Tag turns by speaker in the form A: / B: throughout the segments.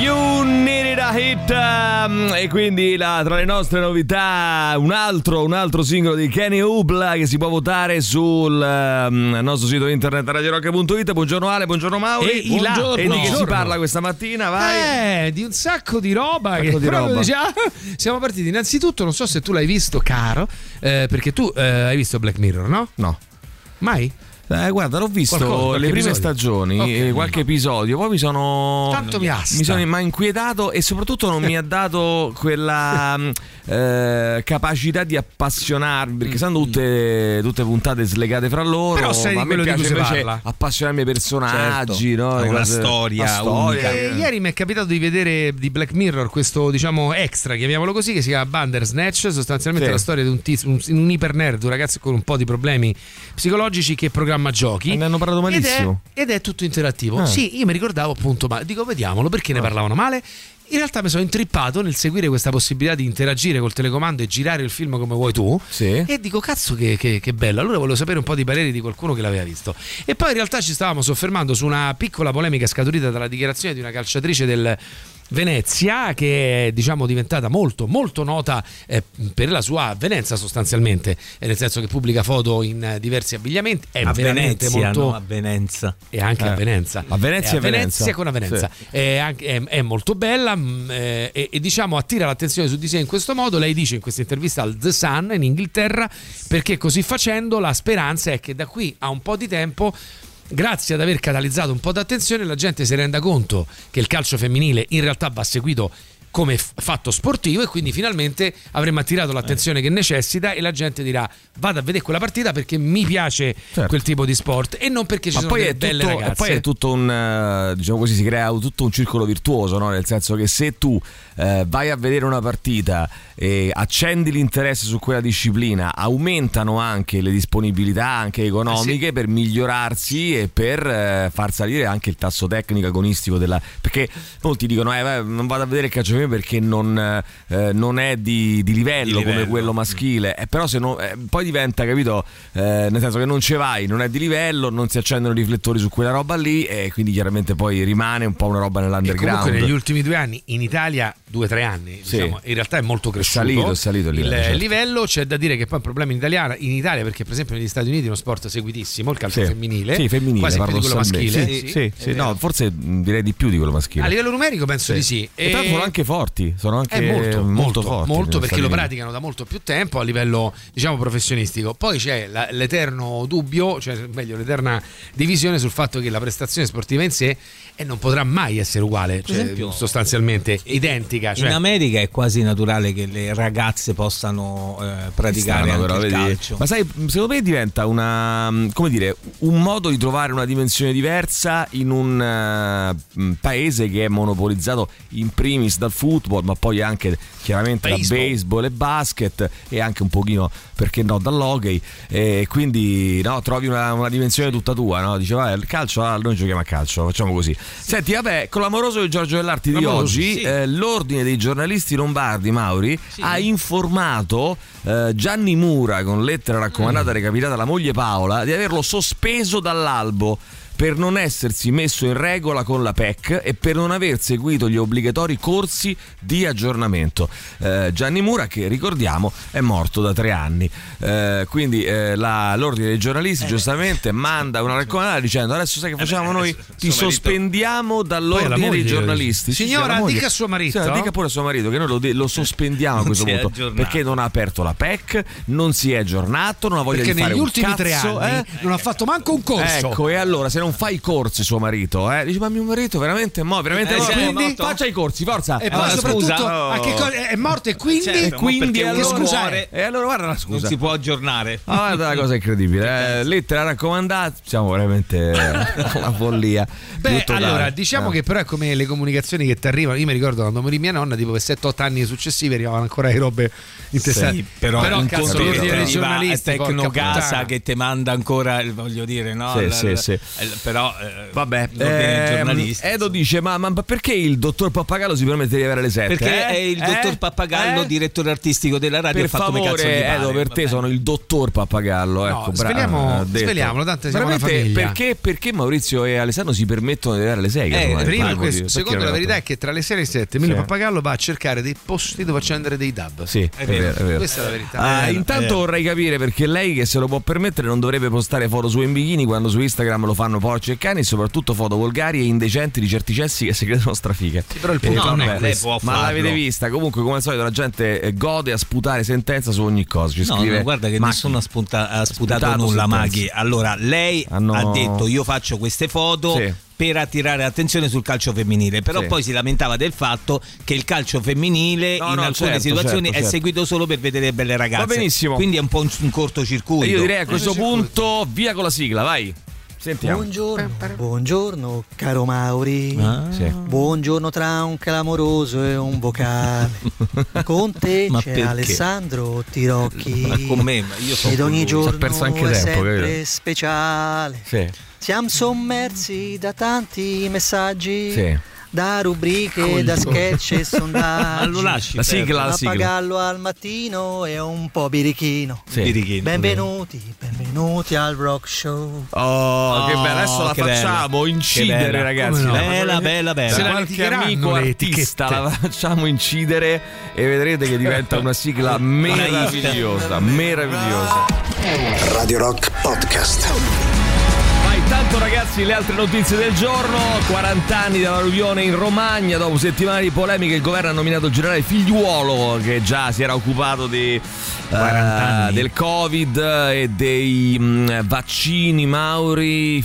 A: You Needed a Hit um, e quindi la- tra le nostre novità un altro, un altro singolo di Kenny Ubla che si può votare sul um, nostro sito internet radiorock.it buongiorno Ale, buongiorno Mauri
B: Ehi, là.
A: e di che si
B: Buongiorno.
A: parla questa mattina vai
B: Eh, di un sacco di roba che
A: di
B: proprio
A: roba.
B: dici, ah, siamo partiti. Innanzitutto, non so se tu l'hai visto, caro, eh, perché tu eh, hai visto Black Mirror, no?
A: no
B: Mai?
A: Eh, guarda, l'ho visto
B: Qualcosa, qualche
A: le prime
B: episodio.
A: stagioni,
B: Ok.
A: eh, qualche episodio, poi mi sono.
B: Tanto mi asta.
A: Mi sono ma inquietato e soprattutto non mi ha dato quella mh, eh, capacità di appassionarmi, perché sono tutte, tutte puntate slegate fra loro.
B: Mm. Però
A: ma
B: sai di
A: a me
B: quello di
A: piace
B: cui si
A: invece
B: parla.
A: appassionarmi ai personaggi,
C: Certo,
A: no?
C: a
A: Le
C: una
A: cose-
C: storia
A: la storia.
B: E Eh, ieri mi è capitato di vedere di Black Mirror questo diciamo extra, chiamiamolo così, che si chiama Bandersnatch, sostanzialmente
A: Sì.
B: la storia di un, tizio, un, un ipernerd, un ragazzo con un po' di problemi psicologici che programma giochi.
A: E ne hanno parlato
B: Ed è-
A: malissimo.
B: Ed è, tutto interattivo.
A: Ah.
B: Sì, io mi ricordavo appunto, ma dico vediamolo, perché
C: Ah.
B: ne parlavano male? In realtà mi sono intrippato nel seguire questa possibilità di interagire col telecomando e girare il film come vuoi tu.
A: Sì.
B: E dico, cazzo, che, che- che bello. Allora volevo sapere un po' di pareri di qualcuno che l'aveva visto. E poi in realtà ci stavamo soffermando su una piccola polemica scaturita dalla dichiarazione di una calciatrice del. Venezia che è diciamo diventata molto molto nota eh, per la sua avvenenza sostanzialmente Eh, nel senso che pubblica foto in eh, diversi abbigliamenti è
C: a
B: veramente
C: Venezia,
B: molto Ah,
C: no? A Venenza.
B: e anche
A: Eh.
B: a Venezia.
A: A Venezia
B: Eh,
A: e Venenza.
B: con Venenza. È, anche- è- è molto bella mh, eh, e, e diciamo attira l'attenzione su di sé in questo modo. Lei dice in questa intervista al The Sun in Inghilterra perché così facendo la speranza è che da qui a un po' di tempo Grazie ad aver catalizzato un po' d'attenzione, la gente si renda conto che il calcio femminile in realtà va seguito come f- fatto sportivo e quindi finalmente avremo attirato
A: Eh.
B: l'attenzione che necessita e la gente dirà vado a vedere quella partita perché mi piace
A: Certo.
B: quel tipo di sport e non perché ci
A: Ma
B: sono
A: poi
B: delle
A: è,
B: belle
A: tutto,
B: ragazze.
A: poi è tutto un eh, diciamo così, si crea tutto un circolo virtuoso, no? Nel senso che se tu eh, vai a vedere una partita e accendi l'interesse su quella disciplina, aumentano anche le disponibilità anche economiche
B: Eh
A: per migliorarsi e per eh, far salire anche il tasso tecnico agonistico della. Perché molti dicono: eh, vai, non vado a vedere il calcio femminile perché non, eh, non è di, di livello
C: Di
A: come
C: livello.
A: quello maschile. Eh, però se no, eh, poi diventa, capito? Eh, nel senso che non ci vai, non è di livello, non si accendono i riflettori su quella roba lì e quindi chiaramente poi rimane un po' una roba
B: E comunque
A: nell'underground.
B: negli ultimi due anni in Italia, due o tre anni,
A: Sì.
B: diciamo, in realtà è molto cresciuto. eh,
A: salito, è salito il livello, certo.
B: livello, c'è da dire che poi il problema in Italia, in Italia, perché per esempio negli Stati Uniti è uno sport seguitissimo, il calcio
A: Sì.
B: femminile,
A: Sì, femminile,
B: quasi più di quello
A: paradossalmente.
B: maschile.
A: Sì,
B: Sì,
A: sì,
B: è
A: sì,
B: vero.
A: no, forse mh, direi di più di quello maschile.
B: A livello numerico penso di sì.
A: E tra l'altro sono anche forti, sono anche
B: È molto, molto,
A: forti.
B: molto perché lo
A: pratica
B: praticano da molto più tempo a livello diciamo professionistico. Poi c'è la- l'eterno dubbio, cioè meglio l'eterna divisione sul fatto che la prestazione sportiva in sé eh, non potrà mai essere uguale, cioè,
C: esempio,
B: sostanzialmente identica. Cioè,
C: In America è quasi naturale che le ragazze possano eh, praticare
A: Strano,
C: anche
A: però,
C: il
A: vedi?
C: calcio.
A: Ma sai, secondo me diventa una mm, come dire, un modo di trovare una dimensione diversa in un eh, mm, paese che è monopolizzato in primis dal football, ma poi anche chiaramente da
B: Baseball.
A: baseball e basket e anche un pochino, perché no, dall'hockey e quindi no, trovi una, una dimensione tutta tua, no? Dice, "Vabbè, il calcio, ah, noi giochiamo a calcio, facciamo così". Senti, vabbè, con l'amoroso di Giorgio dell'Arti di
B: L'amoroso,
A: oggi
B: sì.
A: eh, l'ordine dei giornalisti lombardi, Mauri, ha informato eh, Gianni Mura con lettera raccomandata recapitata alla moglie Paola di averlo sospeso dall'albo per non essersi messo in regola con la PEC e per non aver seguito gli obbligatori corsi di aggiornamento. Eh, Gianni Mura, che ricordiamo, è morto da tre anni. Eh, quindi eh, la- l'ordine dei giornalisti giustamente manda una raccomandata dicendo adesso sai che facciamo noi? Ti sospendiamo dall'ordine
B: moglie,
A: dei giornalisti. Sì, sì,
B: Signora,
A: alla moglie.
B: dica a suo marito.
A: Signora, dica pure a suo marito che noi lo, de- lo sospendiamo a questo
C: si è
A: punto
C: aggiornato.
A: perché non ha aperto la PEC, non si è aggiornato, non ha voglia
B: perché
A: di fare
B: negli
A: un
B: ultimi tre
A: cazzo,
B: anni
A: eh?
B: non ha fatto manco un corso.
A: Ecco, e allora se non fa i corsi suo marito, eh, dici ma mio marito veramente mo, veramente
C: Eh,
A: mo,
C: sì,
A: quindi
C: morto.
A: faccia i corsi, forza.
B: E
A: Eh,
B: poi
A: allora,
B: soprattutto
C: scusa.
B: a che cosa- è morto e quindi
C: Certo, ma
A: quindi
C: perché uno
A: allora,
C: muore,
A: e allora guarda la
C: non
A: scusa.
C: si può aggiornare.
A: Ah, guarda la cosa incredibile, eh, lettera raccomandata, siamo veramente eh, una follia.
B: Beh,
A: Tutto
B: allora,
A: totale.
B: diciamo
A: Eh.
B: che però è come le comunicazioni che ti arrivano. Io mi ricordo quando morì mia nonna, tipo per 7-8 anni successivi arrivavano ancora le robe interessanti.
C: Sì, però, un
B: cazzo,
C: conto
A: voglio
C: che ti
B: l'ordine dei
C: arriva
B: giornalisti, porca
C: Tecnogasa
B: puttana.
C: che ti manda ancora, il- eh, voglio dire, no?
A: Sì,
C: La-
A: sì,
C: la-
A: sì.
C: però eh,
A: Vabbè,
C: l'ordine dei
A: ehm,
C: giornalisti.
A: Edo dice: ma, ma perché il dottor Pappagallo si permette di avere le sette?
C: perché
A: eh?
C: è il
A: Eh?
C: dottor Pappagallo,
A: Eh?
C: direttore artistico della radio,
A: Per
C: ha fatto come cazzo gli
A: favore,
C: pare.
A: Edo, per
C: va
A: te
C: bene.
A: sono il dottor Pappagallo.
B: No,
A: ecco,
B: sveliamo-
A: ha detto.
B: sveliamolo, tanto siamo una
A: Veramente,
B: famiglia.
A: perché, perché Maurizio e Alessandro si permettono di avere le seghe?
C: Eh, prima
A: insomma, parliamo
B: Prima
A: di-
B: questo,
A: perché
B: secondo la
A: avevano
B: verità è
A: fatto-
B: che tra le 6 e le 7 Emilio
A: Sì.
B: Pappagallo va a cercare dei posti dove accendere dei dub.
A: Sì, è vero, è vero.
B: Questa è la verità.
A: Ah,
C: Eh,
A: intanto
C: eh.
A: vorrei capire perché lei che se lo può permettere non dovrebbe postare foto su in bikini quando su Instagram lo fanno porci e cani e soprattutto foto volgari e indecenti di certi cessi che si credono strafighe.
B: però il punto
C: no,
B: non
C: no,
B: è
C: lei
B: questo.
C: può
A: Ma
C: farlo.
A: l'avete vista? Comunque, come al solito, la gente eh, gode a sputare sentenza su ogni cosa. Ci
C: No,
A: scrive,
C: no, guarda che
A: Macchi.
C: nessuno ha, spunta- ha sputato,
A: Sputato
C: nulla,
A: sentenza.
C: Maghi. Allora, lei
A: Hanno-
C: ha detto io faccio queste foto
A: Ah, Sì.
C: per attirare attenzione sul calcio femminile, però
A: Sì.
C: poi si lamentava del fatto che il calcio femminile
A: No,
C: in
A: no,
C: alcune
A: certo,
C: situazioni
A: certo,
C: è
A: certo.
C: seguito solo per vedere belle ragazze.
A: Va benissimo.
C: Quindi è un po' un, un cortocircuito.
A: E io direi a questo
B: Sì, sì, sì.
A: punto, via con la sigla, vai. Sentiamo.
D: Buongiorno, buongiorno caro Mauri.
C: Ah.
A: Sì.
D: Buongiorno tra un clamoroso e un vocale. Con te
C: Ma
D: c'è
C: perché?
D: Alessandro Tirocchi.
C: Eh, Ma con me, ma io sono
D: Ed
C: con
D: ogni
C: lui.
D: giorno
A: S'ha perso anche
D: è
A: tempo,
D: sempre
A: capito?
D: speciale.
A: Sì.
D: Siamo sommersi da tanti messaggi.
A: Sì.
D: Da rubriche, da sketch e
C: Ma lo
D: sondaggi.
C: lasci.
A: La
C: Ferro.
A: sigla, la sigla.
D: Pappagallo al mattino e un po' birichino.
A: Sì.
C: Birichino.
D: Benvenuti, benvenuti al rock show.
A: Oh, che
C: Oh,
A: bello, adesso la
C: che
A: facciamo
C: bello. Che
A: incidere,
C: bella.
A: ragazzi.
B: Come no?
C: Bella, bella, bella.
B: Se la
A: qualche
B: litigheranno
A: amico
B: le
A: artista
B: etichette.
A: la facciamo incidere e vedrete che diventa una sigla meravigliosa, meravigliosa.
E: Radio Rock Podcast.
A: Ma intanto ragazzi le altre notizie del giorno 40 anni dall'alluvione in Romagna Dopo settimane di polemiche il governo ha nominato il generale Figliuolo Che già si era occupato di, eh,
C: anni.
A: del Covid e dei mh, vaccini Mauri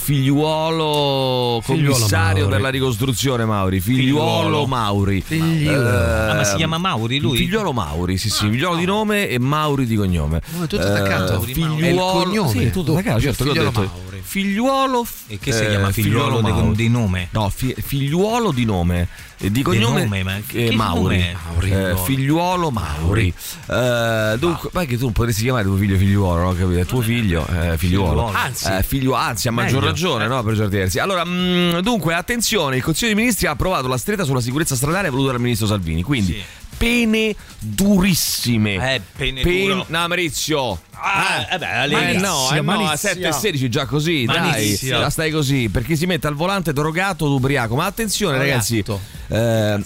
A: Figliuolo
B: Figliuolo
A: commissario
B: Mauri.
A: per la ricostruzione Mauri Figliuolo,
C: Figliuolo.
A: Mauri Eh,
B: Figliuolo.
C: Ah, ma si chiama
A: Ehm,
C: Mauri lui?
A: Figliolo Mauri, sì sì, Figliolo di nome e Mauri di cognome. Eh,
B: Ma è tutto attaccato, Mauri, Mauri. È il cognome.
A: Sì, tutto attaccato,
B: Doppio,
A: certo, che ho
B: Figliolo
A: detto.
B: Mauri.
A: Figliuolo eh,
C: E che si chiama figliuolo, di-
A: Mauri.
C: di nome?
A: No, fi- figliuolo di nome, eh, di cognome
C: nome, ma
A: eh,
C: che
A: Mauri,
C: nome è? Mauri,
A: Eh,
C: allora.
A: figliuolo Mauri. Eh, dunque, ma che tu potresti chiamare tuo figlio figliuolo, no? capito? È tuo figlio, eh, figliuolo.
C: Figliuolo.
B: Anzi.
A: Eh, figlio, anzi, a maggior
B: Meglio.
A: ragione, no? Per certi versi. Allora, mh, dunque, attenzione: il Consiglio dei Ministri ha approvato la stretta sulla sicurezza stradale voluta dal ministro Salvini. Quindi.
C: Sì.
A: Pene durissime.
C: Eh, pene duro.
A: No, Maurizio.
C: Ah, eh beh, la
A: Ma
C: Lega.
A: eh no, eh no, a 7 e 16 già così, dai,
C: Malizia.
A: la stai così, perché si mette al volante drogato ed ubriaco. Ma attenzione
B: Drogato.
A: ragazzi,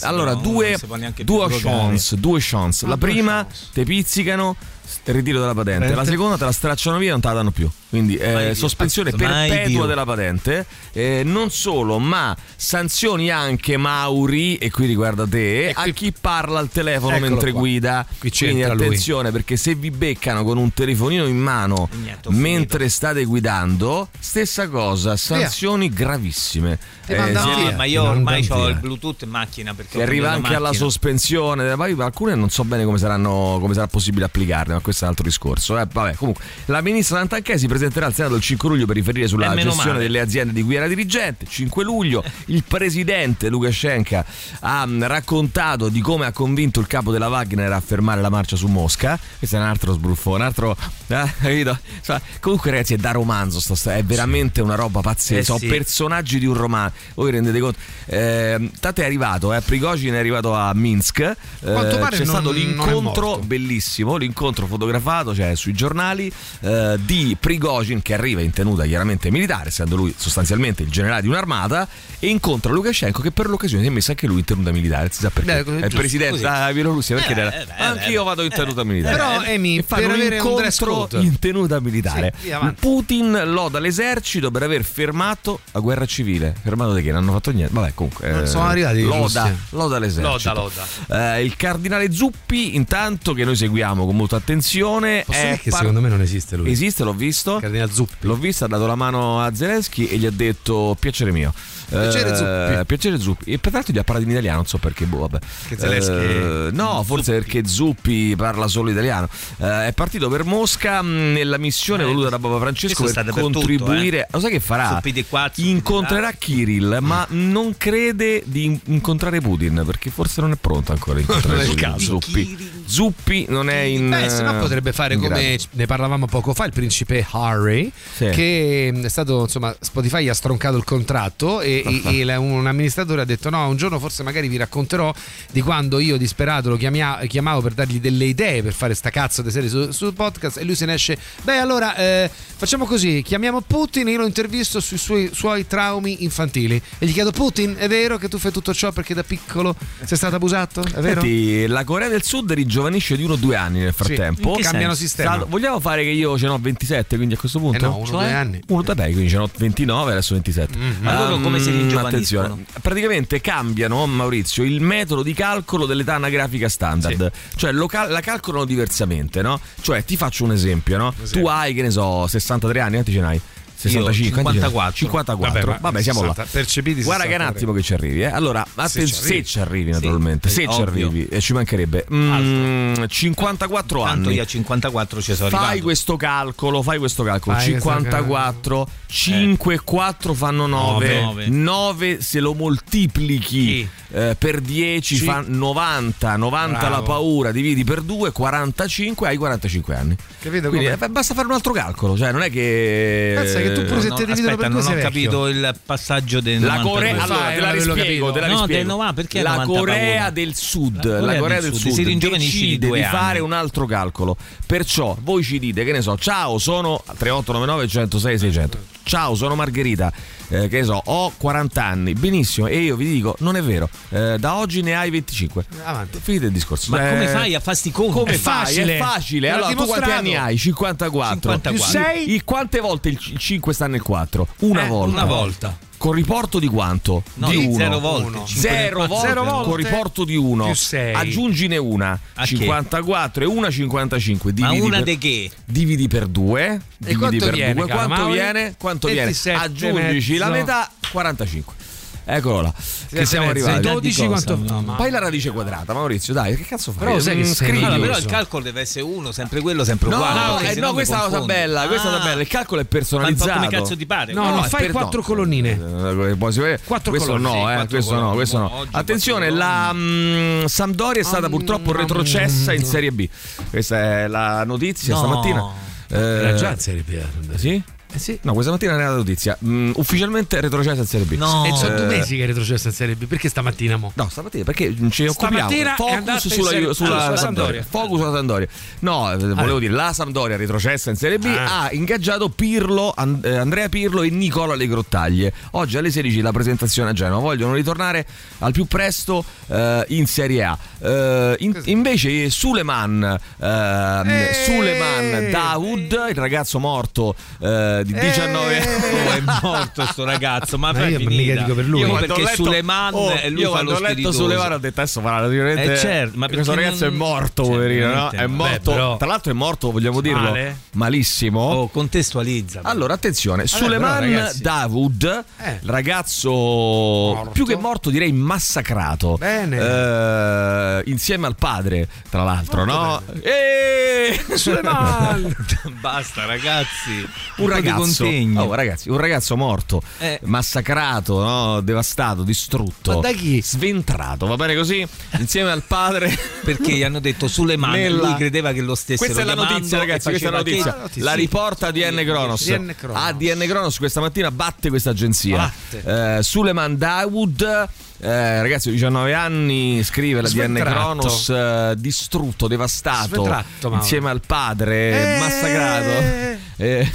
A: eh, allora
C: no,
A: due,
C: non si può neanche più
A: due
C: drogare.
A: chance, due chance. La
B: Ah, due
A: prima
B: chance.
A: te pizzicano, s- ritiro della patente, la seconda te la stracciano via e non te la danno più. Quindi eh, sospensione
C: Pazzesco. Mai
A: perpetua
C: Dio.
A: della patente, Eh, non solo, ma sanzioni anche Mauri, e qui riguarda te,
B: E
A: a
B: qui-
A: chi parla al telefono
B: Eccolo
A: mentre
B: qua.
A: guida.
B: Qui
A: Quindi
B: c'entra lui.
A: attenzione perché se vi beccano con un telefonino in mano
C: Niente, ho
A: mentre state guidando, stessa cosa, sanzioni gravissime. Eh,
B: Ti mandano
A: si-
C: No,
B: via.
C: ma
B: Ti
C: io
B: mandano
C: ormai ho
B: via.
C: il Bluetooth in macchina perché
A: eh. si arriva anche alla
C: sospensione
A: sospensione della pari- alcune non so bene come, saranno, come sarà possibile applicarle, ma questo è un altro discorso. Eh, vabbè, comunque, la ministra Santanchè si presenterà al Senato il 5 luglio per riferire
C: Eh,
A: sulla
C: meno
A: gestione
C: male.
A: delle aziende di cui era dirigente. 5 luglio il presidente Lukashenko ha mh, raccontato di come ha convinto il capo della Wagner a fermare la marcia su Mosca. Questo è un altro sbruffo, un altro. eh, capito? Insomma, comunque, ragazzi, è da romanzo. sta storia, è veramente una roba pazzesca.
C: Eh,
A: Sono
C: sì.
A: personaggi di un romanzo. Voi vi rendete conto? Eh, tanto è arrivato, eh, Prigogine è arrivato a Minsk. eh,
B: Quanto pare
A: c'è
B: non-
A: stato
B: non è
A: l'incontro
B: morto.
A: bellissimo, l'incontro fotografato, cioè sui giornali, eh, di Prigogine che arriva in tenuta chiaramente militare, essendo lui sostanzialmente il generale di un'armata, e incontra Lukashenko che per l'occasione si è messo anche lui in tenuta militare. Non Si sa perché.
B: Beh, così,
A: è il
B: giusto,
A: presidente
C: così.
A: della Bielorussia, perché
C: Eh,
A: era,
C: eh, beh,
A: anch'io
C: eh,
A: vado in tenuta militare.
B: Però, Emi,
A: E fanno
B: per avere un dress
A: incontro
B: code.
A: in tenuta militare.
B: Sì, via avanti.
A: Putin loda l'esercito per aver fermato la guerra civile. Fermato di che? Non hanno fatto niente. Vabbè, comunque. eh,
B: Non sono arrivati in
A: Loda,
B: Russia.
A: loda l'esercito.
B: Loda, loda.
A: Eh, il cardinale Zuppi, intanto che noi seguiamo con molta attenzione,
B: Posso
A: è
B: dire che
A: Eh, par-
B: secondo me non esiste lui.
A: esiste, l'ho visto.
B: Cardinal Zuppi.
A: L'ho vista, ha dato la mano a Zelensky e gli ha detto piacere mio.
B: Piacere
A: Eh,
B: Zuppi.
A: piacere Zuppi. E peraltro gli ha parlato in italiano, non so perché, boh, vabbè.
B: Che Zelensky
A: Eh, no, forse perché Zuppi parla solo italiano. Eh, è partito per Mosca mh, nella missione
C: Eh,
A: voluta da Papa Francesco
C: questo
A: per
C: state per tutto,
A: contribuire.
C: eh.
A: Lo sai che farà?
C: Zuppi di qua, zuppi di là.
A: Incontrerà Kirill, ma non crede di in- incontrare Putin perché forse non è pronto ancora a incontrare
B: Non è il
A: Putin,
B: caso.
A: Zuppi.
C: Kirill.
A: Zuppi non è in. eh,
B: Beh, se no potrebbe fare
A: in
B: come
A: grado.
B: ne parlavamo poco fa il principe Harry,
A: Sì.
B: che mm, è stato, insomma, Spotify gli ha stroncato il contratto e, e- e la- un amministratore ha detto no, un giorno forse magari vi racconterò di quando io disperato lo chiamia- chiamavo per dargli delle idee per fare sta cazzo di serie su- sul podcast e lui se ne esce, beh allora eh, facciamo così, chiamiamo Putin e io lo intervisto sui suoi, suoi traumi infantili e gli chiedo Putin, è vero che tu fai tutto ciò perché da piccolo sei stato abusato? È vero?
A: Senti, la Corea del Sud rigiovanisce di uno o due anni nel
B: In
A: frattempo.
B: che
A: senso?
B: Cambiano sistema.
A: Salvo- vogliamo fare che io ce n'ho 27, quindi a questo punto?
B: Eh no, uno o due anni. Mm-hmm.
A: Uno vabbè, quindi ce n'ho 29 adesso 27.
E: Cioè? Ma loro come si
A: Ehm,
E: ringiovaniscono?
A: Attenzione. Praticamente cambiano, Maurizio, il metodo di calcolo dell'età anagrafica standard. Cioè lo cal- la calcolano diversamente, no? Cioè ti faccio un esempio, no? Tu hai, che ne so, 63 anni, quanti ce n'hai? 65, quanti ce n'hai?
C: 54.
A: 54. Vabbè,
B: ma
A: siamo là.
B: 60, Percepiti
A: Guarda che un
B: 60
A: attimo che ci arrivi, eh. Allora, atten-
B: ci arrivi.
A: se ci arrivi, naturalmente,
C: sì,
A: se ci
C: ovvio.
A: arrivi, eh, ci mancherebbe. Mm, 54
C: Tanto
A: anni.
C: io a 54 ci sono
A: Fai
C: arrivato.
A: questo calcolo, fai questo calcolo.
B: Fai questo Eh.
A: 54, 5 e 4 fanno 9, 9,
C: Nove.
A: se lo moltiplichi
C: Sì.
A: eh, per 10
B: Ci-
A: fa 90, 90 la
B: Bravo.
A: paura, dividi per 2, 45, hai 45 anni.
B: Capito
A: Quindi
B: come?
A: eh, basta fare un altro calcolo, cioè non è che...
B: Pensa che tu pure
C: No,
B: se
C: Eh, no,
B: ti dividono
C: aspetta,
B: per due
C: non ho
B: sei vecchio.
C: capito il passaggio del
A: La
C: 92.
A: Corea, allora,
B: Fai,
A: te la
B: non avevo
A: rispiego,
B: capito.
A: te la
C: No,
A: rispiego.
C: del 90, perché
A: la
C: 90
A: Corea
C: paura?
A: del Sud,
C: La
A: la
C: Corea
A: Corea
C: del
A: del
C: Sud,
A: Sud,
C: si ringiovanisce di
A: decide
C: due
A: di
C: anni.
A: fare un altro calcolo. Perciò voi ci dite, che ne so, ciao, sono 3899 106 600. Ciao, sono Margherita, eh, che ne so, ho 40 anni. Benissimo, e io vi dico, non è vero, eh, da oggi ne hai 25.
B: Avanti.
A: Finite il discorso.
C: Ma
A: Eh,
C: come fai a fare sti conti?
A: è
B: Come fa?
A: facile,
B: facile.
A: è facile.
B: Me l'ha
A: Allora, tu quanti
B: dimostrato.
A: anni hai? 54.
C: 54.
A: Più sei? Il- quante volte il 5 sta nel 4? Una
C: Eh,
A: volta.
C: Una volta.
A: Con riporto di quanto?
C: No,
A: di
C: di
A: uno.
C: zero volte.
B: Uno.
C: cinque
A: Zero
C: nel
A: volte,
C: quattro.
A: con riporto di 1
B: più sei.
A: aggiungine una
C: A che?
A: 54 e una 55
C: Ma
A: dividi,
C: una
A: per,
C: de che?
A: dividi per 2 dividi
B: quanto
A: per
B: viene,
A: due.
B: cara
A: quanto
B: Mauri?
A: viene? Quanto viene?
B: 27
A: aggiungici la
B: mezzo.
A: metà 45 eccolo là che
B: 27
A: siamo
B: mezzo.
A: arrivati
B: 12 quanto?
C: No, ma-
A: poi la radice quadrata Maurizio dai che cazzo fai?
B: Però sai che
A: Mm,
B: sei
A: scrivi.
C: Allora,
B: noioso.
C: però il calcolo deve essere uno, sempre quello, sempre
A: No,
C: uguale.
A: no,
C: perché
A: eh,
C: sennò
A: no,
C: mi
A: questa è la cosa
C: confondo.
A: bella, questa è la
C: Ah.
A: bella. Il calcolo è
C: Ma un po'
A: personalizzato.
C: come cazzo ti pare?
B: No, no,
A: è
B: fai
A: per-
B: quattro colonnine.
A: Eh, può- si vede-
B: Quattro
A: questo
B: colonnine,
A: no,
C: sì,
A: eh,
C: quattro
A: questo no,
C: colonnine.
A: questo no.
C: Oggi
A: Attenzione,
C: quattro
A: la mm, Sampdoria è stata purtroppo retrocessa in Serie B. Questa è la notizia
C: No.
A: stamattina. Eh,
B: Era già in Serie B.
A: sì?
B: Eh sì.
A: No, questa mattina non era la notizia. Mm, ufficialmente retrocessa in Serie B.
C: No.
B: E sono due
A: Eh.
B: mesi che è retrocessa in Serie B. Perché stamattina mo?
A: No, stamattina perché ci occupiamo.
B: Stamattina è andata
A: Focus
B: in
A: sulla,
B: Serie-
A: sulla
B: ah, sulla
A: Sampdoria.
B: Sampdoria.
A: Focus sulla Sampdoria. No, eh, volevo dire, la Sampdoria retrocessa in Serie B
B: Ah.
A: ha ingaggiato Pirlo, An- eh, Andrea Pirlo e Nicola Le Grottaglie. Oggi alle 16 la presentazione a Genova. Vogliono ritornare al più presto eh, in Serie A. Eh, in-
B: Esatto.
A: invece Suleman, ehm,
B: Eh.
A: Suleman Daoud, il ragazzo morto eh, di 19 anni.
C: Oh, è morto sto ragazzo, ma,
B: Ma
C: fai
B: io mica
C: finita.
B: dico per lui.
C: Io
B: Io
C: perché Suleman
A: oh,
C: e lui
A: io
C: fa
A: quando
C: lo
A: ho letto
C: spiritoso.
A: Suleman ho detto adesso farà sicuramente
C: Eh, certo, ma
A: questo
C: perché
A: ragazzo
C: non-
A: è morto
C: Cioè,
A: poverino no?
C: veramente,
A: è
C: no.
A: morto
B: Beh, però-
A: tra l'altro è morto vogliamo dirlo
B: Male.
A: malissimo
C: Oh, contestualizza.
A: allora attenzione
C: però,
A: Suleman
C: ragazzi.
A: Davud
B: Eh.
A: ragazzo più che morto direi massacrato
B: Bene.
A: Eh, insieme al padre tra l'altro no? Eh, Eeeh, Suleman
C: basta, ragazzi.
A: un ragazzo,
C: contegno.
A: oh, ragazzi, un ragazzo morto,
C: Eh.
A: massacrato, no? devastato, distrutto,
B: Ma da chi?
A: sventrato, va bene così? Insieme al padre.
C: perché gli hanno detto Suleman
A: nella-
C: lui credeva che lo stessero
A: Questa è la
C: chiamando
A: notizia,
C: e
A: ragazzi. Questa è la
C: faceva
A: notizia.
C: che-
A: la riporta ADN Cronos.
B: ADN Cronos.
A: ADN Cronos questa mattina batte questa agenzia. Eh, Suleman Dawood. eh, ragazzi, 19 anni, scrive la DN
B: Sventrato.
A: Cronos, eh, distrutto, devastato,
B: Sventrato, Mauro.
A: insieme al padre,
B: Eh.
A: massacrato. Eh.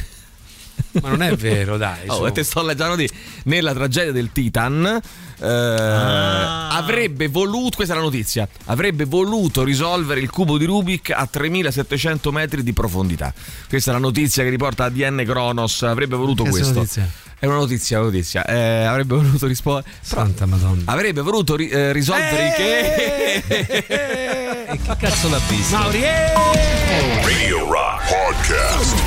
B: Ma non è vero, dai.
A: Oh,
B: su.
A: e te sto leggendo di nella tragedia del Titan. eh, Avrebbe voluto, questa è la notizia, avrebbe voluto risolvere il cubo di Rubik a 3700 metri di profondità. Questa è la notizia che riporta ADN Kronos. Avrebbe voluto
B: Che
A: questo.
B: notizia?
A: È una notizia, una notizia. Eh, avrebbe voluto rispondere.
B: Santa Madonna.
A: Avrebbe voluto ri- eh, risolvere il che.
C: E che cazzo l'ha visto?
B: Mauri, eh!
F: Radio Rock Podcast.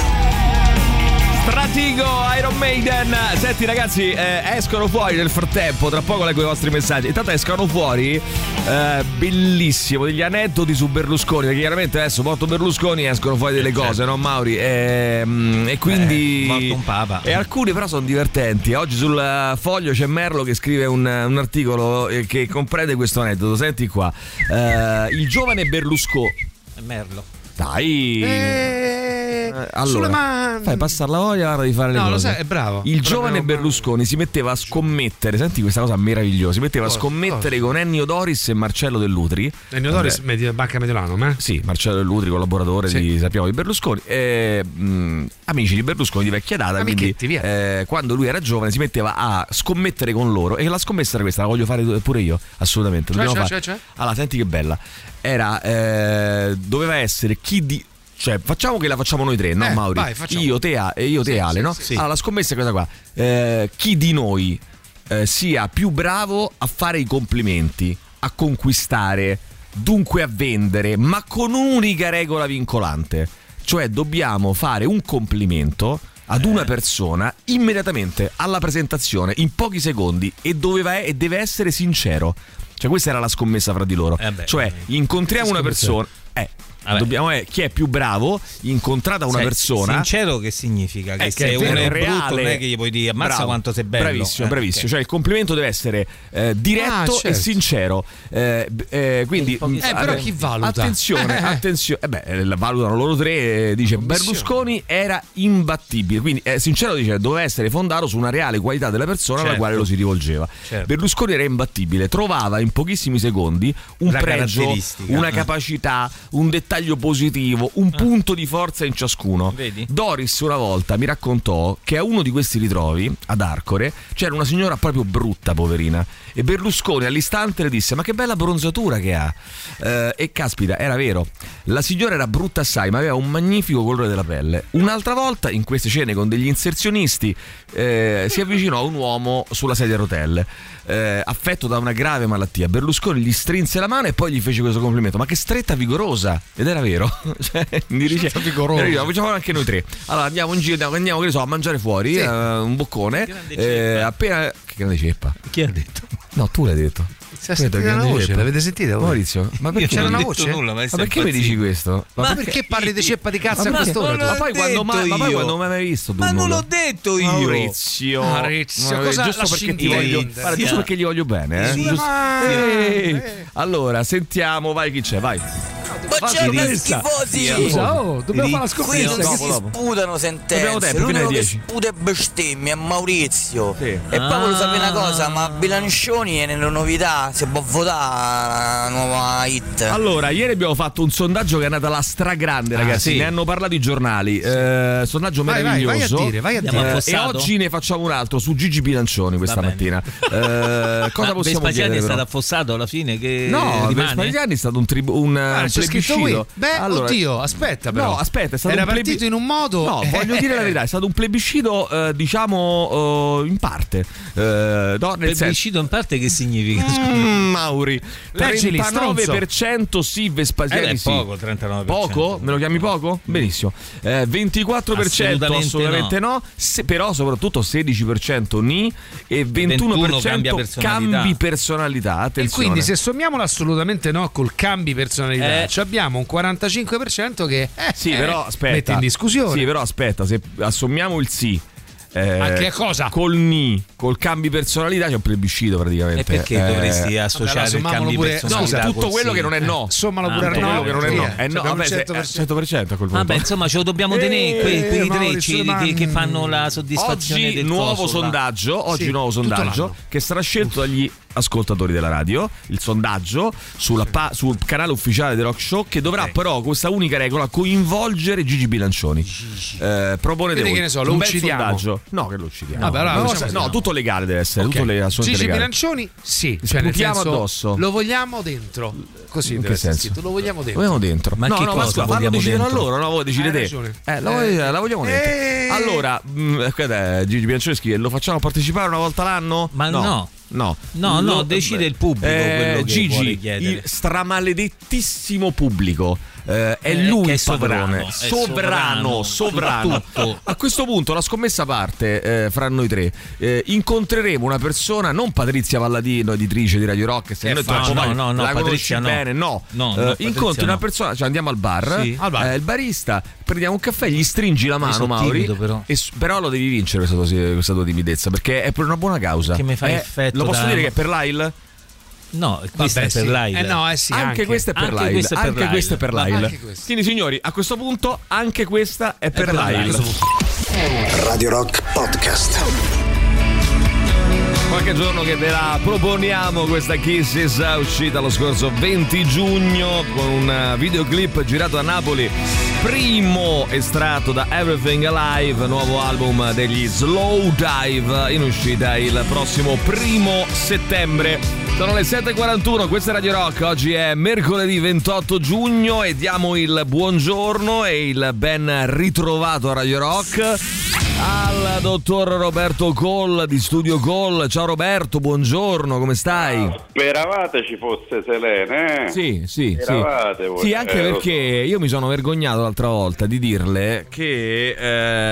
A: Stratigo Iron Maiden Senti ragazzi eh, escono fuori nel frattempo Tra poco leggo i vostri messaggi Intanto escono fuori eh, Bellissimo Degli aneddoti su Berlusconi Perché chiaramente adesso morto Berlusconi Escono fuori delle cose no Mauri Ehm, E quindi
C: certo. Eh, morto un papa.
A: E alcuni però sono divertenti Oggi sul eh, foglio c'è Merlo che scrive un, un articolo eh, Che comprende questo aneddoto Senti qua Eh, Il giovane Berlusconi
C: Merlo.
A: Dai. Eh, allora, fai passare la voglia guarda, di fare le
B: No, lo
A: cose.
B: sai, è bravo.
A: Il
B: Proprio-
A: giovane Berlusconi si metteva a scommettere, senti questa cosa meravigliosa, si metteva a
B: Cosa?
A: scommettere con Ennio Doris e Marcello Dell'Utri.
B: Ennio Doris,
A: Vabbè,
B: Medi- Banca Mediolanum, eh?
A: Sì, Marcello Dell'Utri, collaboratore
B: Sì.
A: di sappiamo di Berlusconi, eh, mh, amici di Berlusconi di vecchia data, quindi
B: Amichetti, via.
A: eh, quando lui era giovane si metteva a scommettere con loro e la scommessa era questa, la voglio fare pure io, assolutamente.
B: Cioè,
A: dobbiamo
B: cioè,
A: fare.
B: cioè, cioè?
A: Allora, senti che bella. Era, eh, doveva essere chi di. Cioè, facciamo che la facciamo noi tre, no,
B: Eh,
A: Mauri?
B: vai, facciamo.
A: io, te, A- e io, te,
B: Sì,
A: Ale,
B: sì,
A: no?
B: sì, sì.
A: Allora, la scommessa è questa qua. Eh, chi di noi eh, sia più bravo a fare i complimenti, a conquistare, dunque a vendere, ma con un'unica regola vincolante. Cioè, dobbiamo fare un complimento ad una persona immediatamente alla presentazione, in pochi secondi, e, doveva- e deve essere sincero. Cioè, questa era la scommessa fra di loro.
C: Eh beh.
A: cioè, incontriamo una persona. Eh,
C: Vabbè.
A: dobbiamo eh, chi è più bravo, incontrata una
C: Sei
A: persona.
C: Sincero che significa? Che
A: Eh,
C: se
A: è
C: uno
A: vero,
C: è
A: reale.
C: brutto non è che gli puoi dire ammazza
A: Bravo,
C: quanto sei bello.
A: Bravissimo,
C: Eh,
A: bravissimo.
C: ok.
A: Cioè il complimento deve essere eh, diretto
B: Ah, certo.
A: e sincero. Eh, b- eh, quindi,
C: Un po' di-
A: mh,
B: Eh, però
A: att-
B: chi valuta?
A: Attenzione,
B: Eh.
A: attenzione. Eh beh, eh, la valutano loro tre. eh, Dice
B: Commissione.
A: Berlusconi era imbattibile. Quindi, eh, sincero, dice doveva essere fondato su una reale qualità della persona alla
C: Certo.
A: quale lo si rivolgeva.
C: Certo.
A: Berlusconi era imbattibile. Trovava in pochissimi secondi un
C: Una
A: pregio,
C: caratteristica.
A: una
C: Eh.
A: capacità, un dettaglio positivo, un punto di forza in ciascuno.
C: Vedi?
A: Doris una volta mi raccontò che a uno di questi ritrovi, ad Arcore, c'era una signora proprio brutta, poverina. E Berlusconi all'istante le disse: Ma che bella bronzatura che ha! Eh, e caspita, era vero. La signora era brutta assai, ma aveva un magnifico colore della pelle. Un'altra volta, in queste cene con degli inserzionisti, eh, si avvicinò un uomo sulla sedia a rotelle, eh, affetto da una grave malattia. Berlusconi gli strinse la mano e poi gli fece questo complimento: Ma che stretta vigorosa! Ed era vero. cioè, mi dice,
B: vigorosa.
A: era io, facciamo anche noi tre. Allora andiamo in giro, andiamo, andiamo, che ne so, a mangiare fuori,
B: Sì.
A: eh, un boccone.
C: Grande
A: eh,
C: ceppa.
A: appena. Che grande ceppa?
C: chi ha detto?
A: No, tu l'hai detto.
B: Si è
A: Tu hai detto
B: sentita la
A: grande
B: voce,
A: ceppa.
B: l'avete sentita? voi?
A: Maurizio, ma
C: Io
A: perché,
C: non
B: C'era
C: ho
B: una
C: detto
B: voce?
C: nulla, ma,
A: ma perché mi dici questo?
B: Ma, perché parli di ceppa di cazzo a
A: ma, perché-
B: quest'ora? tu?
A: ma poi quando mai, ma poi
C: io.
A: quando mai mai visto tu
C: Ma non
A: nulla?
C: l'ho detto io.
A: Maurizio,
B: Maurizio,
A: Vabbè,
B: cosa-
A: giusto
B: la
A: perché ti
B: scintilla
A: voglio,
B: Inter.
A: guarda, giusto
C: Sì.
A: perché gli voglio bene, eh?
C: Sì,
A: Giusto-
B: ma-
A: Ehi.
B: eh.
A: Allora, sentiamo, vai chi c'è, vai.
G: Buongiorno
C: Rizza.
A: eh,
G: schifosi!
B: Scusa, oh, dobbiamo fare la
G: Qui
B: scommessa.
G: non
A: dopo,
G: si
A: dopo.
G: sputano
A: Abbiamo
G: sentenze,
A: tempo, fino
G: l'unico
A: alle
G: che
A: 10.
G: sputa è bestemmia è Maurizio.
A: Sì. Ah.
G: E poi volevo sapere una cosa, ma Bilancioni è nella novità, si può votare la nuova hit.
A: Allora, ieri abbiamo fatto un sondaggio che è andata la stragrande, ragazzi.
C: sì.
A: Ne hanno parlato i giornali. Eh, sondaggio
B: Ah, Vai, vai, vai a
A: meraviglioso.
B: dire, vai a
C: Andiamo
B: dire.
C: a
A: Eh, e
C: Affossato?
A: oggi ne facciamo un altro su Gigi Bilancioni questa
C: Va bene.
A: mattina. Eh, cosa
C: Ma
A: possiamo
C: Vespasiani
A: chiedere?
C: è
A: però?
C: stato affossato alla fine che
A: No, per
C: rimane?
A: Spagliani è stato un, tribu- un
B: Ah,
A: eh,
B: c'è scritto qui.
A: plebiscito.
B: Beh,
A: Allora-
B: oddio, aspetta però.
A: No, aspetta, è stato
B: Era
A: un plebi-
B: partito in un modo. eh,
A: No, voglio dire la verità, è stato un plebiscito, eh, diciamo, eh, in parte. Eh, no, nel senso.
C: Plebiscito in parte che significa?
A: Mm, Mauri,
B: Leggili,
A: 39% sì, Vespasiani
C: Eh beh,
A: sì.
C: poco, 39%.
A: Poco? Me lo chiami poco? Benissimo. Eh, 24% assolutamente,
C: Assolutamente
A: no, Se- però soprattutto 16% ni e 21%,
C: 21 cambia personalità.
A: cambi personalità.
B: E
A: Attenzione.
B: quindi se sommiamolo assolutamente no col cambi personalità,
C: Eh.
B: ci abbiamo un 45% che eh,
A: Sì,
B: eh,
A: però aspetta.
B: mette in discussione.
A: Sì, però aspetta, se assommiamo il sì. eh,
B: Anche a cosa?
A: Col ni, col cambi personalità c'è un plebiscito praticamente.
C: E perché
A: Eh,
C: dovresti
B: allora,
C: associare il
B: sommiamolo
C: cambio
B: pure-
C: personalità?
A: Scusa,
C: col
A: tutto quello
C: sì?
A: che non è no.
B: Sommalo
C: Ah,
B: pure
A: Tutto
B: al
A: quello
B: no.
A: che non è no.
B: via.
A: Eh, no,
B: Abbiamo
A: vabbè,
B: il
A: se- eh,
B: 100%.
A: 100% a quel punto.
C: Vabbè, insomma, ce lo dobbiamo tenere quei, quei tre
B: Maurizio
C: ci-
B: Mann.
C: che, che fanno la soddisfazione
A: Eh, Oggi
C: del
A: nuovo
C: coso, là.
A: sondaggio, oggi
B: Sì,
A: nuovo
B: tutto
A: sondaggio
B: l'anno.
A: che sarà scelto dagli ascoltatori della radio, il sondaggio sulla pa- sul canale ufficiale del Rock Show che dovrà però con questa unica regola coinvolgere Gigi Bilancioni. Eh, proponete
B: Quindi
A: voi.
B: che ne so, lo
A: Un bel
B: uccidiamo?
A: sondaggio. No, che lo uccidiamo.
B: Vabbè, allora
A: No,
B: facciamo
A: sai-
B: così.
A: no, tutto legale deve essere,
B: Ok.
A: tutto le- assolutamente
B: Gigi
A: legale.
B: Bilancioni, sì, cioè nel
A: Sputiamo
B: senso,
A: addosso.
B: lo vogliamo dentro. Così
A: In
B: deve
A: che
B: essere
A: senso?
B: scritto, lo vogliamo
A: Lo
B: dentro.
A: vogliamo dentro.
C: Ma
A: no,
C: che
A: no,
C: cosa
A: scusa, fallo
C: vogliamo
A: decidere a
C: dentro?
A: loro, no, voi decidete.
B: Hai ragione.
A: Eh, la, vog-
B: Eh.
A: la vogliamo dentro.
B: Eh.
A: Allora, mh, guarda, eh, Gigi Bianceschini, lo facciamo partecipare una volta l'anno?
C: Ma no.
A: No, eh,
C: No, no, decide il pubblico quello che
A: Gigi,
C: vuole chiedere.
A: il stramaledettissimo pubblico. eh, è
C: Eh,
A: lui
C: che è
A: il padrone,
C: sovrano, è sovrano,
A: sovrano, sovrano.
C: soprattutto.
A: A questo punto la scommessa parte eh, fra noi tre. Eh, incontreremo una persona, non Patrizia Valladino, editrice di Radio Rock, se
C: Eh,
A: noi
C: fa-
A: troppo
C: no,
A: male,
C: no, no,
A: la
C: Patrizia
A: conosci
C: no.
A: bene, no.
C: No, no,
A: Eh,
C: Patrizia
A: incontri una
C: no.
A: persona, cioè andiamo al bar,
C: Sì.
B: Al bar.
A: eh, il barista, prendiamo un caffè, gli stringi la mano,
C: sono
A: Mauri.
C: timido, però.
A: e s- però lo devi vincere questa tua, questa tua timidezza, perché è per una buona causa.
C: Che mi fa
A: Eh,
C: effetto
A: Lo posso
C: da-
A: dire che è per l'AIL?
C: No, questa
B: Vabbè,
C: è per
B: sì.
C: Laila.
B: Eh no, eh sì,
A: anche,
B: anche.
A: questa è per
C: Anche
A: Lyle.
C: questa è per
A: anche
C: Lyle.
A: questa è per
B: Ma
A: Lyle.
B: anche questa.
A: Quindi, signori, a questo punto, anche questa è per, Lyle.
E: Radio Rock Podcast.
A: Qualche giorno che ve la proponiamo questa Kisses eh, uscita lo scorso 20 giugno con un eh, videoclip girato a Napoli, primo estratto da Everything Alive, nuovo album degli Slow Dive in uscita il prossimo primo settembre. Sono le 7.41, questa è Radio Rock, oggi è mercoledì 28 giugno e diamo il buongiorno e il ben ritrovato a Radio Rock al dottor Roberto Coll di Studio Coll. Ciao Roberto, buongiorno, come stai?
H: Speravate ci fosse Selene, eh?
A: Sì, sì, sì.
H: Eravate voi.
A: Sì, anche
H: Eh, lo
A: perché io mi sono vergognato l'altra volta di dirle che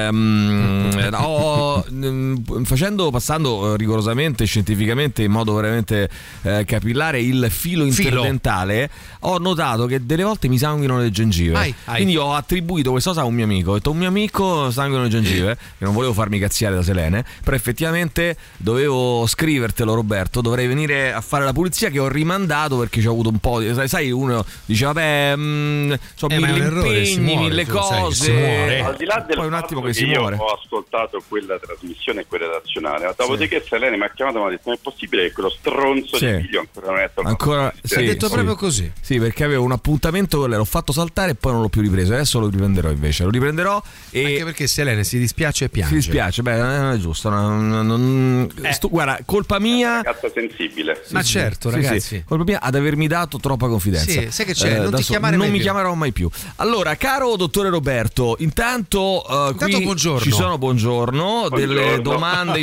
A: ehm, ho, ehm, facendo, passando eh, rigorosamente, scientificamente, in modo veramente eh, capillare il filo interdentale, ho notato che delle volte mi sanguinano le gengive.
B: Ai, ai.
A: Quindi ho attribuito questa cosa a un mio amico. Ho detto, un mio amico sanguinano le gengive, che non volevo farmi cazziare da Selene, però effettivamente dovevo scrivertelo Roberto, dovrei venire a fare la pulizia che ho rimandato perché ci ho avuto un po' di... Sai, sai uno dice, vabbè, mh, so,
C: Eh, ma è
A: mille
C: un errore, si
A: impegni,
C: muore,
A: mille
C: tu lo sai che
A: cose.
C: si muore.
H: Al di là del
A: Eh, Poi un attimo
H: fatto
A: che si
H: io
A: muore.
H: ho ascoltato quella trasmissione e quella redazionale, ma dopodiché Selene mi ha chiamato e mi ha detto: Ma è possibile che quello stronzo
A: Sì.
H: di figlio ancora non è tornato?
A: Ancora, sì,
B: Ha detto
A: sì.
B: proprio così.
A: Sì, perché avevo un appuntamento con lei, l'ho fatto saltare e poi non l'ho più ripreso. Adesso lo riprenderò invece. Lo riprenderò
B: Anche
A: e
B: perché Selene si dispiace e piange.
A: si dispiace. Beh, non è giusto. non- non- non-
B: Eh.
A: sto- guarda, colpa
C: Eh,
A: mia.
H: Cazzo sensibile.
B: Ma certo,
A: Sì,
B: ragazzi.
A: sì, colpa mia ad avermi dato troppa confidenza. Eh,
B: Sì, sai che c'è, non ti
A: adesso
B: chiamare
A: non
B: mai
A: mi
B: più.
A: chiamerò mai più. Allora, caro dottore Roberto, intanto, eh,
B: Intanto
A: qui
B: buongiorno.
A: ci sono buongiorno, delle
H: Buongiorno.
A: domande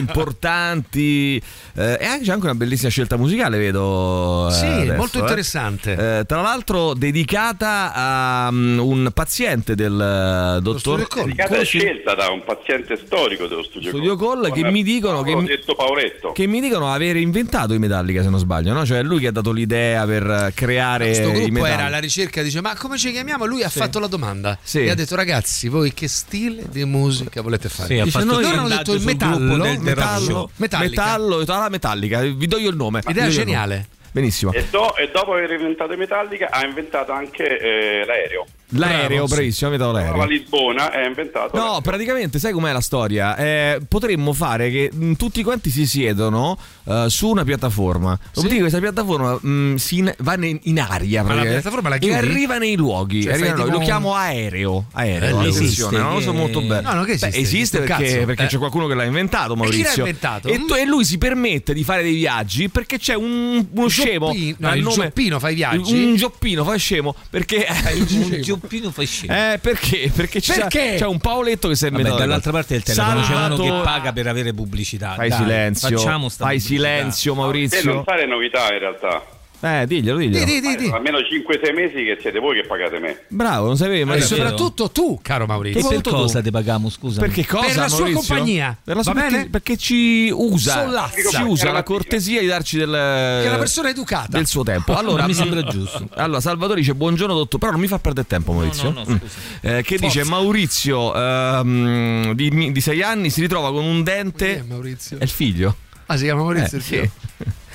A: importanti eh, e anche- c'è anche una bellissima scelta musicale, vedo. eh,
B: Sì,
A: adesso,
B: molto
A: eh.
B: interessante.
A: Eh, tra l'altro dedicata a mm, un paziente del eh, dottor
B: Studio Call.
H: Dedicata è
A: Corsi-
H: scelta da un paziente storico dello studio,
A: Studio Call che mi dicono che
H: Ho
A: mi-
H: detto Pauretto.
A: che mi dicono avere inventato i Metallica se non sbaglio, no? Cioè è lui che ha dato l'idea per eh, creare
B: Questo
A: i
B: gruppo
A: Metallica.
B: era alla ricerca, dice ma come ci chiamiamo? Lui ha fatto la domanda
A: Sì.
B: e ha detto ragazzi voi che stile di musica volete fare?
C: Sì, ha
B: Dice,
C: fatto
B: "Noi
C: un
B: hanno
C: sondaggio
B: detto il
C: sul
B: metallo,
C: gruppo del The Rock
B: metallo,
C: Show.
B: metallica.
A: Metallo, ah, Metallica, vi do io il nome.
B: Idea
A: Vi do io il
B: geniale.
A: nome. Benissimo.
B: Eh,
H: E, do- e dopo aver inventato i Metallica ha inventato anche eh, l'aereo.
A: L'aereo,
B: Bravo, sì.
A: bravissimo, avete dato
H: Prova a
A: l'aereo.
H: Lisbona e ha inventato.
A: No,
H: l'aereo.
A: praticamente sai com'è la storia? Eh, potremmo fare che mh, tutti quanti si siedono eh, su una piattaforma. Dopodiché questa piattaforma mh, si in- va ne- in aria.
B: Ma la
A: praticamente,
B: piattaforma la
A: E
B: chiudi?
A: arriva nei luoghi.
B: Cioè,
A: arriva
B: fai
A: nei luoghi. Lo
B: tipo un-
A: chiamo aereo. Aereo,
B: Bello.
A: attenzione,
C: Esiste,
A: non lo so
C: che-
A: molto bene.
B: No, no, che esiste?
A: Beh, esiste
B: Un
A: perché,
B: cazzo.
A: perché
B: Eh.
A: c'è qualcuno che l'ha inventato,
B: l'ha
A: Maurizio.
B: inventato?
A: E, tu- e lui si permette di fare dei viaggi perché c'è un, uno scemo.
B: Gioppino- no,
A: dal
B: il
A: nome-
B: Gioppino fa i viaggi?
A: Un gioppino fa scemo perché...
C: Un gioppino fa scena.
A: Eh, perché? Perché, ci sa-
B: Perché?
A: c'è un Paoletto che si è
C: Vabbè,
A: inventato le
C: dall'altra
A: cose.
C: parte del telefono c'è uno che
A: Salvatore-
C: paga per avere pubblicità.
A: Fai
C: Dai,
A: silenzio,
C: Facciamo sta
A: fai
C: pubblicità.
A: silenzio
H: Te non
A: Maurizio.
H: fare novità in realtà.
A: Eh, diglielo, diglielo.
B: Di, di, di, di.
H: Almeno 5-6 mesi che siete voi che pagate me.
A: Bravo, non sapevi,
B: E
C: Allora,
A: Maurizio.
C: vero.
B: soprattutto tu, caro
C: E
B: Maurizio.
C: per
A: Molto
C: cosa
A: tu.
C: te pagamo, scusa?
A: Perché cosa?
B: Per la sua
A: Maurizio?
B: compagnia,
A: Per la sua-
B: va bene?
A: perché, perché ci usa.
B: Sollazza.
A: Ci usa la cortesia di darci del
B: Che è una persona educata.
A: del suo tempo. Allora,
C: mi sembra giusto.
A: Allora, Salvatore dice buongiorno dottore, però non mi fa perdere tempo Maurizio.
C: no, no, scusa.
A: Mm. Eh, che dice Maurizio ehm, di, di sei anni si ritrova con un
B: Chi è
A: dente
B: Maurizio?
A: è il figlio.
B: Ah, si chiama Maurizio?
A: Eh,
B: il
A: sì.
B: figlio?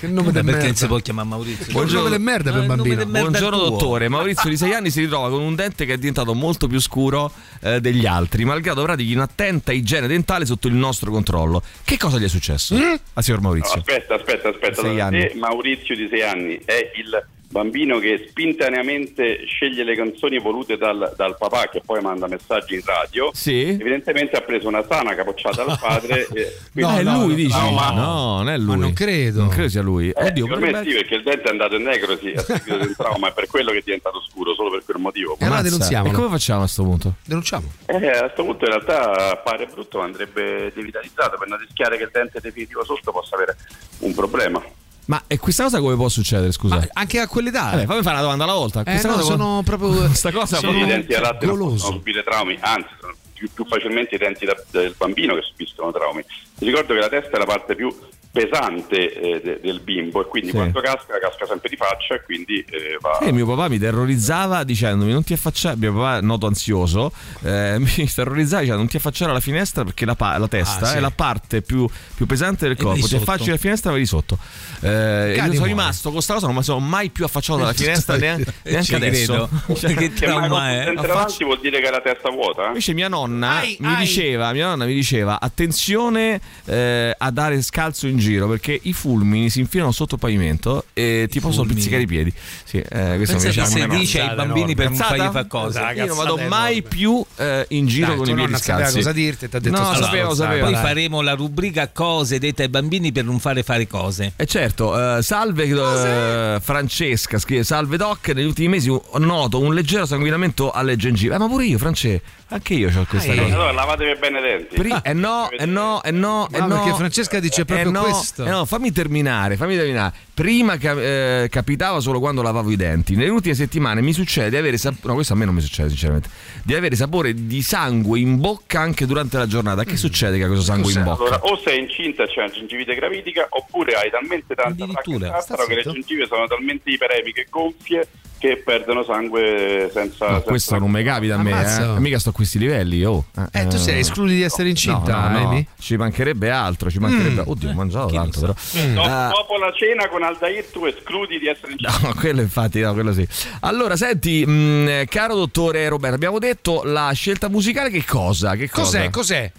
B: Che
C: Vabbè,
B: nome del
C: perché non
B: merda.
C: si può chiamare Maurizio?
B: Che nome del merda per un bambino.
C: merda
A: Buongiorno
C: tuo.
A: dottore, Maurizio di 6 anni si ritrova con un dente che è diventato molto più scuro eh, degli altri, malgrado pratichi un'attenta igiene dentale sotto il nostro controllo. Che cosa gli è successo?
B: Mm?
A: A signor
H: No,
A: Maurizio.
H: aspetta, aspetta, aspetta.
A: Sei
H: Allora,
A: anni.
H: se Maurizio di 6 anni è il bambino che spontaneamente sceglie le canzoni volute dal, dal papà che poi manda messaggi in radio,
A: Sì?
H: evidentemente ha preso una sana capocciata dal padre. eh,
A: No,
H: quindi-
A: è
B: no,
A: lui,
B: no,
A: dici?
H: no, ma-
A: non è lui.
B: non credo.
A: Non credo sia lui.
H: Eh,
A: Oddio,
H: per me
A: potrebbe-
H: sì, perché il dente è andato in necrosi a seguito di un trauma, è per quello che è diventato scuro, solo per quel motivo.
B: Eh, allora
A: Mazza,
B: denunziamolo.
A: E come facciamo a questo punto?
B: Denunciamo.
H: Eh, a questo punto in realtà appare brutto, ma andrebbe devitalizzato per non rischiare che il dente definitivo sotto possa avere un problema.
A: Ma e questa cosa come può succedere, scusa?
B: Ma anche a quell'età.
A: Vabbè, fammi fare una domanda alla volta.
B: eh,
A: Questa
B: no,
A: cosa come-
B: sono proprio.
A: Questa cosa
H: Sì, i
A: proprio- Eh,
H: denti da latte non
B: goloso.
H: possono subire traumi, anzi, sono più, più facilmente i denti da- del bambino che subiscono traumi. Ti ricordo che la testa è la parte più pesante eh, de- del bimbo e quindi
A: Sì.
H: quando casca casca sempre di faccia e quindi eh, va...
A: E mio papà mi terrorizzava dicendomi non ti affacciare, mio papà noto ansioso, eh, mi terrorizzava dicendo non ti affacciare alla finestra perché la, pa- la testa
B: Ah, sì.
A: è la parte più, più pesante del corpo, ti
C: sotto.
A: affacci alla finestra e vai di sotto. Eh, e io
B: muore.
A: sono rimasto con questa cosa, non mi sono mai più affacciato alla finestra neanche, neanche
C: Ci
A: adesso.
C: credo.
A: Eh, Cioè,
C: che
H: Se mai
C: trauma è?
H: non
A: La
H: avanti
A: faccia-
H: vuol dire che hai la testa vuota? eh?
A: Invece mia nonna,
B: Ai,
A: mi
B: ai.
A: Diceva, mia nonna mi diceva attenzione eh, a dare scalzo in giro perché i fulmini si infilano sotto il pavimento e ti possono
C: fulmini.
A: pizzicare i piedi. Sì, eh, questo mi
C: Pensa
A: diceva
C: che se
A: mia nonna.
C: dice ai
B: Cazzata
C: bambini per non
A: Cazzata?
C: fargli fa cosa.
B: Esatto.
A: Io non vado
B: Cazzata
A: mai
B: enorme.
A: più eh, in giro
B: Dai,
A: con
B: tua
A: i piedi
B: nonna sapeva
A: scalzi.
B: cosa dirti e t'ha detto
A: No,
B: sta
A: sapevo,
B: cosa,
A: sapevo.
B: dai.
C: Poi
A: Dai.
C: faremo la rubrica cose dette ai bambini per non fare fare cose.
A: E certo, eh, salve eh, Francesca, scrive salve Doc, negli ultimi mesi u- noto un leggero sanguinamento alle gengive. Eh, ma pure io, France, anche io ho questa
B: Ah,
A: cosa.
H: Allora lavatevi bene i denti. Ah.
A: Pri- eh no, eh no, eh no, eh
B: Ma
A: no.
B: perché Francesca dice
A: Eh
B: proprio
A: no,
B: questo.
A: eh no, fammi terminare, fammi terminare. Prima ca- eh, capitava solo quando lavavo i denti. Nelle ultime settimane mi succede di avere sapore. No, questo a me non mi succede, sinceramente. Di avere sapore di sangue in bocca anche durante la giornata.
B: Mm.
A: Che succede che ha questo sangue in bocca? Oh,
H: Allora, o sei incinta e c'è una gingivite gravidica, oppure hai talmente tanta
C: Addirittura,
H: fracchettartaro
C: sta
H: che le
C: zitto.
H: gengive sono talmente iperemiche e gonfie che perdono sangue senza...
A: No,
H: senza-
A: questo non mi capita a me,
B: Ammazza.
A: eh. mica sto a questi livelli. Oh.
B: Eh, tu sei escludi di essere incinta,
A: no, no,
B: Amy?
A: Ci mancherebbe altro, ci mancherebbe.
B: Mm.
A: Oddio, ho mangiato
C: chi lo
A: tanto,
C: sa.
A: però.
H: Do-
A: Ah.
H: Dopo la cena con Aldair tu escludi di essere incinta.
A: No, quello infatti, no, quello sì. Allora, senti, mh, caro dottore Roberto, abbiamo detto la scelta musicale che cosa? Che cosa?
B: Cos'è? Cos'è?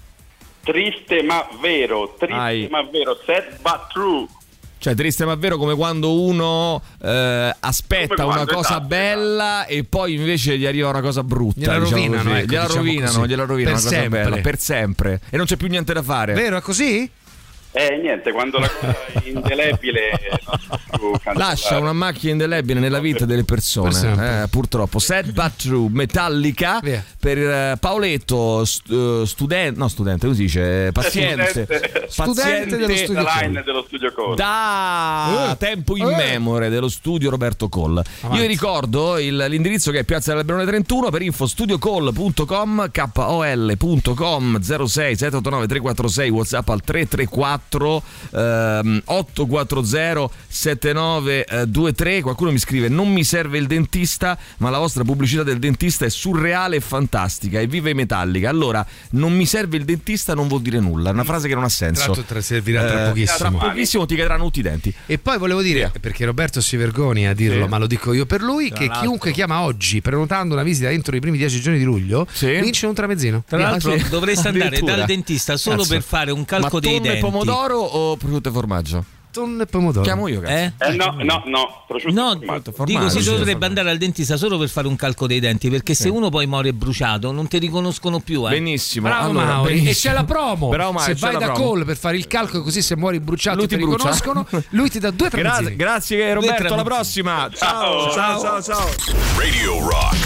H: Triste ma vero, triste
A: Ai.
H: ma vero, sad but true.
A: Cioè, triste ma vero come quando uno eh, aspetta
H: Come quando,
A: una cosa
H: esatto,
A: bella e poi invece gli arriva una cosa brutta.
B: Gliela
A: diciamo
B: rovinano,
A: così.
B: ecco,
A: gliela
B: diciamo
A: rovinano,
B: così.
A: gliela rovinano,
B: Per
A: una cosa
B: sempre.
A: bella, per sempre. E non c'è più niente da fare.
B: Vero, è così?
H: Eh, niente, quando la cosa è indelebile... eh, non si può più cancellare.
A: Lascia una macchia indelebile nella vita delle
B: Per sempre.
A: persone, eh, purtroppo. Sad but true, Metallica
B: Via.
A: per eh, Paoletto, studente, no studente, così dice, eh, paziente,
H: Studente.
B: Studente dello studio.
H: La line dello studio Cole.
A: da
B: Eh.
A: tempo in
B: Eh.
A: memore dello studio Roberto Coll. Io vi ricordo il- l'indirizzo che è Piazza dell'Alberone 31 per info studiocoll.com kol.com 06 789 346 WhatsApp al 334 ehm, 840 7923. Qualcuno mi scrive: Non mi serve il dentista, ma la vostra pubblicità del dentista è surreale e fantastica. E vive Metallica. Allora, non mi serve il dentista non vuol dire nulla. È una frase che non ha
B: Tra
A: senso.
B: l'altro te servirà tra
A: Eh,
B: pochissimo.
A: Tra pochissimo ti cadranno tutti i denti.
B: E poi volevo dire, perché Roberto si vergogna a dirlo, ma lo dico io per lui, che chiunque chiama oggi prenotando una visita entro i primi dieci giorni di luglio
A: Sì.
B: vince un tramezzino.
C: Tra
A: Ah,
C: l'altro
A: sì.
C: dovreste andare
A: Addirittura.
C: dal dentista solo
A: Cazzo.
C: per fare un calco
A: Ma
C: dei
A: tonno e
C: denti.
A: pomodoro o prosciutto e formaggio?
B: Tonno e pomodoro.
A: Chiamo io, cazzo.
C: Eh?
H: Eh, no, no, no, prosciutto
C: No,
H: formaggio.
C: dico si
A: Formaggio.
C: dovrebbe andare al dentista solo per fare un calco dei denti, perché se uno poi muore bruciato non ti riconoscono più. Eh.
A: Benissimo.
B: Bravo
A: allora,
B: Mauri. E
A: benissimo.
B: c'è la promo.
A: Bravo, Mauri,
B: se
A: c'è
B: vai
A: la
B: da
A: promo.
B: Call per fare il calco così se muori bruciato
A: Lui
B: ti,
A: ti brucia.
B: riconoscono, lui ti dà due
A: Gra-
B: tramezzini.
A: grazie Roberto, alla
C: tramezzini.
A: prossima. Ciao, ciao, ciao, ciao.
F: Radio Rock.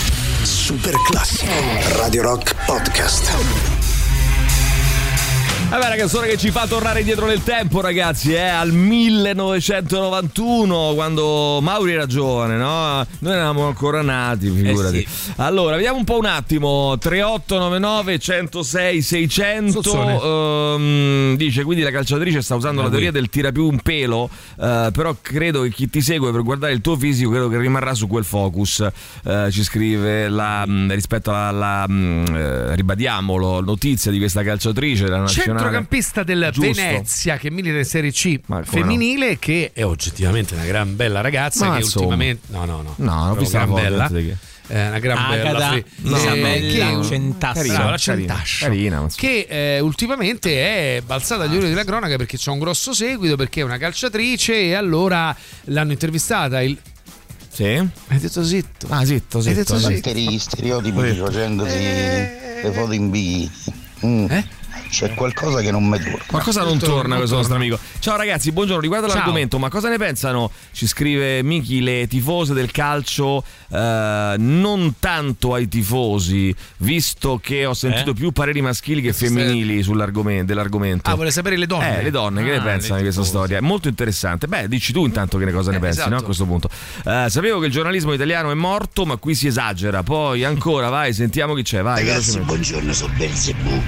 E: Super classico. Radio Rock Podcast.
A: Vabbè, una canzone che ci fa tornare indietro nel tempo, ragazzi, eh, al 1991, quando Mauri era giovane, no? Noi eravamo ancora nati, figurati.
C: Eh
A: Allora, vediamo un po' un attimo. 3899 106 600
B: Sozzone.
A: ehm, dice, quindi la calciatrice sta usando la teoria del tira più un pelo, eh, però credo che chi ti segue per guardare il tuo fisico credo che rimarrà su quel focus. Eh, ci scrive la, mh, rispetto alla, alla, mh, eh, ribadiamolo, notizia di questa calciatrice della nazionale.
B: Centrocampista del
A: Giusto.
B: Venezia che milita in Serie C
A: Ma come no?
B: femminile, che è oggettivamente una gran bella ragazza.
A: Ma
B: che
A: insomma.
B: ultimamente. No, no, no.
A: No, non ho
B: Proprio
A: visto la
B: gran
A: foto,
B: bella.
A: di
B: È una gran bella.
C: Agata,
B: fri-
C: Isabella,
B: che-
C: Centassa.
B: Brava,
A: Carina,
B: la Centascio.
A: carina, carina, ma insomma.
B: che eh, ultimamente è balzata agli ori della cronaca perché c'è un grosso seguito, perché è una calciatrice e allora l'hanno intervistata. Il...
A: Sì?
B: Hai detto zitto.
A: Ah, zitto,
B: Hai
A: zitto.
B: detto zitto.
I: Steri- stereotipi rifacendosi le foto in bikini. Mm.
A: Eh?
I: C'è qualcosa che non mi torna.
A: Ma cosa non torna questo nostro amico? Ciao ragazzi, buongiorno. Riguardo
B: Ciao.
A: l'argomento, ma cosa ne pensano? Ci scrive Michi, le tifose del calcio, eh, non tanto ai tifosi, visto che ho sentito
C: Eh?
A: più pareri maschili che femminili sull'argomento, dell'argomento.
B: Ah, vuole sapere le donne.
A: Eh, le donne che
C: Ah,
A: ne pensano
C: le
A: di questa
C: tifose.
A: storia? È molto interessante. Beh, dici tu intanto che ne cosa ne
B: Eh,
A: pensi,
B: esatto.
A: no? A questo punto. Eh, sapevo che il giornalismo italiano è morto, ma qui si esagera. Poi ancora, vai, sentiamo chi c'è, vai.
I: Ragazzi,
A: velocemente.
I: buongiorno, sono Belzebù.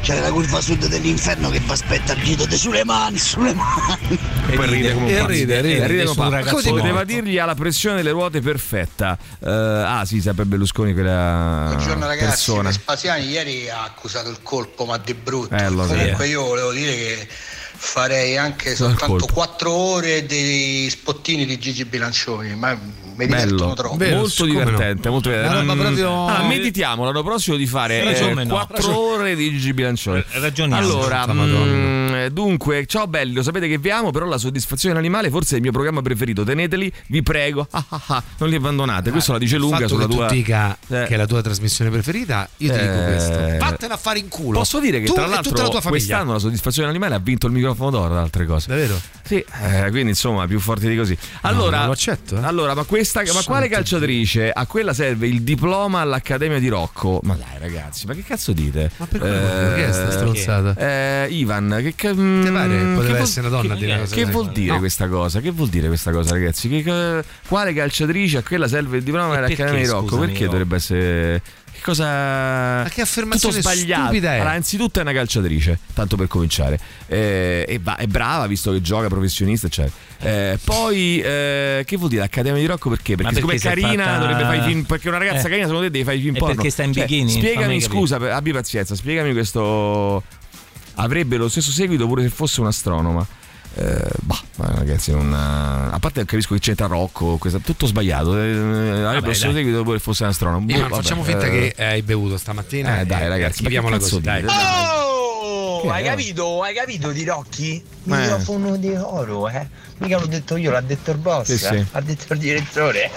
I: C'è la curva sud dell'inferno che ti aspetta il dito di Suleman, Suleman.
C: E
A: poi ride come un pazzo.
C: ride,
A: Eh,
C: ride,
A: ride
C: ride
A: come
C: su un
A: un pazzo.
C: ragazzo.
A: Poteva
C: morto.
A: dirgli alla pressione delle ruote perfetta. Eh, ah, sì, per Berlusconi quella
J: Buongiorno ragazzi,
A: persona.
J: Vespasiani ieri ha accusato il colpo ma di brutto.
A: Eh, lo so.
J: Comunque io volevo dire che farei anche soltanto
A: colpo.
J: 4 ore dei spottini di Gigi Bilancioni, ma mi divertono
A: Bello,
J: troppo.
A: molto divertente, molto divertente. Mm. Allora, meditiamo l'anno prossimo di fare
C: Sì, ragione no.
A: 4
C: Ragione-
A: ore di Gigi Bilancione.
C: ragioniamo,
A: Allora,
C: santa Madonna.
A: mm, dunque, ciao belli, lo sapete che vi amo, però la soddisfazione animale forse è il mio programma preferito. Teneteli, vi prego. Ah, ah, ah, non li abbandonate. Questo la dice
B: Il
A: lunga
B: fatto
A: sulla
B: che
A: tua
B: tu dica
A: Eh.
B: che è la tua trasmissione preferita, io ti dico
A: Eh.
B: questo. Vattene a fare in culo.
A: Posso dire che
B: Tu
A: tra
B: e
A: l'altro
B: tutta la tua famiglia.
A: quest'anno la soddisfazione animale ha vinto il microfono d'oro da altre cose.
B: Davvero?
A: Sì, eh, quindi insomma più forti di così. Allora,
B: non lo accetto, eh.
A: allora ma, questa, ma
B: Santo
A: quale calciatrice? A quella serve il diploma all'Accademia di Rocco. Ma dai ragazzi, ma che cazzo dite? Eh, Ma
B: perché l'avete chiesta, stronzata?
A: Eh, Ivan, che, ca- mm,
B: Ti pare?
A: che
B: Poteva
A: vuol-
B: essere una donna a dire una cosa
A: Che
B: del
A: vuol
B: genere.
A: dire
B: No.
A: questa cosa? Che vuol dire questa cosa ragazzi? Che ca- quale calciatrice? A quella serve il diploma all'Accademia di Rocco?
C: scusami,
A: perché
C: Rocco?
A: dovrebbe essere... Che cosa... Ma
B: che affermazione
A: tutto sbagliato.
B: stupida è?
A: Allora, innanzitutto è una calciatrice, tanto per cominciare. Eh, e va- è brava, visto che gioca professionista, eccetera. Eh, poi, eh, che vuol dire Accademia di Rocco? Perché? Perché,
C: Ma
A: siccome è
C: perché si è
A: carina,
C: fatta-
A: dovrebbe fare i film. Perché una ragazza
C: Eh.
A: carina, secondo te, deve fare i film
C: E
A: porno?
C: perché sta in
A: Cioè,
C: bikini? Fammi
A: Spiegami,
C: capire.
A: scusa, per- abbi pazienza, spiegami questo. Avrebbe lo stesso seguito pure se fosse un astronoma. Eh, bah, ma ragazzi, non, eh, a parte non capisco che c'entra Rocco, questa- tutto sbagliato. eh, avrebbe lo stesso
C: dai.
A: seguito pure se fosse un astronoma. Boh,
B: Ivan,
A: vabbè,
B: Ah, facciamo finta
A: eh.
B: che hai bevuto stamattina.
A: Eh, dai, ragazzi,
B: Viviamo
A: ma
B: la
A: che cazzo Eh,
B: così, dai.
A: dite?
G: Oh,
A: Che Eh.
G: hai
A: è?
G: capito? Hai capito di Rocchi?
A: Ma è-
G: Microfono di oro, eh? Mica l'ho detto io, l'ha detto il boss,
A: Sì, sì.
G: l'ha detto il direttore.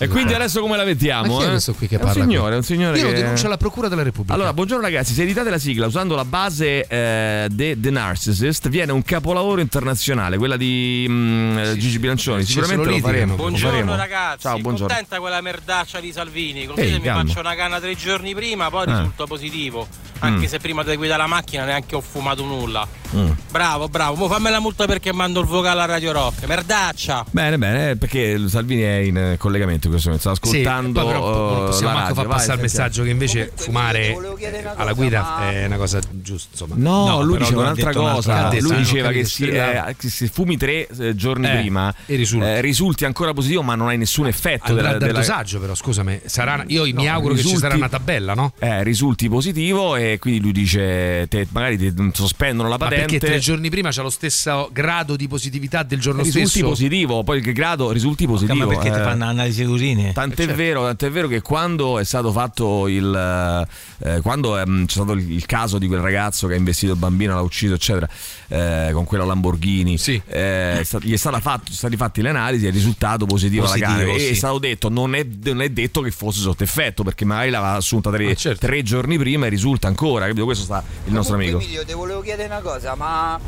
A: E quindi adesso come la mettiamo?
B: Ma chi è
A: eh?
B: questo qui che
A: È
B: parla
A: Un
B: qui?
A: signore, è un signore.
B: Io lo
A: che-
B: denuncio alla Procura della Repubblica.
A: Allora, buongiorno ragazzi, se editate la sigla usando la base eh, de- The Narcissist viene un capolavoro internazionale, quella di mm, eh, Gigi Bilancioni,
B: Ci
A: sicuramente
B: sono
A: lo
B: litigano.
A: faremo.
K: Buongiorno
A: lo faremo.
K: ragazzi,
A: Ciao, buongiorno.
K: contenta quella merdaccia di Salvini. Così
A: Ehi,
K: se mi
A: calmo.
K: faccio una canna tre giorni prima, poi
A: Ah.
K: risulto positivo. Anche se prima di guidare la macchina neanche ho fumato nulla.
A: Mm.
K: Bravo, bravo. Mo fammi la multa perché mando il vocale a Radio Rock. Merdaccia!
A: Bene, bene, perché Salvini è in eh, collegamento in questo momento, sta
B: Sì,
A: ascoltando
B: poi però
A: eh,
B: non possiamo
A: la
B: manco
A: radio.
B: far
A: Vai,
B: passare il
A: sentiamo.
B: messaggio che invece fumare eh, alla guida è una cosa giusta. Insomma.
A: No, lui
C: però lui
A: diceva
C: ha
A: un'altra
C: detto un'altra
A: cosa.
B: cosa. Ha detto,
A: lui
B: eh, non
A: diceva che,
B: capito,
A: si,
B: scriveva.
A: eh, che se fumi tre eh, giorni
B: Eh,
A: prima
B: e risulti. Ah,
A: eh, risulti ancora positivo, ma non hai nessun effetto
B: Andrà
A: della,
B: dal
A: della-
B: dosaggio, però scusami. Sarà, io mi
A: No,
B: auguro che ci
A: risulti-
B: sarà una tabella, no?
A: eh, risulti positivo e quindi lui dice te- magari ti sospendono la
B: Ma
A: patente
B: perché tre giorni prima c'ha lo stesso grado di positività del giorno
A: risulti
B: stesso?
A: positivo poi il grado risulti
C: Ma
A: positivo
C: perché ti
A: eh.
C: fanno analisi urine?
B: Eh,
A: Tant'è
B: certo.
A: vero, tant'è vero che quando è stato fatto il. eh, quando ehm, c'è stato il, il caso di quel ragazzo che ha investito il bambino, l'ha ucciso, eccetera, eh, con quella Lamborghini,
B: Sì.
A: eh, è sta- gli è stata fatto- sono stati fatti le analisi e il risultato positivo, alla
C: Positivo,
A: gara. E è
C: sì.
A: stato detto: non è, non è detto che fosse sotto effetto, perché magari l'aveva assunta tre,
B: Ah, certo.
A: tre giorni prima e risulta ancora. Capito? Questo sta il nostro amico.
G: Emilio, ti volevo chiedere una cosa, ma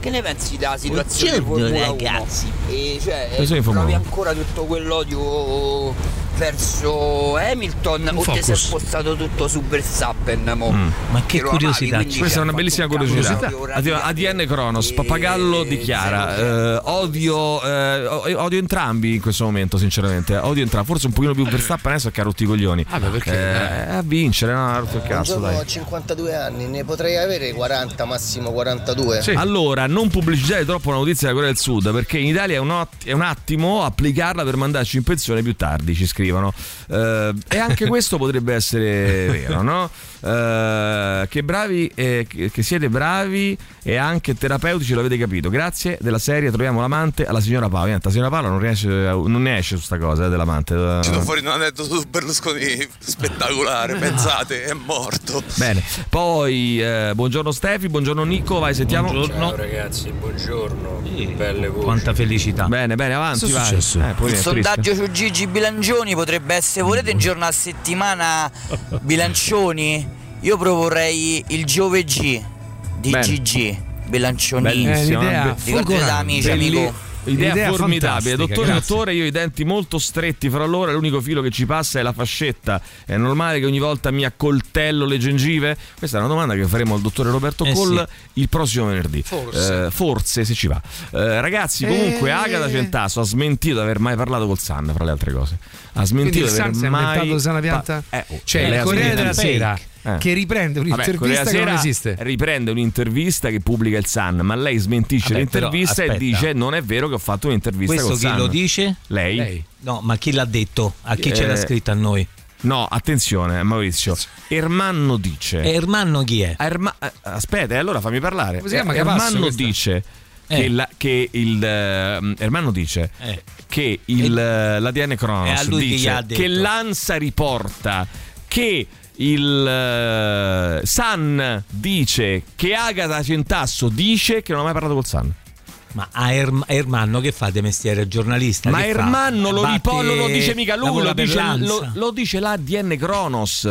G: che ne pensi della situazione di
C: Buongiorno,
G: Formula
C: ragazzi.
G: 1? E cioè,
A: Cosa sei in
G: eh,
A: Formula
G: provi
A: uno?
G: ancora tutto quell'odio verso Hamilton o ti sei
B: focus.
G: spostato tutto su Verstappen?
A: Mm,
G: Mo?
C: Ma che
G: lo
C: curiosità
G: amavi, quindi
C: c'è?
A: Questa
G: ci
A: è
G: ha
A: una
G: fatto
A: bellissima
G: un
A: curiosità.
G: cambio
A: Addio- ADN Cronos,
G: e-
A: Pappagallo dichiara: eh, odio, eh, o- odio entrambi in questo momento, sinceramente. Odio entrambi. Forse un pochino più Verstappen adesso che ha rotto i coglioni.
B: Ah, ma perché?
A: Eh, a vincere, no? Ha rotto il cazzo,
L: Buongiorno,
A: dai.
L: ho 52 anni, ne potrei avere 40, massimo 42.
B: Sì.
A: Allora, non pubblicizzare troppo la notizia della Corea del Sud, perché in Italia è un, ott- è un attimo applicarla per mandarci in pensione più tardi, ci scrivono. Eh, e anche questo potrebbe essere vero, no? Eh, che bravi, eh, che che siete bravi e anche terapeutici, l'avete capito. Grazie della serie Troviamo l'amante alla signora Paola. Niente, La signora Paola non, riesce, non ne esce su sta cosa eh, dell'amante.
M: Sono fuori un aneddoto su Berlusconi spettacolare, pensate, è morto.
A: Bene, poi eh, buongiorno Stefi, buongiorno Nico, vai sentiamo.
C: Buongiorno.
N: Ragazzi, buongiorno.
C: Belle Quanta felicità.
A: Bene, bene, avanti,
C: Cosa è
A: vai.
C: successo?
A: Eh, poi
G: Il
A: è
G: sondaggio
A: triste. Mm.
G: su Gigi Bilancioni potrebbe essere volete un giorno a settimana Bilancioni? Io proporrei il giovedì di
A: Bene. Eh,
G: Gigi Bilancioni.
A: Bellissima, be-
G: Ricordate da amici, amico.
A: Idea,
B: Idea
A: formidabile,
B: fantastica,
A: dottore,
B: grazie.
A: dottore, io ho i denti molto stretti fra loro, l'unico filo che ci passa è la fascetta. È normale che ogni volta mi accoltello le gengive? Questa è una domanda che faremo al dottore Roberto
C: Eh
A: Coll il prossimo venerdì.
C: Forse.
A: Eh, forse se ci va. Eh, ragazzi, comunque
B: Eh.
A: Agata Centasso ha smentito di aver mai parlato col San, fra le altre cose. Ha
B: Quindi
A: smentito
B: il
A: di aver
B: San si è
A: mai
B: inventato Sana
A: pa-
B: Pianta?
A: Eh, oh,
B: Cioè,
A: lei
B: il
A: ha
B: Corriere
A: smentito.
B: della Sera
A: Eh.
B: che riprende
A: Vabbè,
B: un'intervista
A: Corriere
B: che non
A: della Sera
B: esiste.
A: Riprende un'intervista che pubblica il Sun, ma lei smentisce
C: Vabbè, però,
A: l'intervista e
C: aspetta.
A: dice: Non è vero che ho fatto un'intervista
C: Questo
A: col
C: chi
A: Sun".
C: lo dice?
A: Lei.
C: No, ma chi l'ha detto? A chi ce l'ha
A: Eh,
C: scritta a noi?
A: No, attenzione, eh, Maurizio. Ermanno dice.
C: E Ermanno chi è?
A: Erma- eh, aspetta, eh, allora fammi parlare.
C: Come si chiama? Cavasso
A: Ermanno
C: questa?
A: dice
C: Eh.
A: che, la- che il eh, Ermanno dice
C: Eh.
A: che il, eh, l'ADN
C: È a
A: Cronos
C: lui che gli ha
A: dice
C: detto.
A: che l'ANSA riporta che il eh, San dice che Agata Centasso dice che non ha mai parlato col San.
C: Ma a Erm- Ermanno che fa di mestiere? È giornalista?
A: Ma
C: che fa? Eh,
A: Ermanno lo,
C: Batte-
A: ripo- non lo dice mica lui,
C: lavora
A: lo
C: per
A: dice,
C: l'Ansa?
A: lo- lo dice l'ADN Cronos.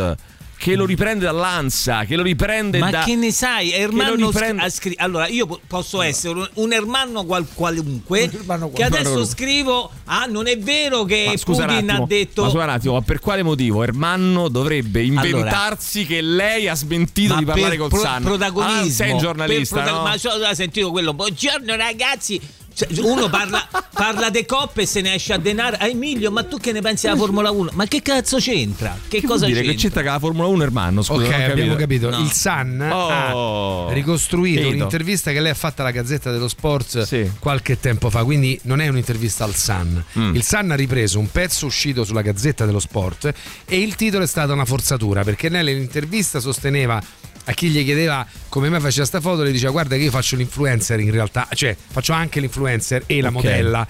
A: Che lo riprende dall'Ansa, che lo riprende
C: Ma
A: da.
C: che ne sai?
A: che lo
C: Ermanno sc-
A: riprende-
C: ha scritto. Allora, io po- posso essere un, un Ermanno qual- qualunque che
A: qualunque.
C: adesso scrivo. Ah, non è vero che
A: Ma scusa un
C: Putin
A: attimo,
C: ha detto.
A: ma scusa un attimo, ma per quale motivo Ermanno dovrebbe inventarsi che lei ha smentito di parlare
C: per
A: con
C: pro-
A: San?
C: protagonismo,
A: Ah, sei un
C: per
A: giornalista,
C: prota-
A: no?
C: ma so- ho sentito quello buongiorno ragazzi Cioè, uno parla, parla de coppe e se ne esce a denaro Ah, Emilio ma tu che ne pensi della Formula 1 ma che cazzo c'entra che,
A: Che vuol
C: cosa
A: dire
C: c'entra
A: che c'entra che la Formula 1 Ermanno? Scusa,
B: ok,
A: non ho
B: abbiamo capito.
A: No.
B: Il Sun
A: Oh,
B: ha ricostruito
A: vedo.
B: un'intervista che lei ha fatta alla Gazzetta dello Sport qualche tempo fa, quindi non è un'intervista al Sun.
A: Mm.
B: Il Sun ha ripreso un pezzo uscito sulla Gazzetta dello Sport e il titolo è stata una forzatura, perché lei nell'intervista sosteneva a chi gli chiedeva come mai faceva sta foto, le diceva guarda che io faccio l'influencer in realtà, cioè faccio anche l'influencer e la
A: Ok.
B: modella.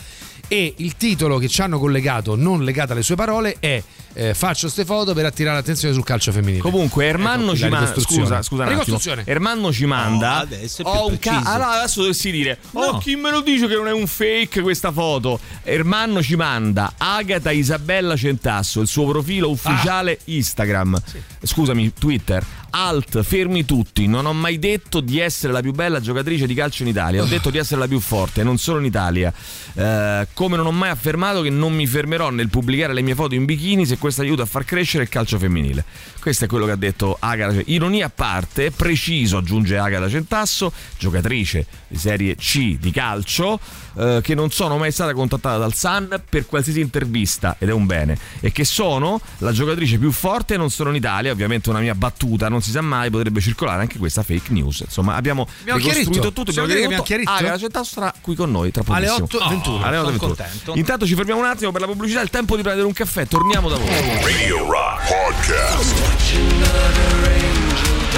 B: E il titolo che ci hanno collegato, non legato alle sue parole, è eh, Faccio ste foto per attirare l'attenzione sul calcio femminile.
A: Comunque, Ermanno
B: Ecco qui
A: ci
B: la
A: manda.
B: ricostruzione.
A: Scusa, scusa, un
B: La
A: attimo.
B: ricostruzione.
A: Ermanno ci manda.
C: No, adesso è più
A: ho un ca-
C: preciso.
A: allora, adesso dovresti dire: Oh, chi me lo dice che non è un fake questa foto? Ermanno ci manda Agata Isabella Centasso, il suo
B: Ah.
A: profilo ufficiale Instagram. Scusami, Twitter. Alt, fermi tutti. Non ho mai detto di essere la più bella giocatrice di calcio in Italia. Ho detto di essere la più forte, non solo in Italia. Eh, come non ho mai affermato che non mi fermerò nel pubblicare le mie foto in bikini se questo aiuta a far crescere il calcio femminile. Questo è quello che ha detto Agata. Ironia a parte, preciso, aggiunge Agata Centasso, giocatrice di Serie C di calcio, eh, che non sono mai stata contattata dal Sun per qualsiasi intervista, ed è un bene, e che sono la giocatrice più forte, non solo in Italia, ovviamente una mia battuta, non si sa mai, potrebbe circolare anche questa fake news. Insomma, abbiamo,
B: Abbiamo
A: ricostruito
B: chiarito.
A: tutto,
B: Possiamo
A: abbiamo
B: dire che
A: chiarito
B: abbiamo
A: tutto.
B: chiarito?
A: Agata Centasso sarà qui con noi tra
B: Alle
A: pochissimo.
B: 8.21.
A: Alle 8.21.
B: Sono contento.
A: Intanto ci fermiamo un attimo per la pubblicità, il tempo di prendere un caffè, torniamo da voi.
F: Radio Rock Podcast.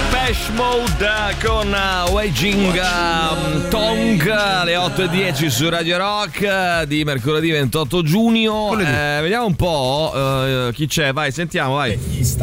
A: Bash Mode con eh, Waging eh, Tong alle 8.10 su Radio Rock eh, di mercoledì 28 giugno. Eh, vediamo un po' eh, chi c'è, vai, sentiamo, vai.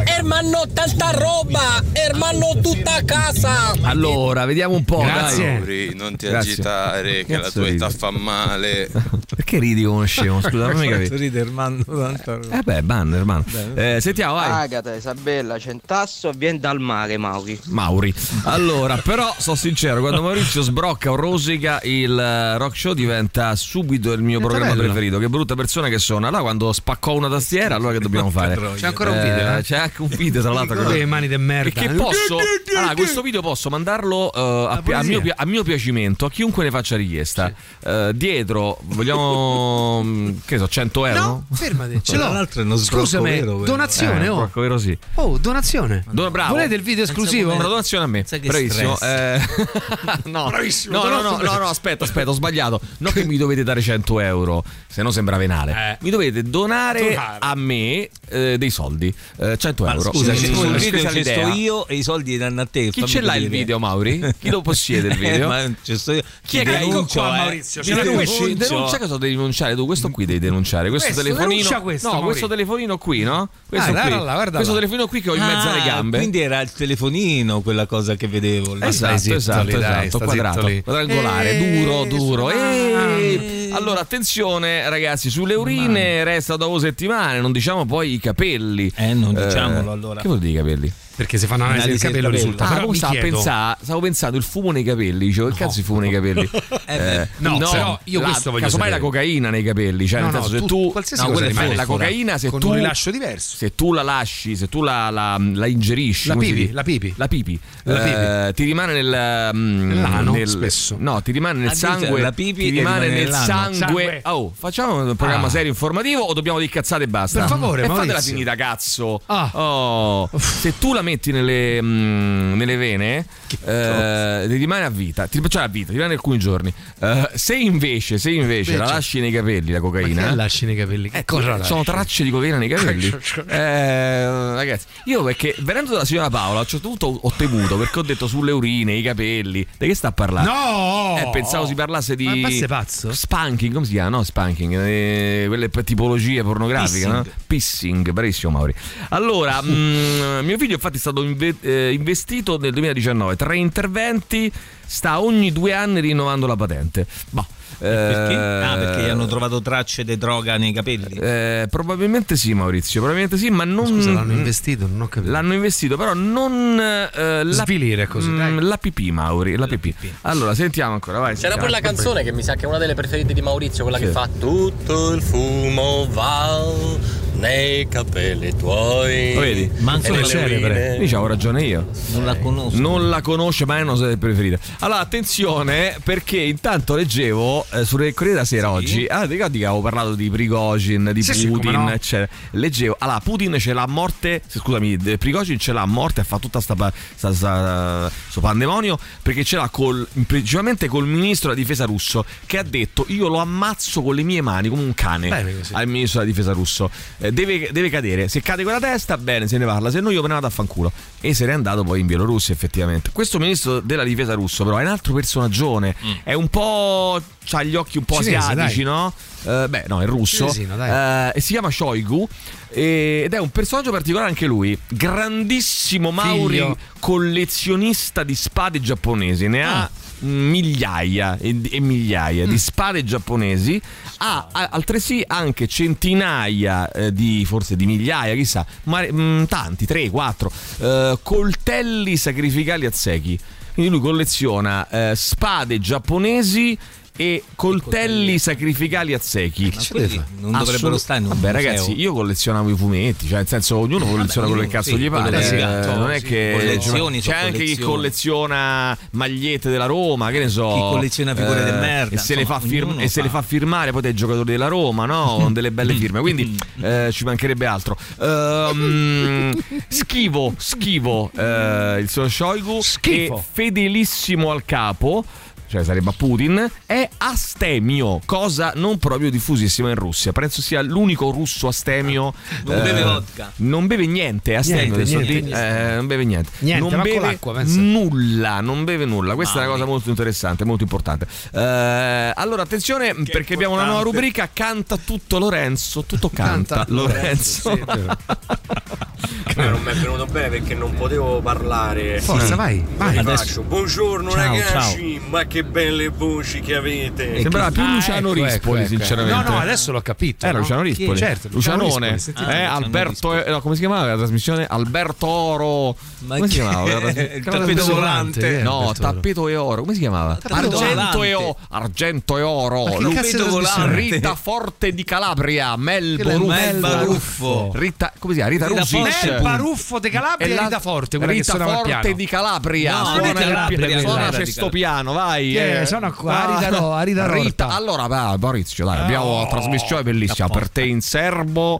O: Ermanno tanta roba, ermanno tutta casa.
A: Allora, vediamo un po'. dai.
M: Uri, non ti
A: Grazie.
M: agitare, che la
A: Cazzo
M: tua
A: ridi?
M: età fa male.
A: Perché ridi come scemo? Scusa, non mi capito.
C: ride Ermanno tanta roba.
A: Eh beh, banno, hermano. Eh, sentiamo, vai.
P: Agata, Isabella, Centasso, viene dal mare, Mauri.
A: Mauri. Allora, però, sono sincero, quando Maurizio sbrocca o rosica, il eh, rock show diventa subito il mio
B: Diventa
A: programma
B: bello.
A: preferito. Che brutta persona che sono. Allora, quando spaccò una tastiera, allora che dobbiamo fare?
B: C'è ancora un video, eh?
A: C'è anche un video, tra l'altro.
B: Con le mani di merda.
A: E che posso. Allora, questo video posso mandarlo eh, a, a
B: poesia.
A: mio, pi- a mio piacimento, a chiunque ne faccia richiesta. Eh, dietro, vogliamo. mm, che ne so, 100 euro?
B: No, fermati, ce
A: Tra
B: l'ho.
A: l'altro è uno sbrocco
B: Scusami,
A: vero, quello.
B: donazione,
A: Eh,
B: oh.
A: sbrocco vero, sì.
B: Oh, donazione.
A: Do- bravo.
B: Volete il video
A: Senza
B: esclusivo?
A: come- Una donazione a me.
B: Sai che
A: Bravissimo.
B: stress.
A: Eh, no.
B: Bravissimo,
A: No, no, no,
B: donazione.
A: no, no, aspetta, aspetta, ho sbagliato. Non che mi dovete dare 100 euro, se no sembra venale. Mi dovete donare
C: Donare.
A: a me eh, dei soldi. Eh, 100
C: Ma
A: euro.
C: scusa,
A: Sì,
C: c'è
A: sì,
C: sul
A: sì,
C: video
A: questa è
C: ci sto
A: l'idea.
C: io e i soldi danno a te.
A: Chi
C: fammi
A: ce l'ha il
C: vedere.
A: video, Mauri? Chi lo possiede il video?
C: Eh, ma ci sto io. Ti
A: Chi è che
C: denuncio,
A: Ecco qua,
C: eh.
A: Maurizio?
C: Ti
A: Ci denunci?
C: denuncio.
A: Denuncia cosa devi denunciare tu? Questo qui devi denunciare. Questo,
C: Questo,
A: telefonino.
C: denuncia questo,
A: no,
C: Maurizio.
A: questo telefonino qui, no? Questo
C: Ah,
A: qui.
C: guardala, guardala.
A: Questo telefonino qui che ho in mezzo alle
C: Ah,
A: gambe.
C: Quindi era il telefonino quella cosa che vedevo. lì.
A: Esatto, esatto, esatto, quadrato, quadrangolare, duro, duro. Eh, Allora, attenzione ragazzi, sulle urine resta dopo settimane, non diciamo poi i capelli. Eh, non
C: diciamolo, allora.
A: Che vuol dire i capelli?
B: Perché se fanno un'analisi del capello risulta.
A: Ah,
B: Però
A: come
B: mi
A: stavo,
B: chiedo-
A: pensa- stavo pensando il fumo nei capelli, dicevo, che cazzo il fumo nei capelli?
B: beh, Eh, no, però io
A: la-
B: questo voglio
A: casomai
B: sapere.
A: la cocaina nei capelli, cioè
B: No,
A: nel
B: no,
A: senso se
B: tu-
A: tu
B: qualsiasi
A: no,
B: cosa
A: quella è
B: rimane
A: la
B: fuori,
A: cocaina se
B: con
A: tu
B: un rilascio diverso.
A: Se tu la lasci, se tu la, la- la ingerisci,
B: La
A: come si
B: pipi,
A: dice?
B: la pipi.
A: La pipi.
B: La
A: eh, ti rimane nel mm,
B: Nell'ano,
A: nel-
B: spesso.
A: No, ti rimane nel
B: Addirittura
A: sangue,
B: Ah, la pipi
A: ti
B: e
A: rimane
B: rimane
A: nel
B: nell'ano.
A: sangue.
B: Sangue.
A: Oh, facciamo un programma
B: Ah.
A: serio informativo o dobbiamo dire cazzate e basta?
B: Per favore, Ah.
A: e fatela
B: Maurizio.
A: finita, cazzo. Oh, se tu la metti nelle, mm, nelle vene, eh, ti rimane a vita, ti, cioè a vita, ti rimane alcuni giorni. Eh, se invece, se invece la
B: Invece.
A: lasci nei capelli la cocaina,
B: Perché lasci nei capelli? Che cosa lasci?
A: eh. sono tracce di cocaina nei capelli.
B: cioè,
A: Eh, ragazzi, io perché venendo dalla signora Paola, a un certo punto ho temuto perché ho detto sulle urine, i capelli. Di che sta a parlare?
B: No!
A: Eh, pensavo si parlasse di.
B: Ma ma sei pazzo?
A: Spanking, come si chiama? No, spanking, eh, quelle per tipologie pornografiche.
B: Pissing.
A: No? Pissing, bravissimo Mauri. Allora, mm, mio figlio, infatti, è stato inve- eh, investito nel 2019. Tre interventi, sta ogni due anni rinnovando la patente. Boh.
C: Perché?
A: eh,
C: Ah, perché gli hanno trovato tracce di droga nei capelli.
A: eh, probabilmente sì, Maurizio. Probabilmente sì, ma non.
C: Scusa, l'hanno
A: investito, non ho capito. L'hanno investito, però non. eh, la,
B: Svilire così,
A: mm, La pipì, Mauri. La pipì. Ecco Allora, sentiamo ancora. Vai,
O: C'era quella canzone che mi sa che è una delle preferite di Maurizio, quella
A: Sì.
O: che fa Tutto il fumo va nei capelli tuoi.
A: Vedi, Eh,
O: E nelle urine.
A: Lì c'avevo ragione io.
C: Non
A: eh,
C: la conosco.
A: Non la conosce, ma è una delle preferite. Allora, attenzione, perché intanto leggevo eh, sulle Corriere della Sera oggi. Ah, ti ricordi che avevo parlato di Prigozhin, di
B: Sì, sì,
A: Putin,
B: come no.
A: eccetera. Leggevo, allora, Putin ce l'ha a morte. se- Scusami, de- Prigozhin ce l'ha a morte e fa tutta sta, pa- sta- sta- eh, sto pandemonio perché ce l'ha col, principalmente col ministro della difesa russo che ha detto: Io lo ammazzo con le mie mani come un cane
B: Bene così.
A: al ministro della difesa russo. Eh, deve, deve cadere. Se cade con la testa, bene, se ne parla, se no io me ne vado a fanculo. E se n'è andato poi in Bielorussia, effettivamente. Questo ministro della difesa russo, però, è un altro personaggione. È un po'. ha gli occhi un po'
B: Mm. Cinese,
A: asiatici,
B: dai.
A: no? Eh, beh, no, è russo.
B: Cinesino,
A: Eh,
B: dai.
A: eh, e si chiama Shoigu eh, ed è un personaggio particolare anche lui, grandissimo Mauri
B: Figlio.
A: collezionista di spade giapponesi, ne ha migliaia e, e migliaia di spade giapponesi, ha a- altresì anche centinaia eh, di forse di migliaia, chissà, ma mm, tanti, 3, 4 coltelli sacrificali a secchi. Quindi lui colleziona eh, spade giapponesi e coltelli sacrificali a secchi.
C: Ma quelli non dovrebbero stare in un
A: Vabbè,
C: museo.
A: ragazzi, io colleziono i fumetti, cioè nel senso ognuno colleziona quello che
C: ognuno,
A: cazzo
C: sì,
A: gli pare.
C: quello che
A: eh,
C: gatto,
A: non è
C: sì.
A: che
C: Collezioni
A: c'è
C: sono
A: anche chi
C: collezioni.
A: colleziona magliette della Roma, che ne so. Eh,
C: Chi colleziona figure di merda,
A: E, se le, fa
C: insomma,
A: firm-
C: ognuno
A: e se le fa firmare poi dai giocatori della Roma, no? Con delle belle firme. Quindi eh, ci mancherebbe altro. Ehm, schivo, schivo eh, il suo Shoigu.
B: Schifo.
A: E fedelissimo al capo. Cioè sarebbe a Putin, è astemio, cosa non proprio diffusissima in Russia. Penso sia l'unico russo astemio. eh,
C: Non beve vodka.
A: Non beve niente, è astemio.
B: Niente,
A: adesso
B: niente,
A: di- eh, non beve niente.
B: Niente,
A: non
B: manco
A: beve
B: l'acqua, pensa.
A: nulla, non beve nulla. Questa è una
B: Mamma
A: cosa molto interessante, molto importante. Eh, allora, attenzione, perché abbiamo una nuova rubrica: Canta tutto Lorenzo. Tutto canta,
B: Canta
A: Lorenzo.
B: Lorenzo, sì, è vero.
N: Ma non mi è venuto bene perché non potevo parlare.
B: Forza, vai, vai.
N: Quindi
B: Adesso.
N: faccio, Buongiorno
B: Ciao,
N: ragazzi, ma che belle voci che avete.
A: Sembrava più
N: Ah,
A: Luciano
N: ecco,
A: Rispoli,
N: ecco, ecco.
A: sinceramente.
B: No, no, adesso l'ho capito,
A: Era
B: no?
A: Luciano
B: Chi-
A: Rispoli.
B: certo, Luciano
A: Lucianone.
B: Rispoli, sentiamo
A: eh,
B: Luciano
A: Alberto, eh, no, come si chiamava la trasmissione? Alberto Oro. come si
B: chi-
A: chiamava? la trasmi-
B: Il
A: quella
B: tappeto
A: trasmissione? No,
B: volante. Alberto Oro.
A: tappeto e oro. Come si chiamava?
B: Tappeto
A: Argento
B: volante.
A: e, o- Argento e
B: Ma
A: oro.
B: che cazzo di
A: Lupito volante.
B: trasmissione?
A: Rita Forte di Calabria. Mel
B: Quella è
A: Baruffo.
B: Mel Baruffo.
A: Rita, come si chiama? Rita
B: Rita
A: Rusic.
B: Forte. Mel Baruffo de Calabria
A: la-
B: e Rita Forte, quella che
A: Rita
B: suonava il
A: Forte
B: piano.
A: di Calabria.
B: No,
A: Suona
B: di
A: il pi-
B: Calabria, quella
A: Suona
B: era di
A: questo
B: Calabria.
A: piano, vai.
B: Chi è?
A: eh.
B: Sono qua, Rita Ro- a Rita
A: Rita.
B: Rorta.
A: Allora, va, Maurizio, dai, abbiamo la trasmissione bellissima per te in serbo. eh,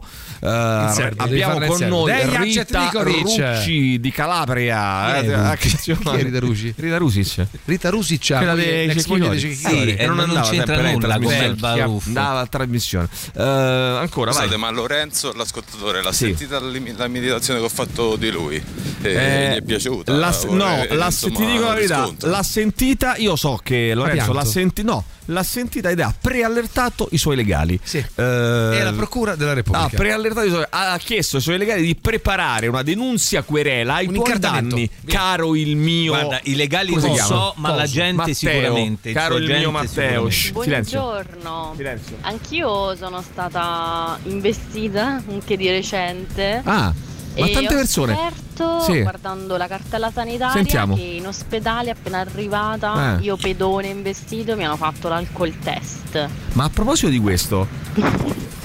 B: serbo, devi
A: abbiamo
B: farla in
A: con
B: serbo.
A: noi
B: Dei
A: Rita
B: Jacek Nikolic.
A: Rucci di Calabria.
B: Chi è
A: Eh,
B: Rucci?
A: attenzione.
B: Chi è Rita Rucci?
A: Rita Rusic.
B: Rita Rusic,
A: Quella
B: quella
A: di
B: dell'ex
A: Cecchini.
B: moglie di Cecchini.
A: Sì, e non, andava sempre lei in trasmissione. Andava a trasmissione. Eh, ancora, vai.
M: Scusate, ma Lorenzo, l'ascoltatore, l'ha
A: Sì.
M: sentita l'im- la meditazione che ho fatto di lui? E
A: Eh,
M: gli è piaciuta?
A: la-
M: Vorrei
A: no,
M: vedere,
A: la-
M: insomma,
A: ti dico la verità,
M: riscontro.
A: l'ha sentita, io so che Lorenzo
B: pianto?
A: l'ha sentita, no, l'ha sentita ed ha preallertato i suoi legali. Eh,
B: E la procura della Repubblica.
A: Ha preallertato i suoi- ha chiesto ai suoi legali di preparare una denunzia querela ai
B: Un
A: tuoi
B: incartamento.
A: danni, caro il mio.
C: Guarda, i legali
A: Come si
C: non
A: chiama?
C: so, ma la gente
A: Matteo,
C: sicuramente, il
A: Caro
C: suo
A: il mio
C: gente
A: Matteo.
C: sicuramente.
A: Shh, Silenzio.
Q: Buongiorno. Anch'io sono stata investita anche di recente.
A: Ah, ma
Q: E
A: tante
Q: ho
A: persone.
Q: scoperto,
A: Sì.
Q: guardando la cartella sanitaria,
A: Sentiamo.
Q: che in ospedale appena arrivata,
A: Eh.
Q: io pedone investito, mi hanno fatto l'alcol test.
A: Ma a proposito di questo,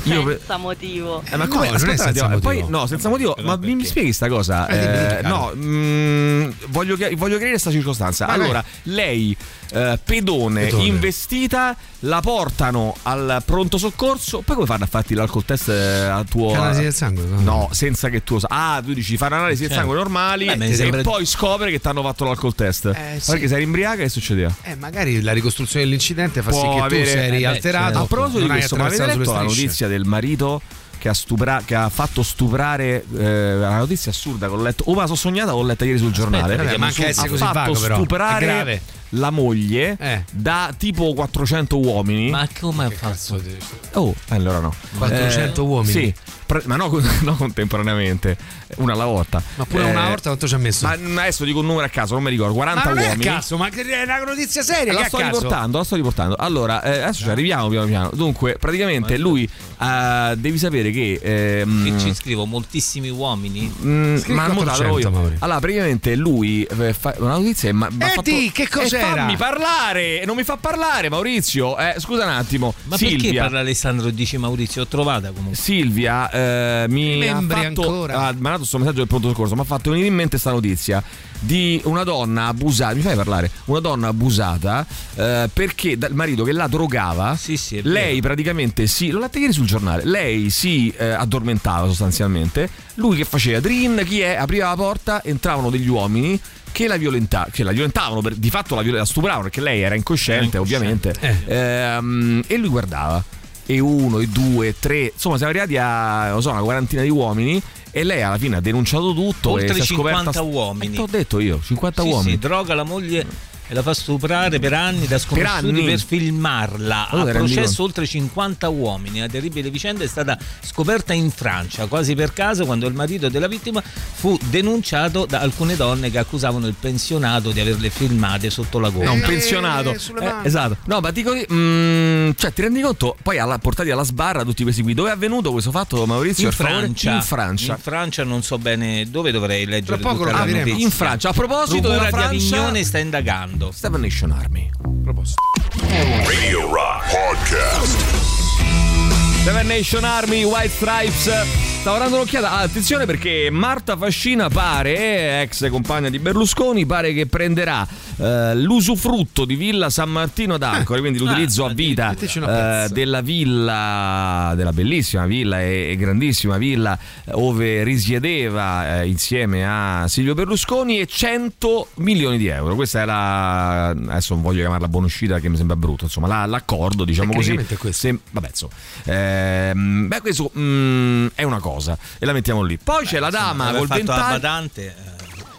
A: Io pe-
Q: senza motivo.
A: Eh, ma come?
B: non è
A: Aspetta,
B: senza
A: un attimo, poi,
B: motivo.
A: no, senza motivo, ma mi, mi spieghi sta cosa?
B: Eh, dimmi,
A: Eh,
B: dimmi,
A: no, mm, voglio, chi- voglio chiarire questa circostanza.
B: Vai,
A: allora, lei, eh, pedone,
B: Pedone.
A: investita, la portano al pronto soccorso, poi come fanno a farti l'alcol test eh, a tuo...
B: Analisi del sangue, come?
A: No, senza che tu lo sa- Ah, tu dici, fanno analisi del
B: Certo.
A: sangue normali
B: Beh, mi
A: e
B: sembra- Eh,
A: poi scopre che ti hanno fatto l'alcol test.
B: sì.
A: Perché sei rimbriaca e succedeva?
B: Eh, magari la ricostruzione dell'incidente fa sì
A: Può
B: che
A: avere-
B: tu sei
A: eh, beh,
B: rialterato.
A: certo. A proposito di
B: non hai
A: questo, ma avete
B: attraversato
A: letto la
B: sulle strisce.
A: notizia del marito che ha, stupra- che ha fatto stuprare eh, una notizia assurda che ho letto. O me la so sognata o l'ho letta ieri sul giornale.
B: perché
A: Ha
B: manca
A: fatto
B: essere così vago, però. È
A: stuprare
B: grave. Eh.
A: la moglie da tipo 400 uomini. Ma
C: come ha fatto?
A: Oh, allora no.
B: Eh,
A: Eh,
B: 400 uomini?
A: Sì. Pre- ma no, no contemporaneamente, una alla volta.
B: Ma pure
A: Eh,
B: una volta quanto ci ha messo?
A: Ma adesso dico un numero a caso, non mi ricordo. 40
B: ma non
A: uomini.
B: è a caso, ma che- è una notizia
C: Eh,
B: seria.
A: La
B: che è a
A: sto
B: caso?
A: riportando, la sto riportando. Allora, eh, adesso ci arriviamo piano piano. Dunque, praticamente lui eh, devi sapere che. ehm,
C: Che ci scrivo moltissimi uomini.
A: mm, ma mo te la trovo io. Allora, praticamente lui eh, fa una notizia e ma, ma ha
C: Eh,
A: fatto-
C: di, che
A: Eh,
C: cos'era?
A: fammi parlare! Non mi fa parlare, Maurizio. Eh, scusa un attimo.
C: Ma perché
A: Silvia.
C: parla Alessandro dice Maurizio? L'ho trovata comunque.
A: Silvia eh, mi ha
C: Membri
A: fatto, Ah,
C: ancora.
A: ha mandato questo messaggio del pronto soccorso, mi ha fatto venire in mente questa notizia di una donna abusata, mi fai parlare, una donna abusata eh, perché dal marito che la drogava, lei praticamente si, l'ho letta ieri sul giornale, lei si eh, addormentava sostanzialmente, lui che faceva drin, chi è, apriva la porta, entravano degli uomini che la, violenta- che la violentavano, per- di fatto la, viol- la stupravano perché lei era incosciente, ovviamente,
C: Eh.
A: Ehm, e lui guardava e uno, e due, e tre, insomma siamo arrivati a non so, una quarantina di uomini e lei alla fine ha denunciato tutto. e si
C: Oltre
A: è
C: 50
A: scoperta st-
C: uomini.
A: Eh, T'ho detto io, 50
C: Sì,
A: uomini.
C: sì, droga la moglie e la fa stuprare per anni da sconosciuti per,
A: anni.
C: filmarla.
A: Allora,
C: a
A: rendi
C: processo
A: conto.
C: oltre 50 uomini. La terribile vicenda è stata scoperta in Francia, quasi per caso, quando il marito della vittima fu denunciato da alcune donne che accusavano il pensionato di averle filmate sotto la gomma.
A: No, un pensionato. Eh, esatto. No, ma dico lì, mm, cioè, ti rendi conto? Poi alla, portati alla sbarra tutti questi qui. Dove è avvenuto questo fatto, Maurizio?
C: In
A: Per favore?
C: Francia.
A: In Francia.
C: In Francia non so bene dove dovrei leggere
A: Tra poco
C: tutta
A: lo
C: la
A: capiremo.
C: notizia.
A: In Francia. A proposito
C: Procura
A: della
C: di
A: Francia-
C: Avignone sta indagando.
A: Stava Nation Army. Proposto.
F: Radio Rock Podcast.
A: Seven Nation Army, White Stripes. Stavo dando un'occhiata. Ah, Attenzione perché Marta Fascina pare, ex compagna di Berlusconi, pare che prenderà eh, l'usufrutto di Villa San Martino d'Ancora, quindi l'utilizzo a vita eh, della villa, della bellissima villa e, e grandissima villa eh, dove risiedeva eh, insieme a Silvio Berlusconi e 100 milioni di euro. Questa è la, adesso non voglio chiamarla buonuscita che mi sembra brutto, insomma la- l'accordo diciamo così.
B: Tecnicamente
A: Se- vabbè, insomma. Ehm, beh, questo mm, è una cosa e la mettiamo lì. Poi c'è la dama
C: Aver
A: col Certo,
C: fatto eh, la
A: ventaglio.
C: badante.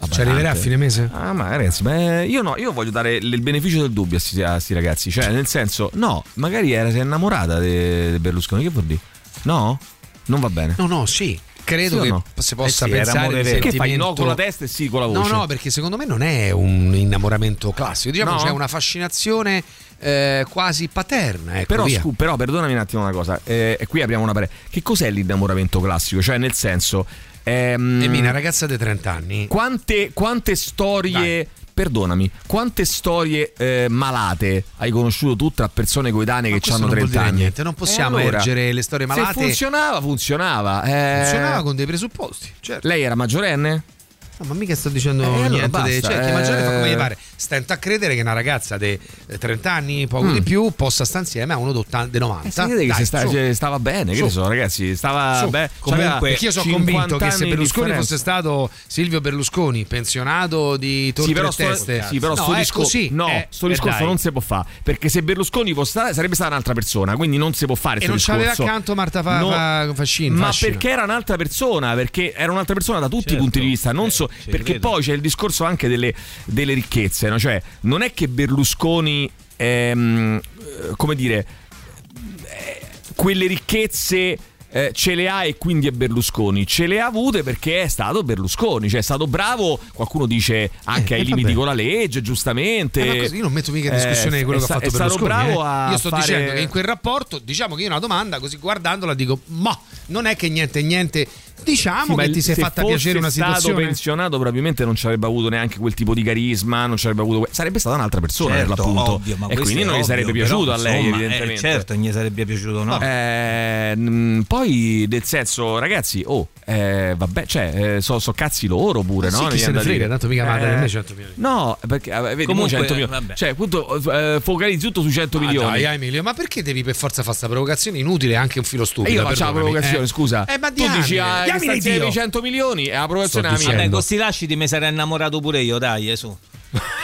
B: Ci arriverà a fine mese?
A: Ah, ma ragazzi, ma io no, io voglio dare il beneficio del dubbio a sti, a sti ragazzi. Cioè, nel senso, no, magari era si è innamorata di di Berlusconi, che vuol dire? No? Non va bene.
B: No, no, sì. Credo
A: Sì o
B: che
A: no?
B: si
A: Eh
B: possa
A: sì, era
B: pensare
A: amore
B: di
A: vero. Che fai,
B: sentimento-
A: no con la testa e sì con la voce?
B: No, no, perché secondo me non è un innamoramento classico. Diciamo
A: No?
B: c'è una fascinazione eh, quasi paterna. Ecco,
A: però,
B: via.
A: scu- però perdonami un attimo una cosa, eh, e qui apriamo una parete. Che cos'è l'innamoramento classico? Cioè, nel senso. Ehm,
B: Emi, una ragazza di 30 anni.
A: Quante, quante storie. Perdonami, quante storie eh, malate hai conosciuto tu tra persone coetanee che
B: questo
A: hanno
B: non
A: 30
B: vuol dire
A: anni? Eh,
B: niente, non possiamo ergere le storie malate.
A: Se funzionava, funzionava. eh.
B: Funzionava con dei presupposti. Certo.
A: Lei era maggiorenne?
B: No, ma mica sto dicendo
A: Eh, allora
B: niente.
A: basta,
B: de- cioè, chi
A: eh.
B: maggiore fa come gli pare. Stento a credere che una ragazza di 30 anni, poco
A: Mm.
B: di più, possa stare insieme a uno di 80 di 90.
A: Eh, si vede che
B: Dai,
A: se sta-
B: su.
A: cioè, stava bene, che ne
B: Su.
A: so, ragazzi, stava
B: Su.
A: beh, c'aveva
B: Comunque, perché io sono
A: 50
B: convinto che se
A: anni di
B: Berlusconi
A: differenza.
B: fosse stato Silvio Berlusconi, pensionato di
A: Sì,
B: Torri
A: però,
B: e
A: sto,
B: Teste,
A: sì, però
B: no,
A: sto
B: è
A: discor-
B: così.
A: no,
B: Eh,
A: sto
B: eh,
A: discorso
B: dai.
A: non si può fare. Perché se Berlusconi fosse stata- sarebbe stata un'altra persona, quindi non si può fare.
B: E
A: sto
B: non c'aveva
A: discorso.
B: accanto Marta Fa-
A: No.
B: Fa- Fascina.
A: Ma
B: Fascina.
A: perché era un'altra persona? Perché era un'altra persona da tutti i punti di vista. Non so, perché poi c'è il discorso anche delle, delle ricchezze, no? Cioè, non è che Berlusconi, ehm, eh, come dire, eh, quelle ricchezze. eh, ce le ha e quindi è Berlusconi. Ce le ha avute perché è stato Berlusconi, cioè è stato bravo. Qualcuno dice anche
B: eh,
A: ai limiti
B: vabbè.
A: con la legge, giustamente.
B: Eh, ma così io non metto mica in discussione
A: Eh,
B: quello
A: è
B: che ha
A: sta-
B: fatto
A: È stato
B: Berlusconi.
A: bravo
B: eh.
A: a
B: Io sto
A: fare-
B: dicendo che in quel rapporto, diciamo che io una domanda, così guardandola dico, ma non è che niente, niente
A: Sì,
B: Diciamo
A: ma
B: che ti sei
A: se
B: fatta
A: fosse
B: piacere una
A: stato
B: situazione.
A: pensionato probabilmente non ci avrebbe avuto neanche quel tipo di carisma, non ci avrebbe avuto que- sarebbe stata un'altra persona
C: Certo,
A: per l'appunto.
C: ovvio, ma
A: e
C: questo
A: quindi
C: è
A: non gli
C: ovvio,
A: sarebbe
C: però,
A: piaciuto a lei
C: insomma, eh,
A: evidentemente.
C: certo, non gli sarebbe piaciuto
B: Ah.
C: no.
A: Eh, mh, poi nel senso, ragazzi, oh, eh, vabbè, cioè, eh, so, so cazzi loro pure,
B: Eh Sì,
A: no?
B: chi
A: Mi
B: se
A: viene
B: ne
A: da
B: frega,
A: dire.
B: tanto mica manda nemmeno
A: Eh,
B: 100 milioni. Ah,
A: No, perché eh, vedi,
B: Comunque,
A: mo 100 milioni.
B: vabbè.
A: Cioè, appunto, eh, focalizzi tutto su 100
B: Ma
A: milioni.
B: dai, eh, Emilio, ma perché devi per forza fare questa provocazione inutile e anche un filo
A: E
B: stupido?
A: io faccio la
B: perdonami,
A: provocazione,
B: eh?
A: scusa.
B: Eh, ma
A: tu dici ah, che sta insieme i 100 milioni e la provocazione è la mia.
C: Vabbè, con sti lasciti mi sarei innamorato pure io, dai, eh, su.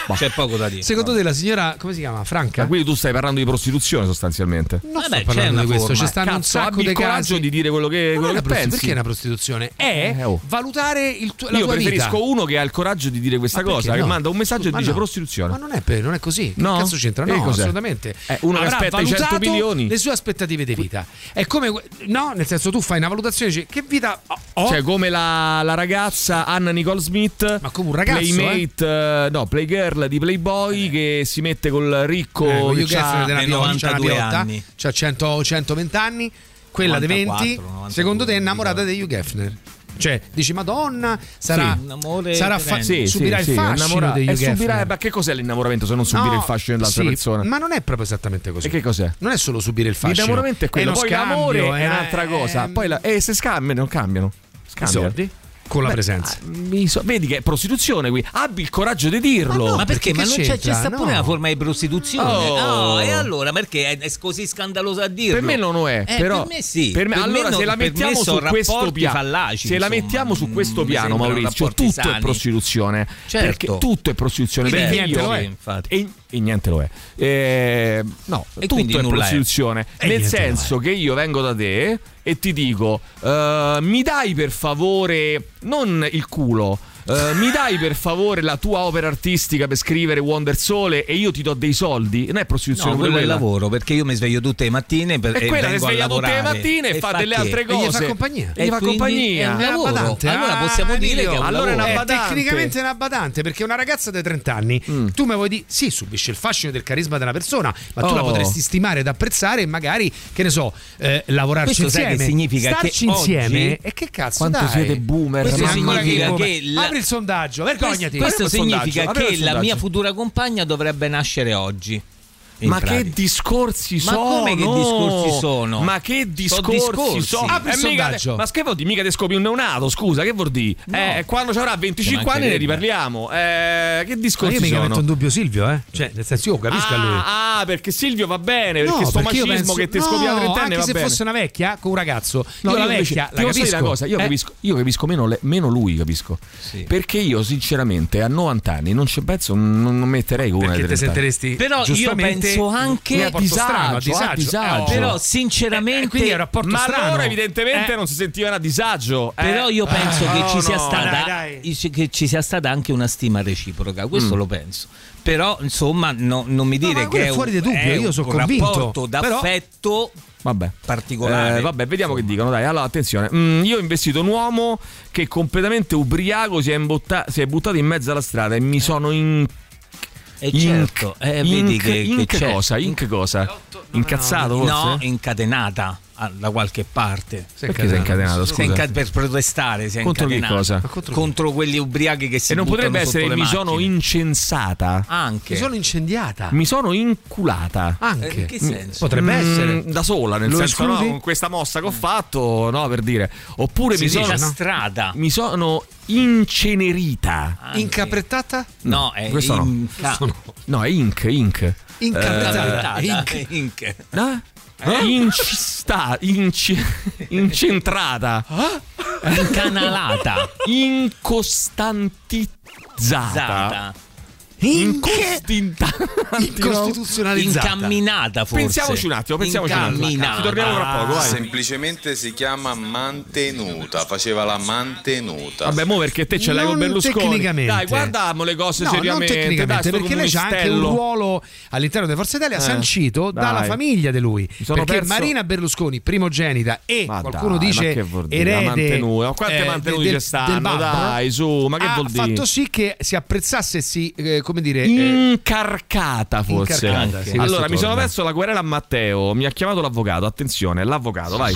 A: Boh.
C: C'è poco da dire.
B: Secondo te la signora, come si chiama? Franca?
A: Ma quindi tu stai parlando di prostituzione sostanzialmente.
B: Non sto parlando di questo,
C: eh.
B: ci stanno un
A: Cazzo,
B: sacco
A: abbi
B: di
A: il coraggio
B: casi.
A: di dire quello che,
B: Non è
A: quello
B: una
A: che
B: prostitu-
A: pensi.
B: Perché è una prostituzione? È
A: Eh, oh.
B: valutare il tu- la
A: Io
B: tua
A: preferisco
B: vita.
A: uno che ha il coraggio di dire questa
B: Ma perché
A: cosa, che
B: no?
A: manda un messaggio e
B: Ma
A: dice
B: no.
A: prostituzione.
B: Ma non è, per- non è così.
A: No?
B: Che cazzo c'entra?
A: E
B: No,
A: cos'è?
B: assolutamente.
A: Eh, uno che
B: Avrà
A: aspetta i 100
B: valutato
A: milioni.
B: Le sue aspettative di vita. È come. que- No, nel senso, tu fai una valutazione e dici che vita ho.
A: Cioè, come la, la ragazza Anna Nicole Smith,
B: ma come un ragazzo,
A: playmate, eh, no, playgirl di Playboy che si mette col ricco
B: Eh, con
A: che
B: Hugh Hefner
A: c'ha-
B: della Piotta, c'ha una Piotta, c'ha 100 120 anni, quella di
A: 94,
B: 20, secondo te è innamorata di Hugh Hefner? Cioè, dici Madonna, sarà,
A: Sì.
B: sarà fa-
A: Sì, sì,
B: subirà
A: sì,
B: il fascino
A: innamora-
B: di
A: e
B: Hugh
A: subirà-
B: Hefner.
A: Ma che cos'è l'innamoramento se non subire
B: No,
A: il fascino dell'altra
B: sì,
A: persona?
B: Ma non è proprio esattamente così.
A: E che cos'è?
B: Non è solo subire il fascino.
A: L'innamoramento è quello,
B: uno
A: poi
B: scambio,
A: l'amore è
B: eh,
A: un'altra cosa.
B: eh,
A: Poi la- e se scambiano, non cambiano. Scambiano.
B: soldi? Con la
A: Beh,
B: presenza.
A: ah, mi so- vedi che è prostituzione qui. Abbi il coraggio di dirlo.
C: Ma perché? Ma non c'è, c'è sta pure una forma di prostituzione.
A: Oh.
C: Oh, e allora perché è, è così scandalosa a dirlo?
A: Per me non è,
C: Eh,
A: però
C: per me sì.
A: Per me-
C: Per me
A: allora
C: no-
A: se la
C: per me
A: mettiamo
C: sono
A: su questo
C: rapporti
A: piano,
C: fallaci,
A: se la
C: insomma.
A: mettiamo su questo
C: mi
A: piano,
C: sembrano
A: Maurizio,
C: rapporti
A: tutto è
C: sani.
A: prostituzione.
C: Certo.
A: Perché tutto è prostituzione.
C: Beh,
A: perché
C: niente
A: io-
C: lo è, infatti.
A: E, e niente lo è. Eh, no,
C: E quindi
A: tutto è
C: nulla è.
A: prostituzione.
C: E
A: Nel
C: niente lo
A: senso che io vengo da te e ti dico: eh, mi dai per favore non il culo. eh, mi dai per favore la tua opera artistica per scrivere Wonder Sole e io ti do dei soldi? Non è prostituzione
C: No,
A: pure
C: quello è il
A: quella?
C: lavoro perché io mi sveglio tutte le mattine per,
A: E quella si
C: vengo a
A: sveglia tutte le
C: lavorare.
A: mattine e fa delle
C: che?
A: altre cose. E gli fa
C: quindi è
A: compagnia.
C: un lavoro.
B: badante.
C: Allora
B: Ah,
C: possiamo dire
B: Emilio,
C: che è un
B: allora
C: lavoro.
B: è tecnicamente è una badante perché una ragazza di 30 anni,
C: Mm.
B: tu mi vuoi dire, sì, subisce il fascino del carisma della persona, ma tu la
C: Oh.
B: potresti stimare ed apprezzare e magari, che ne so, eh, lavorarci
C: Questo sai
B: insieme.
C: che significa che
B: Starci
C: oggi-
B: insieme e che cazzo
C: Quanto
B: dai?
C: siete boomer,
B: Questo
C: mamma
B: significa
C: mia.
B: che,
C: Che la-
B: apri il sondaggio, vergognati.
C: Questo significa
B: Apri
C: che
B: il
C: la mia
B: sondaggio.
C: futura compagna dovrebbe nascere oggi. in
A: Ma
C: pratica.
A: che discorsi
C: Ma
A: sono?
C: come che discorsi sono?
A: Ma che
C: Sono
A: discorsi sono?
C: discorsi. Apri
A: Eh,
C: il
A: mica-
C: sondaggio.
A: ma che vuol dire? Mica te scopi un neonato, scusa, che vuol dire? Eh, quando ci avrà 25 anni ne
B: mancherebbe.
A: riparliamo. Eh, che
B: Ma
A: discorsi
B: io mica
A: sono?
B: metto in dubbio Silvio, eh? Cioè, nel senso, io capisco a lui.
A: Ah, ah, perché Silvio va bene, perché sto
B: io
A: macismo
B: penso-
A: che te
B: no,
A: scopi a trentenne
B: anche
A: va
B: se
A: bene.
B: fosse una vecchia con un ragazzo, io la
A: invece-
B: vecchia
A: ti
B: la
A: posso dire
B: capisco.
A: una cosa, io,
B: Eh,
A: capisco, io capisco meno, le- meno lui, capisco. Perché io sinceramente a 90 anni non ci penso, non, non metterei una
B: Perché
A: dei
B: te
A: 30 anni.
B: sentiresti
C: Però io
B: giustamente,
C: penso
B: un
C: anche
B: rapporto strano, a disagio.
A: disagio. oh.
C: Eh, Però sinceramente,
B: quindi è un rapporto
A: Ma
B: strano.
A: allora evidentemente
C: Eh.
A: non si sentiva a disagio. eh.
C: Però io penso
A: Ah,
C: che,
A: no,
C: ci sia
A: no.
C: stata, ci- che ci sia stata anche una stima reciproca, questo
B: Mm.
C: lo penso. Però insomma no- non mi dire
B: ma
C: che
B: quello
C: è
B: è fuori
C: un,
B: di dubbio,
C: è
B: io
C: un
B: sono convinto.
C: rapporto
B: Però-
C: d'affetto
A: Vabbè.
C: particolare.
A: Eh, vabbè, vediamo che dicono. Dai, allora attenzione. Mm, io ho investito un uomo che completamente ubriaco si è, imbotta- si è buttato in mezzo alla strada e mi sono in.
C: E certo, eh, vedi
A: inc-
C: che-
A: inc-
C: che c'è.
A: cosa? Inc- cosa? Incazzato
C: no,
A: forse?
C: incatenata ah, da qualche parte.
A: Perché si è incatenato,
C: Si è inca-
A: scusa?
C: per protestare, si è
A: Contro che
C: incatenata.
A: cosa? Ma
C: Contro, quegli ubriachi che si
A: E non
C: buttano
A: potrebbe essere
C: sotto le
A: mi sono
C: macchine. Ah.
A: incensata.
C: Anche.
B: Mi sono incendiata.
A: Mi sono inculata. Mm,
B: Anche. Mm.
C: Eh, in che senso?
B: Potrebbe essere.
A: Da sola, nel
B: Lo
A: senso, no,
B: escludi?
A: con questa mossa che ho fatto, no, per dire. Oppure
C: Si
A: mi
C: dice
A: sono.
C: la strada.
A: Mi sono incenerita.
C: Ah.
B: Incaprettata?
C: No, è
A: questo no.
C: inca-
A: Questo no. No, è Inc. Inc.
C: Incatenata.
A: Eh,
C: Inc. Inc.
A: No?
C: Eh?
A: Incista, inci- incentrata,
C: Ah? Incanalata.
A: incostantizzata,
C: Zata.
A: incostinta-
C: Incostituzionalizzata. Incamminata forse.
A: Pensiamoci un attimo, pensiamoci un attimo.
C: Incamminata.
A: Ci torniamo tra poco, vai.
M: Ah, Semplicemente si chiama mantenuta, faceva la mantenuta.
A: Vabbè, mo perché te ce l'hai con
B: Non
A: Berlusconi.
B: tecnicamente.
A: Dai, guardiamo le cose
B: No,
A: seriamente.
B: non tecnicamente,
A: dai, sto
B: perché lei c'ha anche un
A: comunistello.
B: ruolo all'interno di Forza Italia
A: Eh,
B: sancito
A: dai.
B: dalla famiglia di lui.
A: sono
B: Perché
A: perso-
B: Marina Berlusconi, primogenita, e
A: Ma
B: qualcuno
A: dai,
B: dice
A: ma che vuol dire? La
B: erede eh,
A: mantenuta. Ma quante mantenute ci stanno?
B: babbo,
A: Dai, su, ma che
B: ha
A: vuol dire? Mm.
B: fatto sì che si apprezzasse, e si, eh, come dire, eh,
A: Incarcata forse.
B: Incarcata, sì, questo
A: allora, mi sono
B: torna.
A: perso la querela a Matteo. Mi ha chiamato l'avvocato. Attenzione, l'avvocato, vai.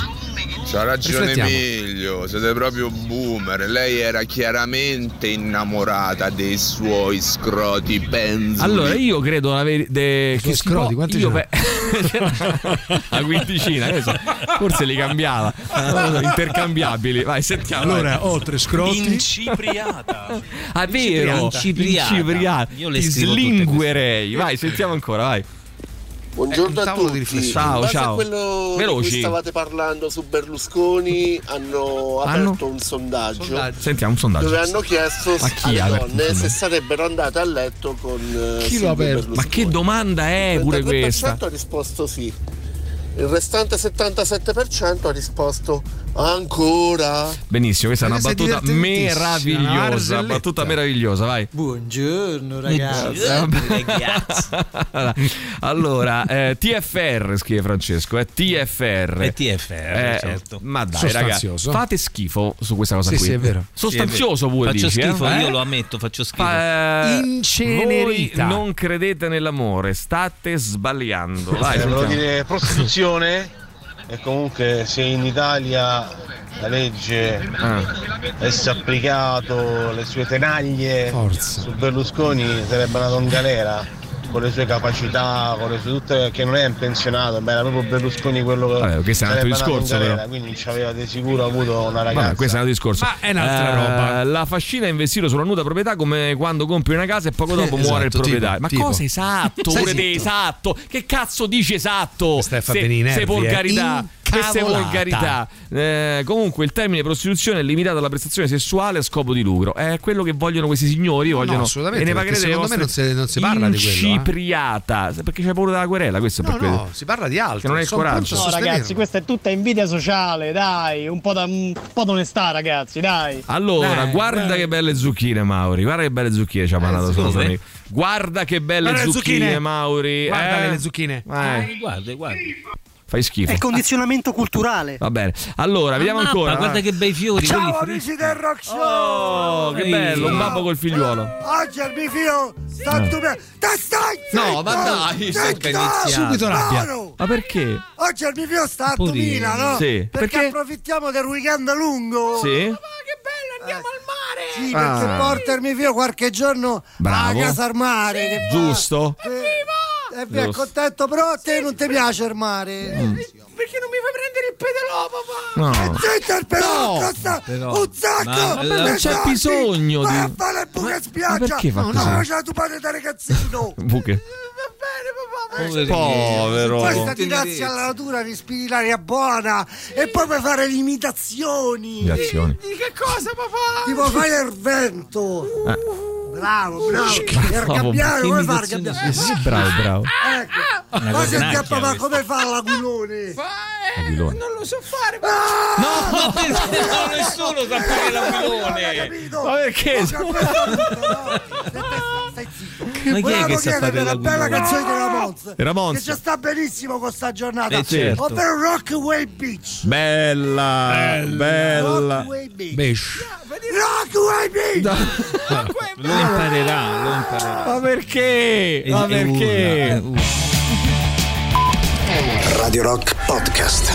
R: C'ha ragione
B: Riflettiamo.
R: Emilio, siete proprio boomer. Lei era chiaramente innamorata dei suoi scroti penzoli.
A: Allora, io credo la veri- de- che si
B: scroti,
A: può-
B: quanti
A: io
B: ce n'ha?
A: pe- La quindicina, che ne so, forse li cambiava. Non lo so, Intercambiabili. Vai, sentiamo.
S: Allora,
A: vai.
S: ho tre scroti.
A: Incipriata. Ah, è vero.
S: Incipriata.
A: Incipriata.
S: Io le
A: Ti
S: scrivo tutte
A: slinguerei. Vai, sentiamo ancora, vai.
T: Buongiorno
A: Eh, un
T: a
A: tavolo di
T: tutti.
A: riflessione.
T: In base
A: Ciao, ciao.
T: a quello di
A: Veloci.
T: cui stavate parlando su Berlusconi, hanno
A: Hanno?
T: aperto un sondaggio,
A: Sentiamo un sondaggio.
T: dove hanno chiesto
A: Ma chi ha
T: alle
A: aperto un
T: donne se
A: sondaggio?
T: sarebbero andate a letto con eh,
A: Chi
T: Silvio
A: lo ha aperto? Ma
T: Berlusconi.
A: che domanda è pure questa?
T: 33% ha risposto sì. Il restante 77% ha risposto ancora.
A: Benissimo, questa è una
T: Perché sei
A: battuta
T: divertentissima, una
A: meravigliosa.
T: barzelletta.
A: Battuta meravigliosa, vai.
D: Buongiorno
C: Ah,
A: Buongiorno, allora, eh, TFR scrive Francesco, eh, TFR.
C: È TFR, certo.
A: Eh, Ma dai, ragazzi,
C: Sostanzioso.
A: fate schifo su questa cosa
C: Sì,
A: qui.
C: sì, è vero.
A: Sostanzioso pure
C: Faccio
A: dici, eh?
C: schifo,
A: Eh?
C: io lo ammetto, faccio schifo.
A: Eh,
C: Incenerita.
A: Voi non credete nell'amore, state sbagliando. Vai,
U: Vai, volevo
A: sentiamo.
U: dire Eh, prostituzione e comunque se in Italia la legge avesse applicato le sue tenaglie su Berlusconi sarebbe andato in galera con le sue capacità, con le sue tutte che non è un pensionato, ma era proprio Berlusconi quello che
A: Vabbè, questo è un altro
U: sarebbe andato in
A: discorso,
U: galera,
A: però.
U: quindi ci aveva di sicuro avuto una
A: Vabbè,
U: ragazza.
A: questo è un altro discorso.
U: Ma è un'altra
A: roba. La fascina è investire sulla nuda proprietà come quando compri una casa e poco dopo
U: Esatto,
A: muore il
U: tipo,
A: proprietario. Ma
U: tipo.
A: cosa esatto?
U: Stai
A: Pure te
U: zitto.
A: esatto. Che cazzo dici esatto? Se,
B: fa venire i nervi,
A: se volgarità.
B: eh.
A: Questa è
B: Incavolata.
A: volgarità. Eh, comunque il termine prostituzione è limitato alla prestazione sessuale a scopo di lucro. È quello che vogliono questi signori. Vogliono,
B: assolutamente,
A: e ne
B: perché
A: pagherete le
B: secondo me
A: vostre
B: non si- non si parla di quello, eh.
A: Incipriata. Perché c'è paura della querela. Questo è per
B: no,
A: quello.
B: si parla di altro.
A: Che non è il
B: Sono
A: coraggio.
B: pronto a sostenerlo.
V: questa è tutta invidia sociale, dai, un po', da, un po' d'onestà, ragazzi, dai.
A: Allora,
V: Dai,
A: guarda
V: dai.
A: che belle zucchine, Mauri. Guarda che belle zucchine ci ha mandato il nostro
C: come?
A: amico. Guarda che belle
B: Guarda le
A: zucchine,
B: zucchine.
A: Mauri.
B: Guarda
A: eh?
B: le zucchine.
A: Eh,
C: Guarda, guarda.
A: fai schifo.
D: È condizionamento culturale.
A: Va bene. Allora, vediamo
C: Mappa,
A: ancora.
C: guarda che bei fiori.
W: Ciao
C: quelli
W: amici del Rock Show!
A: Oh, che bello, un babbo col figliuolo.
W: Oggi al mio figlio sta
A: Eh.
W: stupido. Te stai
A: No,
W: zitto!
A: ma dai,
W: Zitto!
A: sto che iniziato. Subito rabbia.
W: Mauro!
A: Ma perché?
W: Oggi al mio figlio sta a
A: Purino.
W: Domina, no?
A: Sì.
W: Perché,
A: Perché?
W: approfittiamo del weekend lungo.
A: Sì?
W: Sì, perché
A: Ah.
W: porta il mio figlio qualche giorno
A: Bravo.
W: a casa al mare. che fa-
A: Giusto?
W: Eh, E vi è
A: Giusto. Mm.
W: contento, però a te non ti piace il mare. Eh,
V: Perché non mi fai prendere il pedalò, papà?
A: No.
W: Zitto il pedalò, costa
A: Però-
W: un
A: Ma-
W: sacco!
A: non c'è
W: soldi.
A: bisogno
W: Vai
A: di-
W: a fare il buco in spiaggia!
A: perché fa
W: no,
A: così?
W: no, c'è tu padre da ragazzino!
A: Buche. Povero.
W: Poi ti grazie alla natura, respiri l'aria buona e poi puoi fare le imitazioni!
A: Imitazioni.
W: Di che cosa papà? Tipo fare il vento!
A: Eh.
W: Bravo, bravo!
A: Bravo,
W: Per cambiare,
A: che
W: come fare il
A: imitazioni
W: gabbiano?
A: sono? Sì, bravo, bravo.
W: Ecco!
A: Una
W: Poi
A: cornacchia
W: sentiamo papà
A: questa.
W: come fa l'aquilone!
A: Aquilone.
W: Non lo so fare! Ah,
C: No, perché no,
W: Eh,
C: nessuno sa fare l'aquilone.
W: Ma
A: perché?
W: Ma
C: chi è che
W: Volevo
C: sa
W: chiedere
C: fare
W: una bella
C: l'aquilone?
W: canzone della Monza
A: Era Monza.
W: Che ci sta benissimo con sta giornata
A: Eh, certo.
W: Ovvero Rockaway Beach
A: Bella, bella.
W: Rockaway Beach
A: Besh.
W: Rockaway Beach
C: Lo imparerà, lo imparerà.
A: Ma perché? Ma
C: E- e
A: perché?
E: Radio Rock Podcast.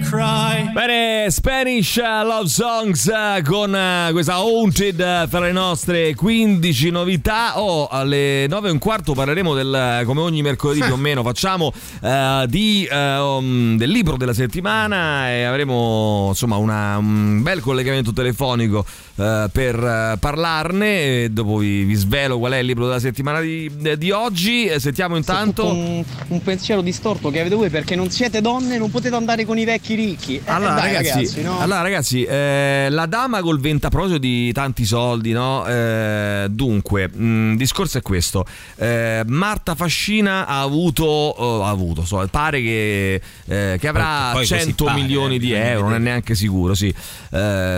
A: Bene, Spanish eh, Love Songs eh, con eh, questa Haunted eh, tra le nostre 15 novità. Oh, alle 9 e un quarto parleremo del, eh, come ogni mercoledì più o meno, facciamo eh, di, eh, um, del libro della settimana e avremo insomma una- un bel collegamento telefonico eh, per eh, parlarne. E dopo vi, vi svelo qual è il libro della settimana di, di oggi. Eh, Sentiamo intanto...
V: Un, un pensiero distorto che avete voi perché non siete donne e non potete andare con i vecchi ricchi. Eh,
A: Allora,
V: dai,
A: ragazzi,
V: no?
A: allora, ragazzi, eh, la dama col vento a proposito di tanti soldi, no? Eh, dunque, mh, il discorso è questo: Eh, Marta Fascina ha avuto, oh, ha avuto so, pare che, eh, che avrà
C: Poi- poi così
A: 100
C: pare,
A: milioni
C: eh,
A: di
C: bisogna
A: euro, non è
C: vedere.
A: neanche sicuro. Sì, Eh,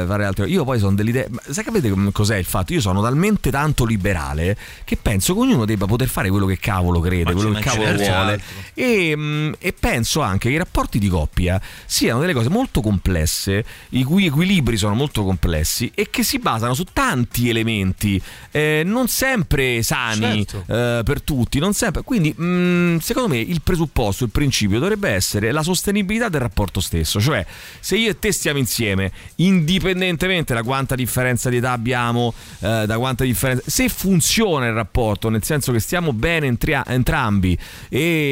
A: fare altre- Io poi sono dell'idea, ma sai capite com- cos'è il fatto? Io sono talmente tanto liberale che penso che ognuno debba poter fare quello che cavolo crede,
C: Ma ci
A: quello che cavolo
C: mancherebbe
A: vuole.
C: altro.
A: E, mh, e penso anche che i rapporti di coppia coppia siano delle cose molto complesse, i cui equilibri sono molto complessi e che si basano su tanti elementi, eh, non sempre sani
C: Certo.
A: eh, per tutti, non sempre. Quindi, mh, secondo me, il presupposto, il principio dovrebbe essere la sostenibilità del rapporto stesso, cioè se io e te stiamo insieme, indipendentemente da quanta differenza di età abbiamo, eh, da quanta differenza, se funziona il rapporto, nel senso che stiamo bene entria- entrambi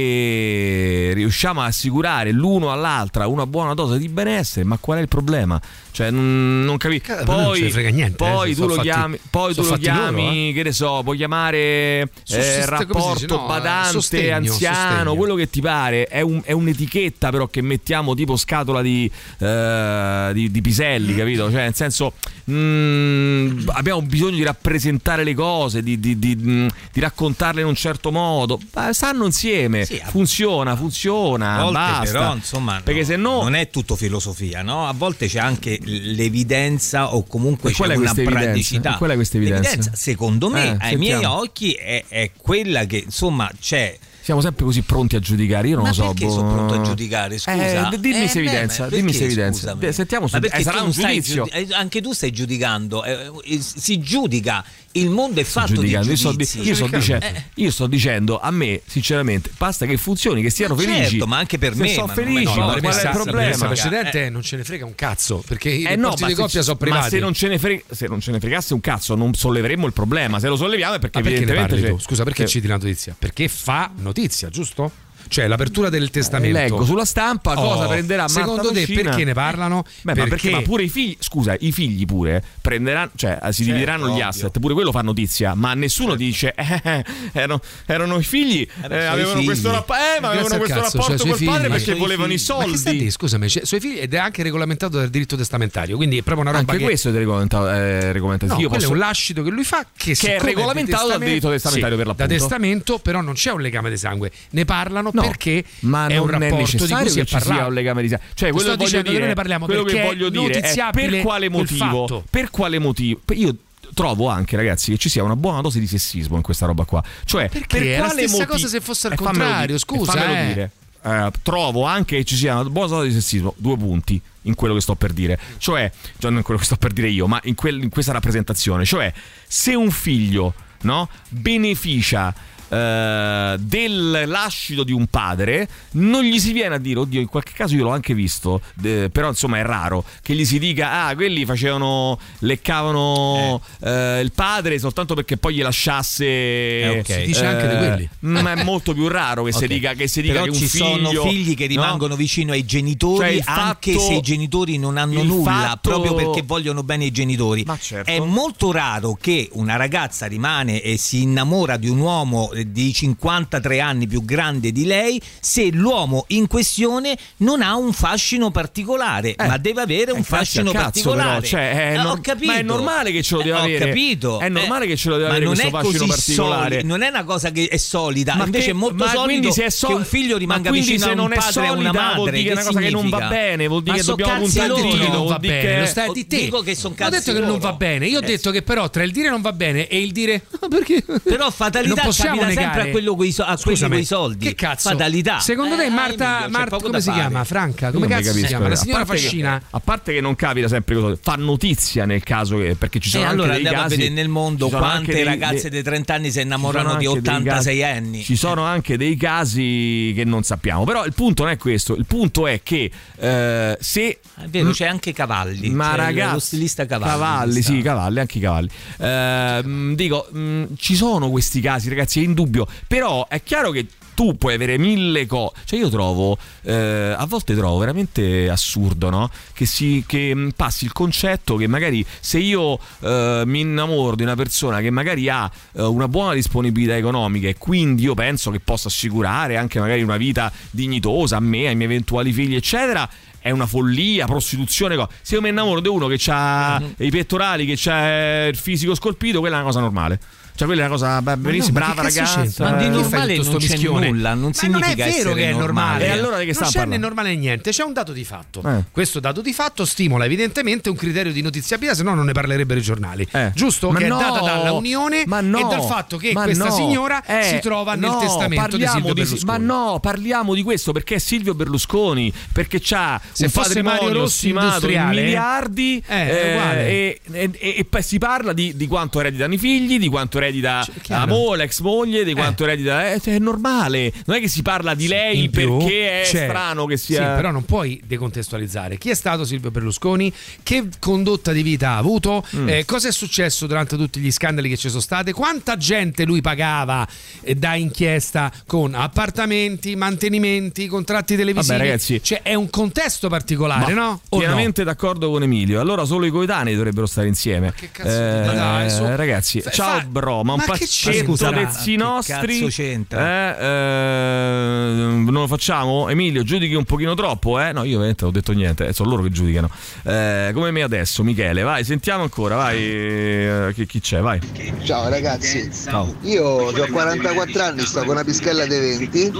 A: e riusciamo a assicurare l'uno all'altra una buona dose di benessere, ma qual è il problema? Cioè, non, non capisco.
B: però Eh, non ce ne frega niente,
A: poi
B: eh,
A: tu
B: sono
A: lo
B: fatti-
A: chiami, poi tu
B: sono
A: lo
B: fatti loro,
A: chiami, che ne so, puoi chiamare eh,
B: Sussiste- come si dice?
A: rapporto
B: No, eh,
A: badante,
B: sostegno,
A: anziano,
B: sostegno.
A: quello che ti pare. È, un- è un'etichetta, però, che mettiamo tipo scatola di, eh, di- di piselli, capito? Cioè, nel senso, mm, abbiamo bisogno di rappresentare le cose, di, di- di- mm, di raccontarle in un certo modo. Ma stanno insieme, funziona, funziona.
C: A volte
A: Ah, basta.
C: però insomma no,
A: perché se no
C: non è tutto filosofia no? a volte c'è anche l'evidenza o comunque
A: E qual
C: c'è
A: è
C: una
A: questa evidenza?
C: praticità
A: E qual è questa evidenza?
C: L'evidenza, secondo me
A: Eh,
C: ai
A: sentiamo.
C: miei occhi è, è quella che insomma c'è
A: siamo sempre così pronti a giudicare. Io non
C: Ma
A: lo so.
C: perché
A: boh.
C: sono pronto a giudicare? Scusa,
A: Eh, d- dimmi
C: Eh,
A: se
C: beh,
A: evidenza.
C: ma
A: dimmi
C: perché,
A: se evidenza.
C: scusami?
A: Beh, Sentiamo
C: Ma
A: subito.
C: perché
A: Eh, sarà
C: tu
A: un
C: stai
A: giudizio.
C: giudi- eh, anche tu stai giudicando, eh, eh, si giudica. Il mondo è fatto
A: giudicando.
C: di
A: Io, sto, di- certo,
C: giudizi.
A: io sto dicendo,
C: Eh,
A: io sto dicendo, a me, sinceramente, basta che funzioni, che siano
C: Ma certo,
A: felici.
C: ma anche per
A: Se
C: me,
A: Sono
C: ma non-
A: felici,
B: diciamo,
C: no,
A: ma
C: la
A: qual è il
C: premessa- la
A: problema?
C: premessa
B: precedente Cioè, non ce ne frega un cazzo perché i
A: Eh no,
B: rapporti
A: ma
B: di
A: se-
B: coppia sono
A: Ma
B: privati
A: se non, ce ne frega- se non ce ne fregasse un cazzo, non solleveremmo il problema. Se lo solleviamo è perché,
B: Ma perché ne
A: evidentemente. eh.
B: parli tu?
A: c'è-
B: Scusa, perché
A: c'è-
B: citi la notizia? Perché fa notizia, giusto? Cioè l'apertura
V: Eh,
B: del testamento.
A: Leggo sulla stampa cosa prenderà Marta
B: Oh, Secondo te
A: Concina?
B: perché ne parlano?
A: Beh, ma perché ma pure i figli, scusa, i figli pure prenderanno, cioè eh, si divideranno gli
B: Certo, ovvio.
A: asset, pure quello fa notizia, ma nessuno dice eh, eh, erano, erano i figli, eh,
B: sono i
A: avevano
B: figli.
A: questo, rappo- eh, ma
B: Grazie
A: avevano
B: al
A: questo
B: cazzo,
A: rapporto
B: cioè, sui
A: col padre
B: figli.
A: perché
B: Sui
A: volevano i
B: figli. Ma che sta a
A: soldi.
B: dire? scusami, cioè, sui figli ed è anche regolamentato dal diritto testamentario, quindi è proprio una roba
A: Anche
B: che
A: questo è regolamentato. eh, regolamentato.
B: No,
A: Io
B: quello
A: posso-
B: è un lascito che lui fa che,
A: Che è
B: siccome
A: regolamentato
B: di
A: dal diritto testamentario,
B: sì,
A: per l'appunto.
B: Da testamento, però non c'è un legame di sangue. Ne parlano perché
A: ma
B: è
A: non
B: un
A: è
B: rapporto di cui
A: necessario
B: si è
A: che ci sia
B: parlato.
A: un legame di sangue. Cioè,
B: Ti
A: quello che
B: sto
A: voglio
B: dicendo che
A: dire,
B: noi ne parliamo
A: quello che
B: perché
A: voglio
B: è
A: dire è per
B: notiziabile
A: quale
B: quel
A: motivo?
B: fatto.
A: Per quale motivo? Io trovo anche, ragazzi, che ci sia una buona dose di sessismo in questa roba qua. Cioè,
B: Perché
A: per
B: è la
A: quale
B: stessa
A: motivo?
B: cosa se fosse al
A: Eh, fammelo
B: contrario,
A: dire,
B: scusa,
A: eh, fammelo
B: eh.
A: dire. Eh, trovo anche che ci sia una buona dose di sessismo, due punti in quello che sto per dire, cioè, cioè non in quello che sto per dire io, ma in, quel- in questa rappresentazione, cioè se un figlio no, beneficia eh, del lascito di un padre, non gli si viene a dire, oddio, in qualche caso io l'ho anche visto, eh, però insomma è raro che gli si dica, ah, quelli facevano, leccavano eh, il padre soltanto perché poi gli lasciasse...
C: Eh,
A: eh,
C: ok. Si dice anche di quelli.
A: Ma è molto più raro che si
C: Ok.
A: dica che, si dica
C: Però
A: che un
C: ci
A: figlio...
C: sono figli che
A: no?
C: rimangono vicino ai genitori
A: Cioè, il
C: anche
A: fatto-
C: se i genitori non hanno
A: il
C: nulla
A: fatto- certo.
C: proprio perché vogliono bene i genitori è molto raro che una ragazza rimane e si innamora di un uomo eh, di 53 anni più grande di lei se l'uomo in questione non ha un fascino particolare ma deve avere un
A: Grazie
C: fascino
A: al Eh. cazzo,
C: particolare
A: però, cioè, è
C: Eh,
A: nor-
C: ho capito
A: ma è normale che ce lo
C: Eh,
A: deve
C: ho
A: avere
C: capito
A: è normale
C: Eh,
A: che ce lo deve
C: ma
A: avere
C: non
A: questo
C: è
A: fascino
C: così
A: particolare
C: soli- non è una cosa che è solida
A: Ma
C: invece
A: che-
C: è molto
A: ma quindi
C: solido
A: se è so-
C: che un figlio rimanga
A: ma quindi
C: vicino
A: se
C: a un
A: non è
C: padre e a una
A: solida,
C: madre
A: vuol dire che è una cosa che non
C: significa?
A: va bene, vuol dire
C: Ma
A: che
C: so
A: dobbiamo
C: cazzi
A: puntare
C: loro.
A: di
B: Che non va
A: vuol dire
B: bene,
A: che-
B: lo stai a di te.
C: dico che son
B: Ho
C: cazzi
B: detto che non va
C: loro.
B: bene. Io ho
C: Eh,
B: detto che però tra il dire non va bene e il dire "Ah, perché
C: Però fatalità
B: non possiamo
C: capita sempre
B: negare.
C: a quello coi so- a quelli
B: Scusami,
C: coi soldi.
B: Che cazzo?
C: Fatalità.
B: Secondo
C: Eh,
B: te
C: Emilio,
B: Marta,
C: c'è
B: Marta
C: poco
B: come
C: da
B: si
C: fare.
B: chiama? Franca, come
A: Io non mi
B: cazzo si
A: capisco,
B: chiama? La
A: eh.
B: signora
A: a parte che-
B: Fascina.
A: a parte che non capita sempre così, fa notizia nel caso che, perché ci
C: E
A: sono anche
C: Eh, allora
A: dei
C: andiamo
A: casi
C: a vedere nel mondo
A: ci sono
C: quante
A: anche dei-
C: ragazze
A: dei-
C: di 30 anni si
A: ci sono
C: innamorano di
A: anche dei casi-
C: 86 anni.
A: Ci sono anche dei casi che non sappiamo, però il punto non è questo, il punto è che eh, se
C: È vero, c'è anche Cavalli.
A: ma
C: c'è
A: ragazzi,
C: lo stilista Cavalli.
A: Cavalli, sì, Cavalli, anche i Cavalli. Eh, mh, dico, mh, ci sono questi casi, ragazzi, è indubbio, però è chiaro che tu puoi avere mille cose, cioè io trovo, eh, a volte trovo veramente assurdo, no? Che, si, che mh, passi il concetto che magari se io eh, mi innamoro di una persona che magari ha eh, una buona disponibilità economica e quindi io penso che possa assicurare anche magari una vita dignitosa a me, ai miei eventuali figli, eccetera, è una follia, prostituzione. co- Se io
B: Mhm.
A: mi innamoro di uno che ha i pettorali, che ha il fisico scolpito, quella è una cosa normale. Cioè, quella è una cosa be- benissima,
B: ma che
A: brava
B: cazzo
A: ragazza.
B: c'entra? Ma di
A: eh,
B: normale
A: che fai tutto
B: non
A: sto
B: c'è
A: mischione?
B: nulla, non Ma non significa è vero essere che è normale. normale.
A: E allora di che
B: Non
A: sta
B: c'è né
A: parlando?
B: normale né niente, c'è un dato di fatto.
A: Eh.
B: Questo dato di fatto stimola evidentemente un criterio di notiziabilità, se no non ne parlerebbero i giornali. Giusto?
A: Eh. Ma
B: che
A: no,
B: è data dalla Unione
A: ma no,
B: e dal fatto che
A: ma
B: questa
A: no.
B: signora
A: Eh,
B: si trova nel
A: no,
B: testamento di
A: parliamo
B: Silvio
A: di-
B: Berlusconi.
A: Ma no, parliamo di questo perché è Silvio Berlusconi, perché c'ha
B: Se
A: un
B: fosse
A: patrimonio
B: Mario Rossi
A: stimato in
B: industriale,
A: miliardi
B: eh, è
A: eh,
B: uguale.
A: e, e- e- e poi si parla di, di quanto ereditano i figli, di quanto eredita la mo, l'ex moglie, di quanto eredita... eh, cioè, è normale, non è che si parla di lei
B: In più,
A: perché è
B: c'è-
A: strano che sia...
B: Sì, però non puoi decontestualizzare chi è stato Silvio Berlusconi, che condotta di vita ha avuto,
A: Mm.
B: eh, cosa è successo durante tutti gli scandali che ci sono stati, quanta gente lui pagava eh, da inchiesta con appartamenti, mantenimenti, contratti televisivi.
A: Vabbè, ragazzi.
B: cioè è un contesto particolare,
A: Ma
B: no? O no?
A: pienamente d'accordo con Emilio. Allora solo i coetanei dovrebbero stare insieme. che
B: cazzo dite? Dai, su.
A: ragazzi,
B: Fa-
A: ciao
B: fa-
A: bro, ma,
B: ma
A: un
B: che c'entra?
A: pacchetto
B: Ma
A: pezzi
B: che
A: nostri.
B: cazzo
A: Eh, eh, non lo facciamo? Emilio, giudichi un pochino troppo, eh? No, io veramente non ho detto niente, eh, sono loro che giudicano. Eh, come me adesso, Michele, vai, sentiamo ancora, vai. eh, chi, chi c'è? Vai.
T: Ciao ragazzi,
A: Ciao.
T: io ho 44 anni, sto con una pischella dei 20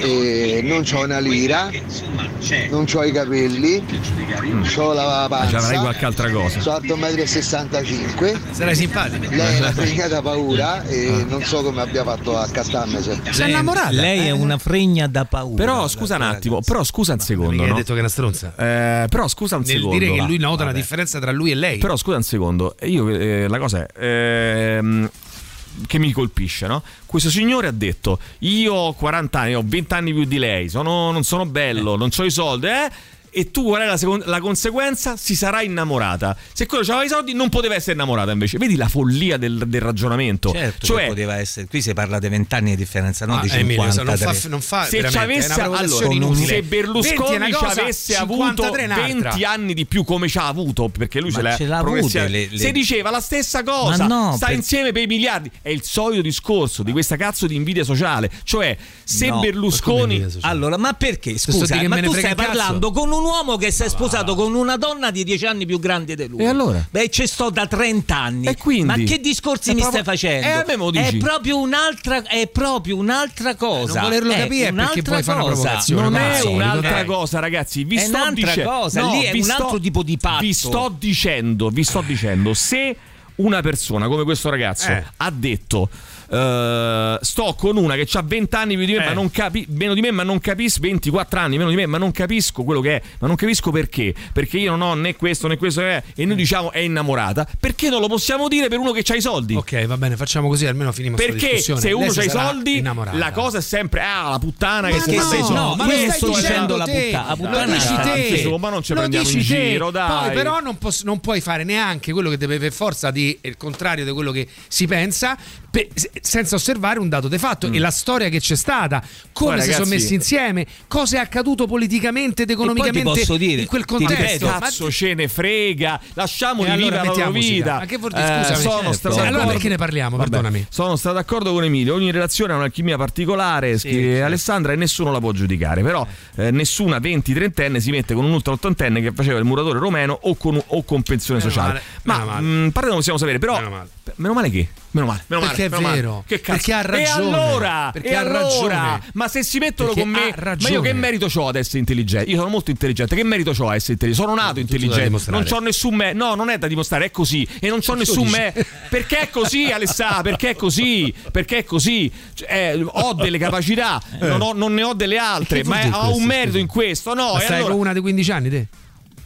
T: e Eh, non ho una lira, non ho i capelli, ho la
A: Ah, ci avrai
T: panza,
A: qualche altra cosa.
T: sono alto 1,65 m.
B: Sarai simpatico.
T: Lei è una fregata paura
U: Ah.
T: e non so come abbia fatto a castarmese.
C: Lei- Lei è una fregna da paura.
A: Però scusa un attimo, però scusa un secondo.
B: mica hai
A: no?
B: Eh, detto che è una stronza.
A: Eh, però scusa un
B: Nel
A: secondo.
B: dire che
A: va.
B: lui nota una differenza tra lui e lei.
A: Però scusa un secondo, io eh, la cosa è. ehm, che mi colpisce, no? Questo signore ha detto: Io ho 40 anni, ho 20 anni più di lei, sono- non sono bello, non ho i soldi, eh? E tu qual è la, secon- la conseguenza? Si sarà innamorata. Se quello aveva i soldi, non poteva essere innamorata invece. Vedi la follia del, del ragionamento.
C: Certo,
A: cioè,
C: che poteva essere. Qui si parla di 20 anni di differenza, non
B: Ah,
C: di
B: Emilio,
C: 50.
B: non fa- non fa
A: se ci
B: veramente, è
A: avesse
B: una provocazione
A: allora,
B: inutile.
A: se
B: 20 è una
A: Berlusconi ci
B: cosa,
A: avesse
B: 53 è
A: avuto
B: un'altra.
A: 20 anni di più come ci ha avuto perché lui
C: Ma
A: ce l'ha,
C: ce l'ha avute
A: progressiva-
C: le- le-
A: se diceva la stessa
C: Ma
A: cosa
C: no,
A: sta
C: per-
A: insieme per i miliardi è il solito discorso di questa cazzo di invidia sociale cioè se
C: No,
A: Berlusconi
C: allora ma perché Scusa, ma tu stai parlando con un uomo che si è sposato con una donna di 10 anni più grande di lui.
A: E allora?
C: Beh, ci sto da 30 anni.
A: E quindi?
C: Ma che discorsi
A: È
C: mi
A: proprio-
C: stai facendo?
A: Eh, a me me lo dici.
C: È proprio un'altra, è proprio un'altra cosa.
B: Non volerlo
C: È
B: capire è perché
C: un'altra
B: vuoi fare una
C: cosa.
B: provocazione.
A: non
B: ma
A: è
B: al solito,
A: un'altra
B: dai.
A: cosa ragazzi vi
C: È
A: sto
C: un'altra
A: dicendo
C: cosa,
A: no,
C: lì è
A: vi
C: un
A: sto-
C: altro tipo di patto.
A: vi sto dicendo vi sto dicendo se una persona come questo ragazzo
C: Eh.
A: ha detto eh, sto con una che ha 20 anni più di me,
B: Eh.
A: ma non capi- meno di me, ma non capisco 24 anni meno di me, ma non capisco quello che è, ma non capisco perché, perché io non ho né questo né questo né- e
B: Mm.
A: noi diciamo è innamorata, perché non lo possiamo dire per uno che ha i soldi?
B: Ok, va bene, facciamo così, almeno finiamo sta
A: Perché
B: discussione.
A: se uno
B: Lei si
A: ha i
B: sarà
A: soldi,
B: innamorata.
A: la cosa è sempre ah, la puttana che
B: Ma
A: si fa
B: no,
A: sei soldi.
B: no, ma lo stai
A: Questo
B: dicendo
A: dicendo la
B: te.
A: puttana. La
B: Lo
A: puttana
B: dici
A: sta
B: te.
A: anche su, ma non ci
B: Lo
A: prendiamo in
B: dici te.
A: giro, dai.
B: Poi però non, pos- non puoi fare neanche quello che deve per forza di il contrario di quello che si pensa pe- se- senza osservare un dato di fatto
A: Mm.
B: e la storia che c'è stata, come
C: Poi,
B: si sono
C: ragazzi-
B: messi insieme, cosa è accaduto politicamente ed
C: poi ti
B: economicamente
C: posso dire,
B: in quel
C: ti ripeto,
B: contesto. Ma-
A: Cazzo ce ne frega, lasciamoli
B: Certo. E
A: vivere
B: allora
A: la loro
B: mettiamocela.
A: vita. Eh,
B: Ma che vuol dire? Scusami,
A: sono
B: certo.
A: stato
B: Sì, allora
A: d'accordo-
B: perché ne parliamo? Perdonami.
A: Sono stato d'accordo con Emilio. Ogni relazione ha un'alchimia particolare, scrive Alessandra, e nessuno la può giudicare. Però eh, nessuna 20-30enne si mette con un ultra 80enne che faceva il muratore romeno o con, o con pensione
B: Meno
A: sociale.
B: male,
A: Ma
B: meno male.
A: mh, parte non possiamo sapere, però. Meno male, che? Meno male, meno male,
B: Perché è
A: meno male.
B: vero.
A: Che cazzo?
B: Perché ha ragione.
A: E allora?
B: Perché
A: E
B: ha
A: allora?
B: ragione.
A: Ma se si mettono
B: Perché
A: con me,
B: ha
A: ma io
B: ragione.
A: che merito ho ad essere intelligente? Io sono molto intelligente. Che merito ho a essere intelligente? Sono nato intelligente.
B: dimostrare.
A: Non ho nessun me. No, non è da dimostrare, è così. E non ho
B: Lo
A: nessun
B: dici.
A: me. Perché è così, Alessà? Perché è così? Perché è così? Cioè, eh, ho delle capacità,
B: Eh.
A: non, ho- non ne ho delle altre,
B: vuol
A: ma
B: dire
A: ho un
B: questo,
A: merito
B: scusa?
A: in questo. No,
B: Ma
A: e
B: stai
A: allora-
B: con una di 15 anni, te?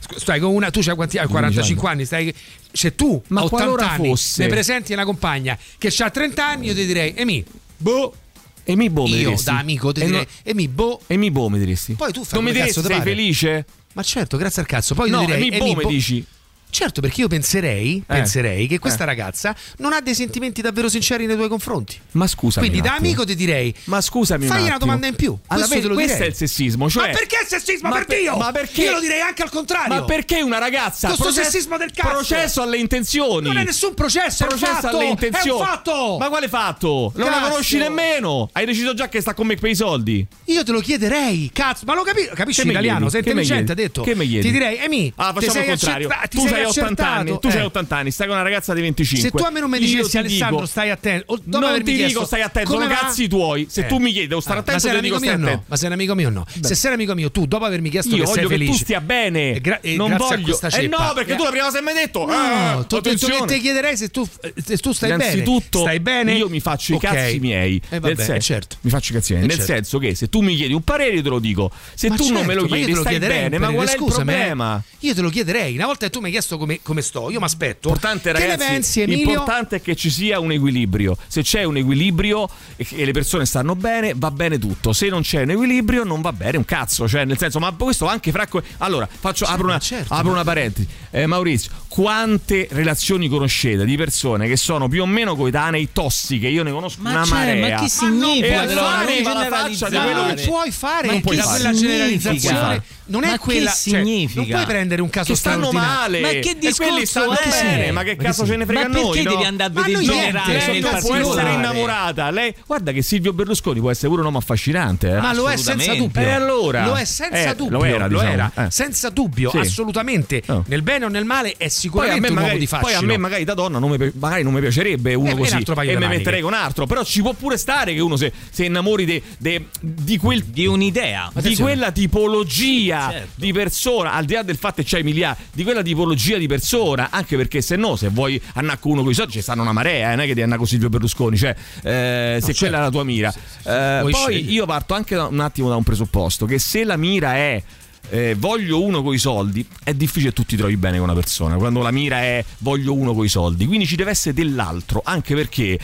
B: Scu- Stai con una, tu c'hai quanti, hai 45 anni, stai, se tu
A: Ma
B: a 80
A: qualora
B: anni
A: fosse-
B: ne presenti una compagna che ha 30 anni, io ti direi, Emi,
A: boh, Emi boh, mi
B: io
A: diresti?
B: da amico ti
A: E
B: direi,
A: no-
B: Emi, boh,
A: Emi boh, mi diresti?
B: poi tu fai
A: Non mi
B: come
A: diresti
B: cazzo ti
A: sei
B: pare.
A: felice?
B: Ma certo, grazie al cazzo, poi
A: No,
B: io direi,
A: Emi boh, mi
B: boh.
A: dici?
B: Certo, perché io penserei, penserei che questa
A: eh.
B: ragazza non ha dei sentimenti davvero sinceri nei tuoi confronti.
A: Ma scusami.
B: Quindi
A: un
B: da
A: attimo.
B: amico ti direi,
A: Ma scusami. un
B: fagli una
A: attimo.
B: domanda in più.
A: Allora,
B: questo te lo
A: questo
B: direi.
A: è il sessismo. Cioè,
B: ma perché il sessismo?
A: Ma
B: per
A: per-
B: Dio!
A: ma perché-
B: Io lo direi anche al contrario.
A: Ma perché una ragazza?
B: Questo
A: proces-
B: sessismo del cazzo.
A: Processo alle intenzioni.
B: Non è nessun processo, è un
A: Processo
B: fatto,
A: alle
B: è un
A: intenzioni.
B: fatto.
A: Ma quale fatto? Non la
B: Cazzo.
A: conosci nemmeno. Hai deciso già che sta con me per i soldi.
B: Io te lo chiederei, cazzo, ma lo capi- capisci
A: Che mi
B: l'italiano?
A: chiedi?
B: Sei
A: Che mi
B: intelligente, ha
A: chiedi?
B: detto.
A: Che mi chiedi?
B: Ti direi, Emi,
A: Ah,
B: ti
A: facciamo
B: sei
A: il contrario.
B: accetta- ti
A: tu sei hai 80
B: accertato,
A: anni, tu hai
B: eh.
A: 80 anni, stai con una ragazza di 25.
B: Se tu a me non mi
A: Io
B: dicessi,
A: ti
B: Alessandro,
A: dico-
B: stai attento, o dopo
A: Non
B: avermi
A: ti
B: chiesto,
A: dico stai attento,
B: come
A: sono
B: va?
A: cazzi tuoi. Se
B: Eh.
A: tu mi chiedi, devo stare
B: Ma
A: attento,
B: sei
A: te
B: amico
A: dico stai
B: mio o no?
A: attento.
B: Ma sei un amico mio o no? Se sei un amico mio, tu dopo avermi chiesto
A: Io
B: che sei
A: voglio che tu
B: felice,
A: stia bene.
B: e gra- e
A: Non
B: grazie a
A: voglio-
B: questa
A: Eh
B: ceppa.
A: no, perché tu la prima cosa che mi hai detto,
B: No,
A: eh,
B: t'ho detto che
A: attenzione.
B: ti chiederei se tu, se tu stai bene.
A: Innanzitutto,
B: stai bene?
A: io mi faccio
B: Ok.
A: i cazzi miei.
B: Eh, vabbè,
A: Nel sen-
B: eh, certo.
A: Mi faccio i cazzi miei.
B: Eh,
A: Nel
B: certo.
A: senso che se tu mi chiedi un parere, io te lo dico. Se
B: Ma
A: tu non me lo
B: certo, ma io
A: chiedi,
B: te lo
A: stai
B: chiederei un
A: bene. Ma
B: parere,
A: qual è il
B: scusami, eh.
A: problema?
B: Io te lo chiederei. Una volta che tu mi hai chiesto come, come sto, io mi aspetto.
A: Importante,
B: che
A: ragazzi,
B: ne pensi, Emilio?
A: L'importante è che ci sia un equilibrio. Se c'è un equilibrio e e le persone stanno bene, va bene tutto. Se non c'è un equilibrio, non va bene un cazzo. Cioè, nel senso, ma questo anche fra. que- Allora, faccio, apro, una,
B: certo,
A: apro una parentesi. Eh, Maurizio, quante relazioni conoscete di persone che sono più o meno coetanei tossiche? Io ne conosco
C: Ma
A: una
C: c'è,
A: marea.
C: ma che significa?
A: E
C: Allora,
A: allora,
C: non
A: fa la faccia di
C: generalizzare.
A: quello
B: non
A: che
B: puoi fare
A: Non puoi
B: da
A: fare.
B: quella generalizzazione.
A: Significa?
B: Non è
A: Ma che
B: quella. cioè,
A: significa?
B: non puoi prendere un caso
A: Che stanno
B: straordinario.
A: male. Ma che E discorso quelli stanno è? bene, ma che cazzo
B: sì?
A: ce ne frega a noi, no?
B: Ma
A: No,
B: noi niente, sono
A: lei non
B: cazzi
A: può essere
B: loro.
A: innamorata. Lei, guarda che Silvio Berlusconi può essere pure un uomo affascinante. eh.
B: Ma lo è senza dubbio.
A: E allora?
B: Lo è senza
A: Eh,
B: dubbio.
A: Lo era, diciamo. Eh.
B: senza dubbio,
A: Sì.
B: assolutamente. Nel bene o nel male è
A: Poi a,
B: sicuramente
A: me
B: un uomo
A: magari,
B: di
A: poi
B: fascino.
A: a me magari da donna non mi, pi- magari non mi piacerebbe uno
B: Eh, è un
A: così
B: altro paio
A: e
B: di
A: mi
B: maniche.
A: metterei con altro però ci può pure stare che uno se, se innamori de- de- di quel di
C: un'idea
A: di
C: Attenzione.
A: quella tipologia
C: Certo.
A: di persona al di là del fatto che c'hai miliardi di quella tipologia di persona anche perché se no se vuoi andare con uno con i soldi ci stanno una marea eh, non è che devi andare con Silvio Berlusconi cioè eh, se quella è
C: certo.
A: la tua mira Eh,
B: Puoi
A: poi
B: scegliere.
A: io parto anche da- un attimo da un presupposto che se la mira è eh, voglio uno con i soldi, è difficile che tu ti trovi bene con una persona. Quando la mira è voglio uno con i soldi, quindi ci deve essere dell'altro, anche perché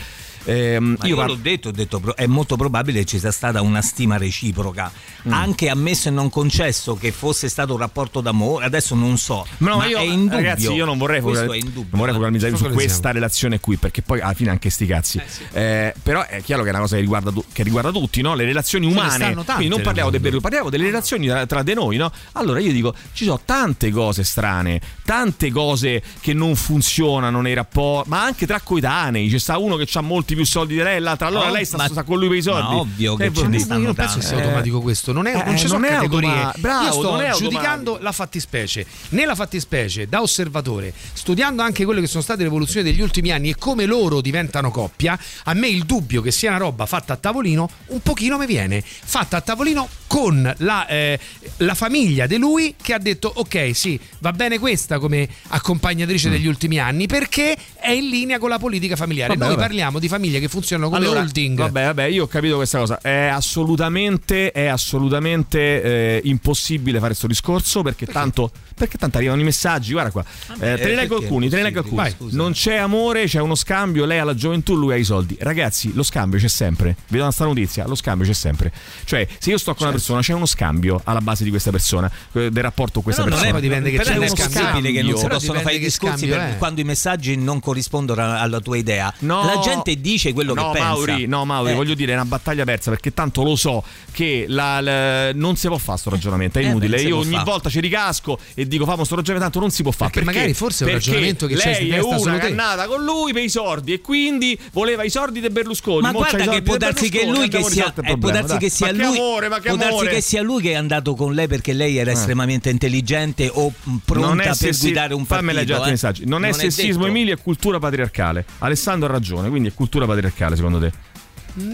A: ehm,
C: Ma io l'ho detto, ho detto pro- è molto probabile che ci sia stata una stima reciproca.
A: Mm.
C: Anche ammesso e non concesso che fosse stato un rapporto d'amore, adesso non so.
A: No,
C: ma
A: io,
C: è in dubbio.
A: ragazzi, io non vorrei,
C: Questo
A: focal-
C: è in dubbio.
A: non vorrei focalizzarmi su
C: Focalizziamo.
A: questa relazione qui, perché poi alla fine anche sti cazzi. Eh, però è chiaro che è una cosa che riguarda, tu- che riguarda tutti, no? le relazioni
B: Ce ne
A: umane.
B: stanno tante
A: Quindi non
B: nel
A: parliamo, dei
B: mondo.
A: Berlusconi, parliamo delle relazioni tra, tra di noi. No? Allora io dico, ci sono tante cose strane, tante cose che non funzionano nei rapporti, ma anche tra coetanei. C'è sta uno che ha molti più soldi di lei, l'altra allora
C: Oh,
A: lei sta,
C: ma-
A: sta con lui per i soldi.
C: ma ovvio che
A: Eh,
C: ce
A: vuol
C: ne
A: dire-
C: stanno
B: Io non penso che sia
C: tante.
B: automatico questo, non, è,
A: Eh,
B: non ci sono
A: non è
B: categorie.
A: automa- bravo,
B: Io sto
A: non è automatico.
B: giudicando la fattispecie. Nella fattispecie, da osservatore, studiando anche quelle che sono state le evoluzioni degli ultimi anni e come loro diventano coppia, a me il dubbio che sia una roba fatta a tavolino un pochino mi viene. Fatta a tavolino con la, eh, la famiglia di lui che ha detto ok sì, va bene questa come
A: Mm.
B: accompagnatrice degli ultimi anni perché è in linea con la politica familiare.
A: Vabbè,
B: Noi
A: vabbè.
B: parliamo di famiglie che funzionano come
A: Allora,
B: holding.
A: Vabbè, vabbè, io ho capito questa cosa. È assolutamente, è assolutamente eh, impossibile fare questo discorso perché, tanto. Perché tanto arrivano i messaggi, guarda qua. Eh, te
C: Ah, perché
A: ne leggo
C: è
A: alcuni, te ne leggo alcuni.
C: impossibile?
A: Non c'è amore, c'è uno scambio, lei ha la gioventù, lui ha i soldi. Ragazzi, lo scambio c'è sempre. Vi do una sta notizia, lo scambio c'è sempre. Cioè, se io sto con una
C: Certo.
A: persona, c'è uno scambio alla base di questa persona, eh, del rapporto con questa
C: Però non
A: persona.
C: è, dipende che
A: Però
C: c'è
A: è
C: uno
A: uno
C: scambio che non si
A: scambio.
C: possono fare i discorsi per- quando i messaggi non corrispondono alla, alla tua idea.
A: No.
C: La gente dice quello
A: No,
C: che pensa.
A: Mauri, no, Mauri,
C: Eh.
A: voglio dire, è una battaglia persa perché tanto lo so che la- la- non si può fare sto ragionamento, è
C: Eh,
A: inutile.
C: beh, si
A: Io
C: può
A: ogni
C: fare.
A: volta ci ricasco e dico famo sto ragionamento, tanto non si può fare.
B: Perché magari forse è un
A: Perché
B: ragionamento che c'è
A: lei
B: in
A: è
B: testa
A: una
B: solo
A: che
B: te.
A: è nata con lui per i sordi e quindi voleva i sordi di Berlusconi.
C: Ma
A: Mo c'ha i
C: guarda
A: sordi
C: che può
A: di
C: darsi che
A: Berlusconi,
C: lui che
A: abbiamo
C: sia,
A: risolto il
C: eh, può
A: problema,
C: darsi
A: dai.
C: che sia
A: Ma che
C: lui,
A: amore, ma che
C: può darsi
A: amore.
C: che Eh. sia lui che è andato con lei perché lei era estremamente intelligente o mh,
A: Non è
C: pronta per
A: sessi-
C: guidare un partito.
A: fammela già
C: eh.
A: i messaggi. Non, è sessismo,
C: detto.
A: Emilio, è cultura patriarcale. Alessandro ha ragione, quindi è cultura patriarcale, secondo te?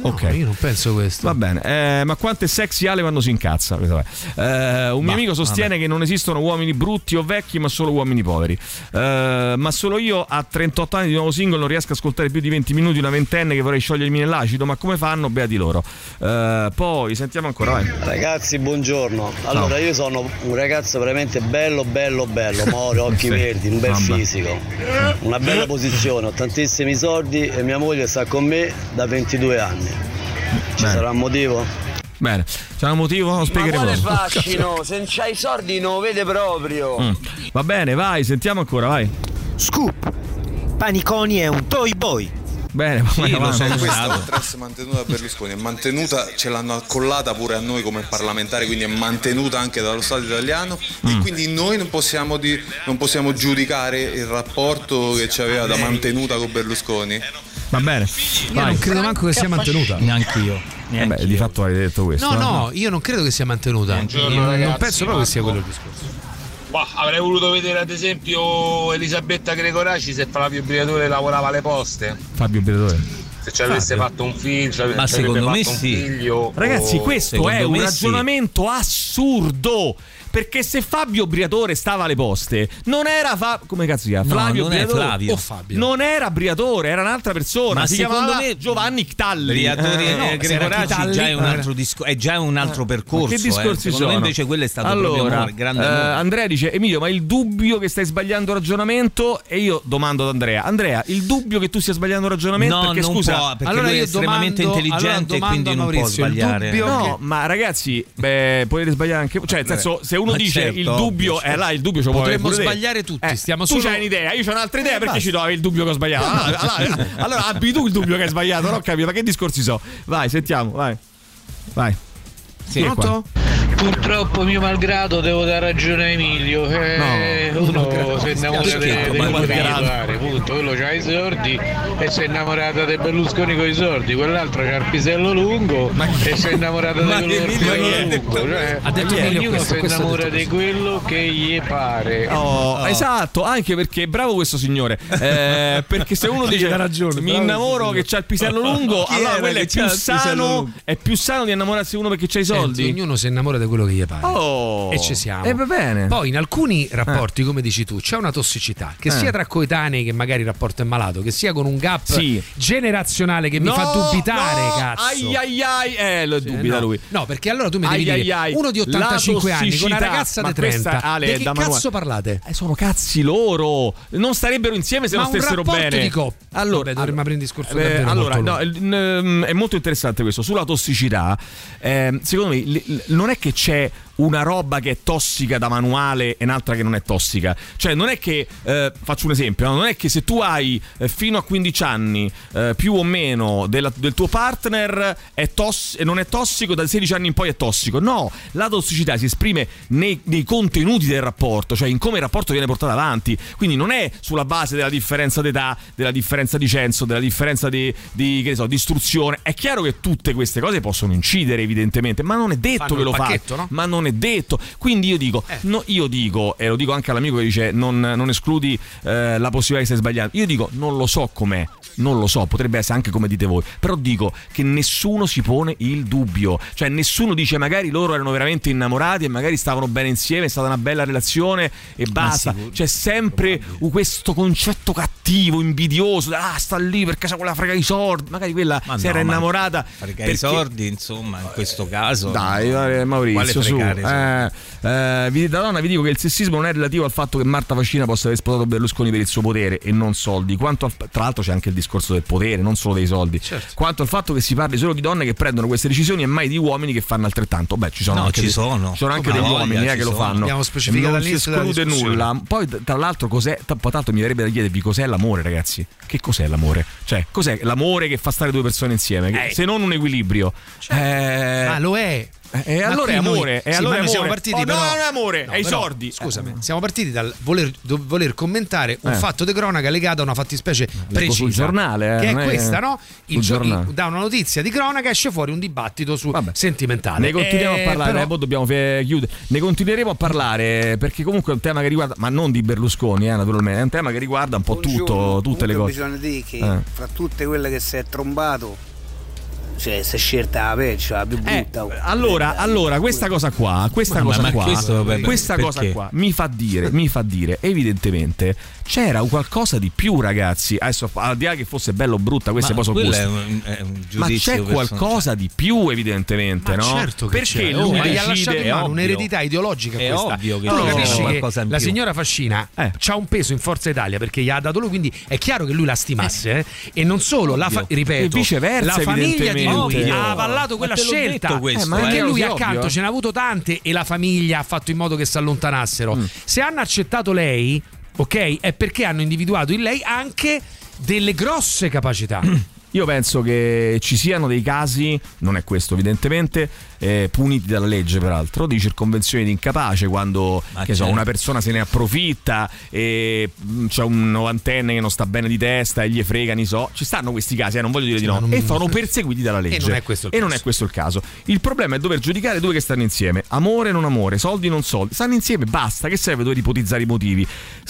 A: ok,
B: io non penso questo.
A: Va bene, eh, ma quanto è sexy Ale quando si incazza? Questa va. Eh, un mio
C: Bah,
A: amico sostiene che non esistono uomini brutti o vecchi, ma solo uomini poveri. Eh, ma solo io a 38 anni di nuovo single non riesco a ascoltare più di 20 minuti una ventenne che vorrei sciogliermi nell'acido, ma come fanno? Beati loro. Eh, poi sentiamo ancora. Vai.
H: Ragazzi, buongiorno. Allora, io sono un ragazzo veramente bello, bello, bello. Moro, occhi
A: Sì.
H: verdi, un bel
A: Mamma.
H: fisico, una bella posizione. Ho tantissimi soldi e mia moglie sta con me da 22 anni. Ci
A: Bene.
H: sarà un motivo?
A: Bene, c'è un motivo? Lo
H: Ma
A: spiegheremo.
H: quale
A: dopo.
H: fascino? Se non c'hai i soldi non lo vede proprio.
A: Mm. Va bene, vai, sentiamo ancora, vai.
H: Scoop. Paniconi è un toy boy.
A: Bene, vai avanti.
M: Questa contrasse mantenuta da Berlusconi è mantenuta, ce l'hanno accollata pure a noi come parlamentari, quindi è mantenuta anche dallo Stato italiano e
I: Mm.
M: quindi noi non possiamo, di- non possiamo giudicare il rapporto che ci aveva da mantenuta con Berlusconi.
A: Va bene.
B: Io
A: vai.
B: non credo manco che sia mantenuta.
C: Neanche io.
A: Eh beh, di fatto hai detto questo.
B: No,
A: eh.
B: no, io non credo che sia mantenuta.
A: Buongiorno,
B: non
A: ragazzi,
B: penso proprio che sia quello il discorso.
U: Ma avrei voluto vedere ad esempio Elisabetta Gregoraci se Flavio Briatore lavorava alle poste.
B: Fabio Briatore.
U: Se ci avesse fatto un figlio, ci
C: Ma
U: avrebbe
C: secondo me
U: fatto un
C: sì.
U: figlio.
A: Ragazzi,
C: Oh,
U: o-
A: questo è un ragionamento assurdo. Perché se Fabio Briatore stava alle poste, non era Fa- come cazzo si chiama?
C: No,
A: Flavio
C: non è
A: Briatore
C: Flavio. Oh,
A: o Fabio. Non era Briatore, era un'altra persona.
C: Ma
A: si
C: secondo
A: chiamava
C: me-
A: Giovanni Ctalli.
C: Briatore
A: Eh,
C: e
A: no, se era
C: Gregoraci
A: Ctalli-
C: già è un
A: Ah.
C: altro, disco- è già un altro percorso.
A: Ma che discorsi
C: eh. Secondo
A: sono?
C: me invece quello è stato proprio
A: allora,
C: amore, grande
A: eh,
C: amore.
A: Andrea dice Emilio ma il dubbio che stai sbagliando ragionamento e io domando ad Andrea Andrea il dubbio che tu stia sbagliando ragionamento
C: No,
A: perché
C: non
A: scusa
C: può, perché lui è
A: io
C: estremamente intelligente e
A: domando
C: quindi
A: a
C: non può
A: Maurizio, il
C: sbagliare.
A: dubbio
C: No,
A: che- ma ragazzi beh, potete sbagliare anche cioè nel senso se uno
C: Ma
A: dice
C: certo,
A: il dubbio
C: ovvio,
A: eh là il dubbio ce lo può
B: Potremmo
A: avere pure te.
B: sbagliare tutti,
A: Eh,
B: stiamo
A: tu
B: solo-
A: c'hai un'idea io ho un'altra idea
B: Eh,
A: perché
B: basta.
A: ci do il dubbio che ho sbagliato allora, allora, Ah, allora abbi tu il dubbio che hai sbagliato non ho capito ma che discorsi so vai sentiamo vai vai sì, è qua.
I: Purtroppo, mio malgrado, devo dare ragione a Emilio. Eh, uno si innamora
J: Perché?
I: de-
J: Come
I: del
J: malgrado?
I: militare, punto. Quello c'ha i sordi e si è innamorata di Berlusconi con i sordi. Quell'altro c'ha il pisello lungo e si è innamorata di
J: Ma
I: quello
J: Emilio chi è?
I: pisello lungo. Cioè,
J: Ha detto Emilio
I: ognuno
J: questo,
I: si
J: questo ha detto
I: innamora di
J: questo.
I: quello che gli pare.
A: Oh, Esatto, anche perché bravo questo signore. eh, perché se uno
B: Gli
A: dice
B: dà ragione,
A: mi
B: bravo
A: innamoro
B: questo
A: che c'ha il pisello lungo,
B: Chi
A: allora
B: era
A: quello
B: che
A: è
B: c'ha
A: più
B: il pisello
A: sano.
B: lungo?
A: È più sano di innamorarsi uno perché c'ha i soldi.
B: Senti, ognuno si innamora di quello che gli pare.
A: Oh.
B: E ci siamo.
A: E va bene.
B: Poi in alcuni rapporti, come dici tu, c'è una tossicità. Che
A: Eh.
B: sia tra coetanei, che magari il rapporto è malato, che sia con un gap
A: Sì.
B: generazionale che mi fa dubitare,
A: no,
B: cazzo.
A: Ai ai ai, eh, lo dubita
B: no.
A: lui.
B: No, perché allora tu mi devi
A: Ai,
B: dire,
A: ai, ai.
B: uno di
A: La
B: 85 anni con una
A: tossicità.
B: ragazza
A: Ma
B: di
A: questa,
B: 30.
A: Ale,
B: di che
A: da
B: cazzo
A: manuale.
B: parlate?
A: Eh, sono cazzi loro. Non starebbero insieme se
B: Ma
A: non
B: un
A: stessero
B: rapporto
A: bene. Eh,
B: di coppia.
A: Allora,
B: Vabbè, dovremmo aprire un discorso
A: eh,
B: davvero
A: allora,
B: molto
A: no, il- n- è molto interessante questo. Sulla tossicità, ehm, secondo me l- l- non è che c'è una roba che è tossica da manuale e un'altra che non è tossica. Cioè, non è che, eh, faccio un esempio, no? non è che se tu hai eh, fino a 15 anni eh, più o meno della- del tuo partner è toss- e non è tossico, da 16 anni in poi è tossico. No, la tossicità si esprime nei, nei contenuti del rapporto, cioè in come il rapporto viene portato avanti. Quindi non è sulla base della differenza d'età, della differenza di censo, della differenza di, di, che ne so, di istruzione. È chiaro che tutte queste cose possono incidere, evidentemente, ma non è detto
B: Fanno
A: che
B: il
A: lo fa.
B: pacchetto, no? Eh.
A: Ma non è detto. Quindi io dico, no, io dico, e lo dico anche all'amico che dice: non, non escludi eh, la possibilità che stai sbagliando. Io dico, non lo so com'è. Non lo so, potrebbe essere anche come dite voi, però dico che nessuno si pone il dubbio, cioè nessuno dice magari loro erano veramente innamorati e magari stavano bene insieme, è stata una bella relazione e basta.
C: sicuro.
A: C'è sempre questo concetto cattivo, invidioso, ah sta lì perché c'ha quella frega di sordi, magari quella
C: Ma
A: si
C: no,
A: era
C: ma
A: innamorata
C: Perché i
A: perché-
C: sordi, insomma, in questo caso.
A: dai, dai, Maurizio,
C: Quale
A: su.
C: fregare, insomma?
A: Eh, eh, vi- da donna vi dico che il sessismo non è relativo al fatto che Marta Fascina possa aver sposato Berlusconi per il suo potere e non soldi. Quanto al- tra l'altro c'è anche il discorso del potere, non solo dei soldi. Quanto al fatto che si parli solo di donne che prendono queste decisioni e mai di uomini che fanno altrettanto. Beh, ci sono
C: No,
A: anche,
C: ci
A: dei-
C: sono.
A: ci sono anche
C: Ma
A: degli
C: voglia,
A: uomini eh,
C: ci
A: che lo
C: sono.
A: fanno.
C: Abbiamo specificato
A: non si
C: all'inizio della
A: esclude
C: discussione.
A: nulla. Poi, t- tra l'altro, cos'è? t- poi, tanto mi verrebbe da chiedervi cos'è l'amore, ragazzi. Che cos'è l'amore? Cioè, cos'è l'amore che fa stare due persone insieme? Che-
B: Eh.
A: Se non un equilibrio.
C: Cioè,
A: Eh,
B: Ma Ah, lo è.
A: e
B: Ma
A: allora è
B: qui noi-
A: amore, e
B: sì,
A: allora
B: ma
A: è
B: noi siamo
A: amore.
B: partiti
A: Oh, no, eh,
B: però-
A: non è amore,
B: No,
A: è i
B: però,
A: sordi.
B: Scusami, siamo partiti dal voler, do- voler commentare un
A: Eh.
B: fatto di cronaca legato a una fattispecie precisa.
A: sul giornale, eh,
B: che è
A: non è-
B: questa, no?
A: sul
B: gio-
A: giornale.
B: da una notizia di cronaca esce fuori un dibattito su sentimentale.
A: Ne continuiamo
B: Eh,
A: a parlare,
B: però-
A: eh, poi dobbiamo fe- chiudere. Ne continueremo a parlare perché comunque è un tema che riguarda, ma non di Berlusconi, eh, naturalmente, è un tema che riguarda un po' tutto, tutte le
W: Comunque
A: cose.
W: bisogna dire che
A: Eh.
W: fra tutte quelle che si è trombato, cioè si è scelta la peggio, la più brutta. oh.
A: Eh, Allora, allora, questa cosa qua, questa
W: Ma-
A: cosa
W: ma
A: qua,
W: questo, vabbè,
A: questa
W: perché?
A: cosa qua mi fa dire, mi fa dire, evidentemente c'era un qualcosa di più, ragazzi. Adesso, al di là che fosse bello o brutta, queste
C: Ma
A: poi sono
C: quello
A: gusti.
C: è un- è un
A: ma
C: giudizio
A: c'è
C: personale.
A: qualcosa di più, evidentemente, no?
B: certo che
A: Perché
B: c'è.
A: lui
B: Oh, ma gli
A: decide-
B: ha lasciato in
A: è
B: mano
A: ovvio.
B: un'eredità ideologica
A: È
B: questa.
A: ovvio che
B: Tu
A: c'è
B: capisci che
A: qualcosa in
B: la
A: più. Eh.
B: signora Fascina ha un peso in Forza Italia perché gli ha dato lui, quindi è chiaro che lui la stimasse eh. e non solo, la fa-
A: Ovvio.
B: ripeto,
A: E viceversa,
B: la famiglia di lui
A: evidentemente.
B: ha
A: Ovvio.
B: avallato quella
A: Ma te l'ho
B: scelta
A: detto questo,
B: Eh, ma perché
A: eh.
B: lui
A: Sì, ovvio,
B: accanto
A: eh.
B: ce n'ha avuto tante e la famiglia ha fatto in modo che si allontanassero.
A: Mm.
B: Se hanno accettato lei, ok, è perché hanno individuato in lei anche delle grosse capacità.
A: Io penso che ci siano dei casi, non è questo evidentemente, eh, puniti dalla legge peraltro, di circonvenzione di incapace quando che so,
C: certo.
A: una persona se ne approfitta e mh, c'è un novantenne che non sta bene di testa e gli frega, ne so, ci stanno questi casi, eh, non voglio dire di
B: ma
A: no,
B: non-
A: e sono perseguiti dalla legge.
B: E non è questo il
A: E non
B: caso.
A: è questo il caso. Il problema è dover giudicare due che stanno insieme, amore non amore, soldi non soldi, stanno insieme, basta, che serve dover ipotizzare i motivi.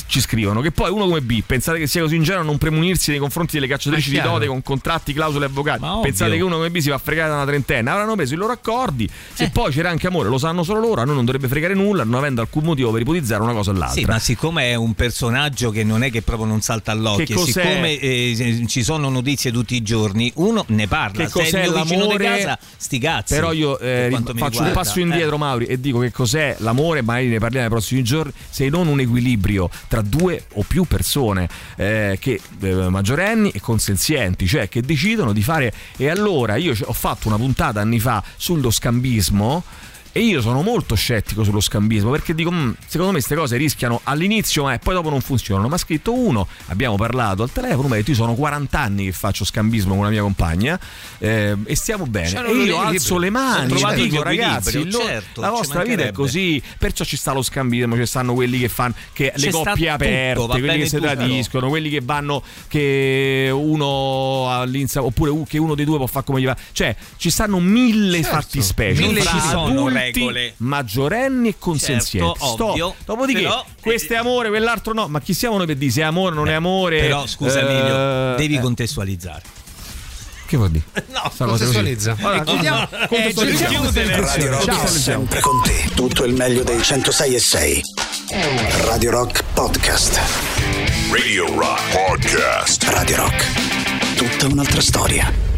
A: Ci scrivono che poi uno come B, pensate che sia così ingenuo a non premunirsi nei confronti delle cacciatrici
C: Ma
A: di
C: è chiaro.
A: dote con contratti, clausole e avvocati.
C: ovvio.
A: Pensate che uno come B si va a fregare da una trentenna, avranno preso i loro accordi, se
C: Eh.
A: poi c'era anche amore, lo sanno solo loro, a noi non dovrebbe fregare nulla, non avendo alcun motivo per ipotizzare una cosa o l'altra.
C: Sì, ma siccome è un personaggio che non è che proprio non salta
A: Che
C: all'occhio,
A: cos'è?
C: siccome eh, ci sono notizie tutti i giorni, uno ne parla.
A: Che
C: Se è
A: cos'è
C: il mio vicino di
A: l'amore?
C: casa, sti cazzi.
A: Però io eh,
C: per
A: ri-
C: quanto mi
A: faccio un
C: riguarda. Eh.
A: passo indietro, Mauri, e dico che cos'è l'amore, magari ne parliamo nei prossimi giorni, se non un equilibrio tra due o più persone eh, che eh, maggiorenni e consenzienti, cioè che decidono di fare. E allora io c- ho fatto una puntata anni fa sullo scambismo. E io sono molto scettico sullo scambismo perché dico, "Mm, secondo me queste cose rischiano all'inizio ma eh, poi dopo non funzionano. Ma ha scritto uno, abbiamo parlato al telefono, mi ha detto io sono 40 anni che faccio scambismo con la mia compagna eh, e stiamo bene.
C: Cioè,
A: e
C: non
A: io
C: lo
A: alzo
C: equilibrio.
A: le
C: Ho
A: mani,
C: trovato
A: dico
C: il
A: ragazzi,
C: equilibrio,
A: lo-
C: certo,
A: la
C: ci
A: vostra vita è
C: mancherebbe."
A: così, perciò ci sta lo scambismo, ci stanno quelli che fanno che
C: C'è
A: le
C: sta
A: coppie
C: tutto,
A: aperte,
C: va
A: quelli
C: bene
A: che si
C: tutto.
A: tradiscono, quelli che vanno che uno all'insa oppure u- che uno dei due può fare come gli va. Cioè, ci stanno mille fattispecie,
C: Certo. Mille
A: fra
C: ci sono
A: adulti,
C: regole.
A: maggiorenni e consenzienti.
C: Certo, ovvio,
A: dopodiché
C: però- eh,
A: questo è amore, quell'altro no, ma chi siamo noi per dire se è amore non è amore?
C: Però scusa
A: eh,
C: Emilio, devi
A: eh,
C: contestualizzare.
A: Che vuol dire?
C: No,
A: Sta cosa così. Allora, chiudiamo- contestualizziamo
B: eh,
A: questa
E: Radio
A: discussione.
E: Rock
A: Ciao.
E: è sempre con te. Tutto il meglio dei 106 e 6. Radio Rock Podcast.
F: Radio Rock Podcast.
E: Radio Rock. Tutta un'altra storia.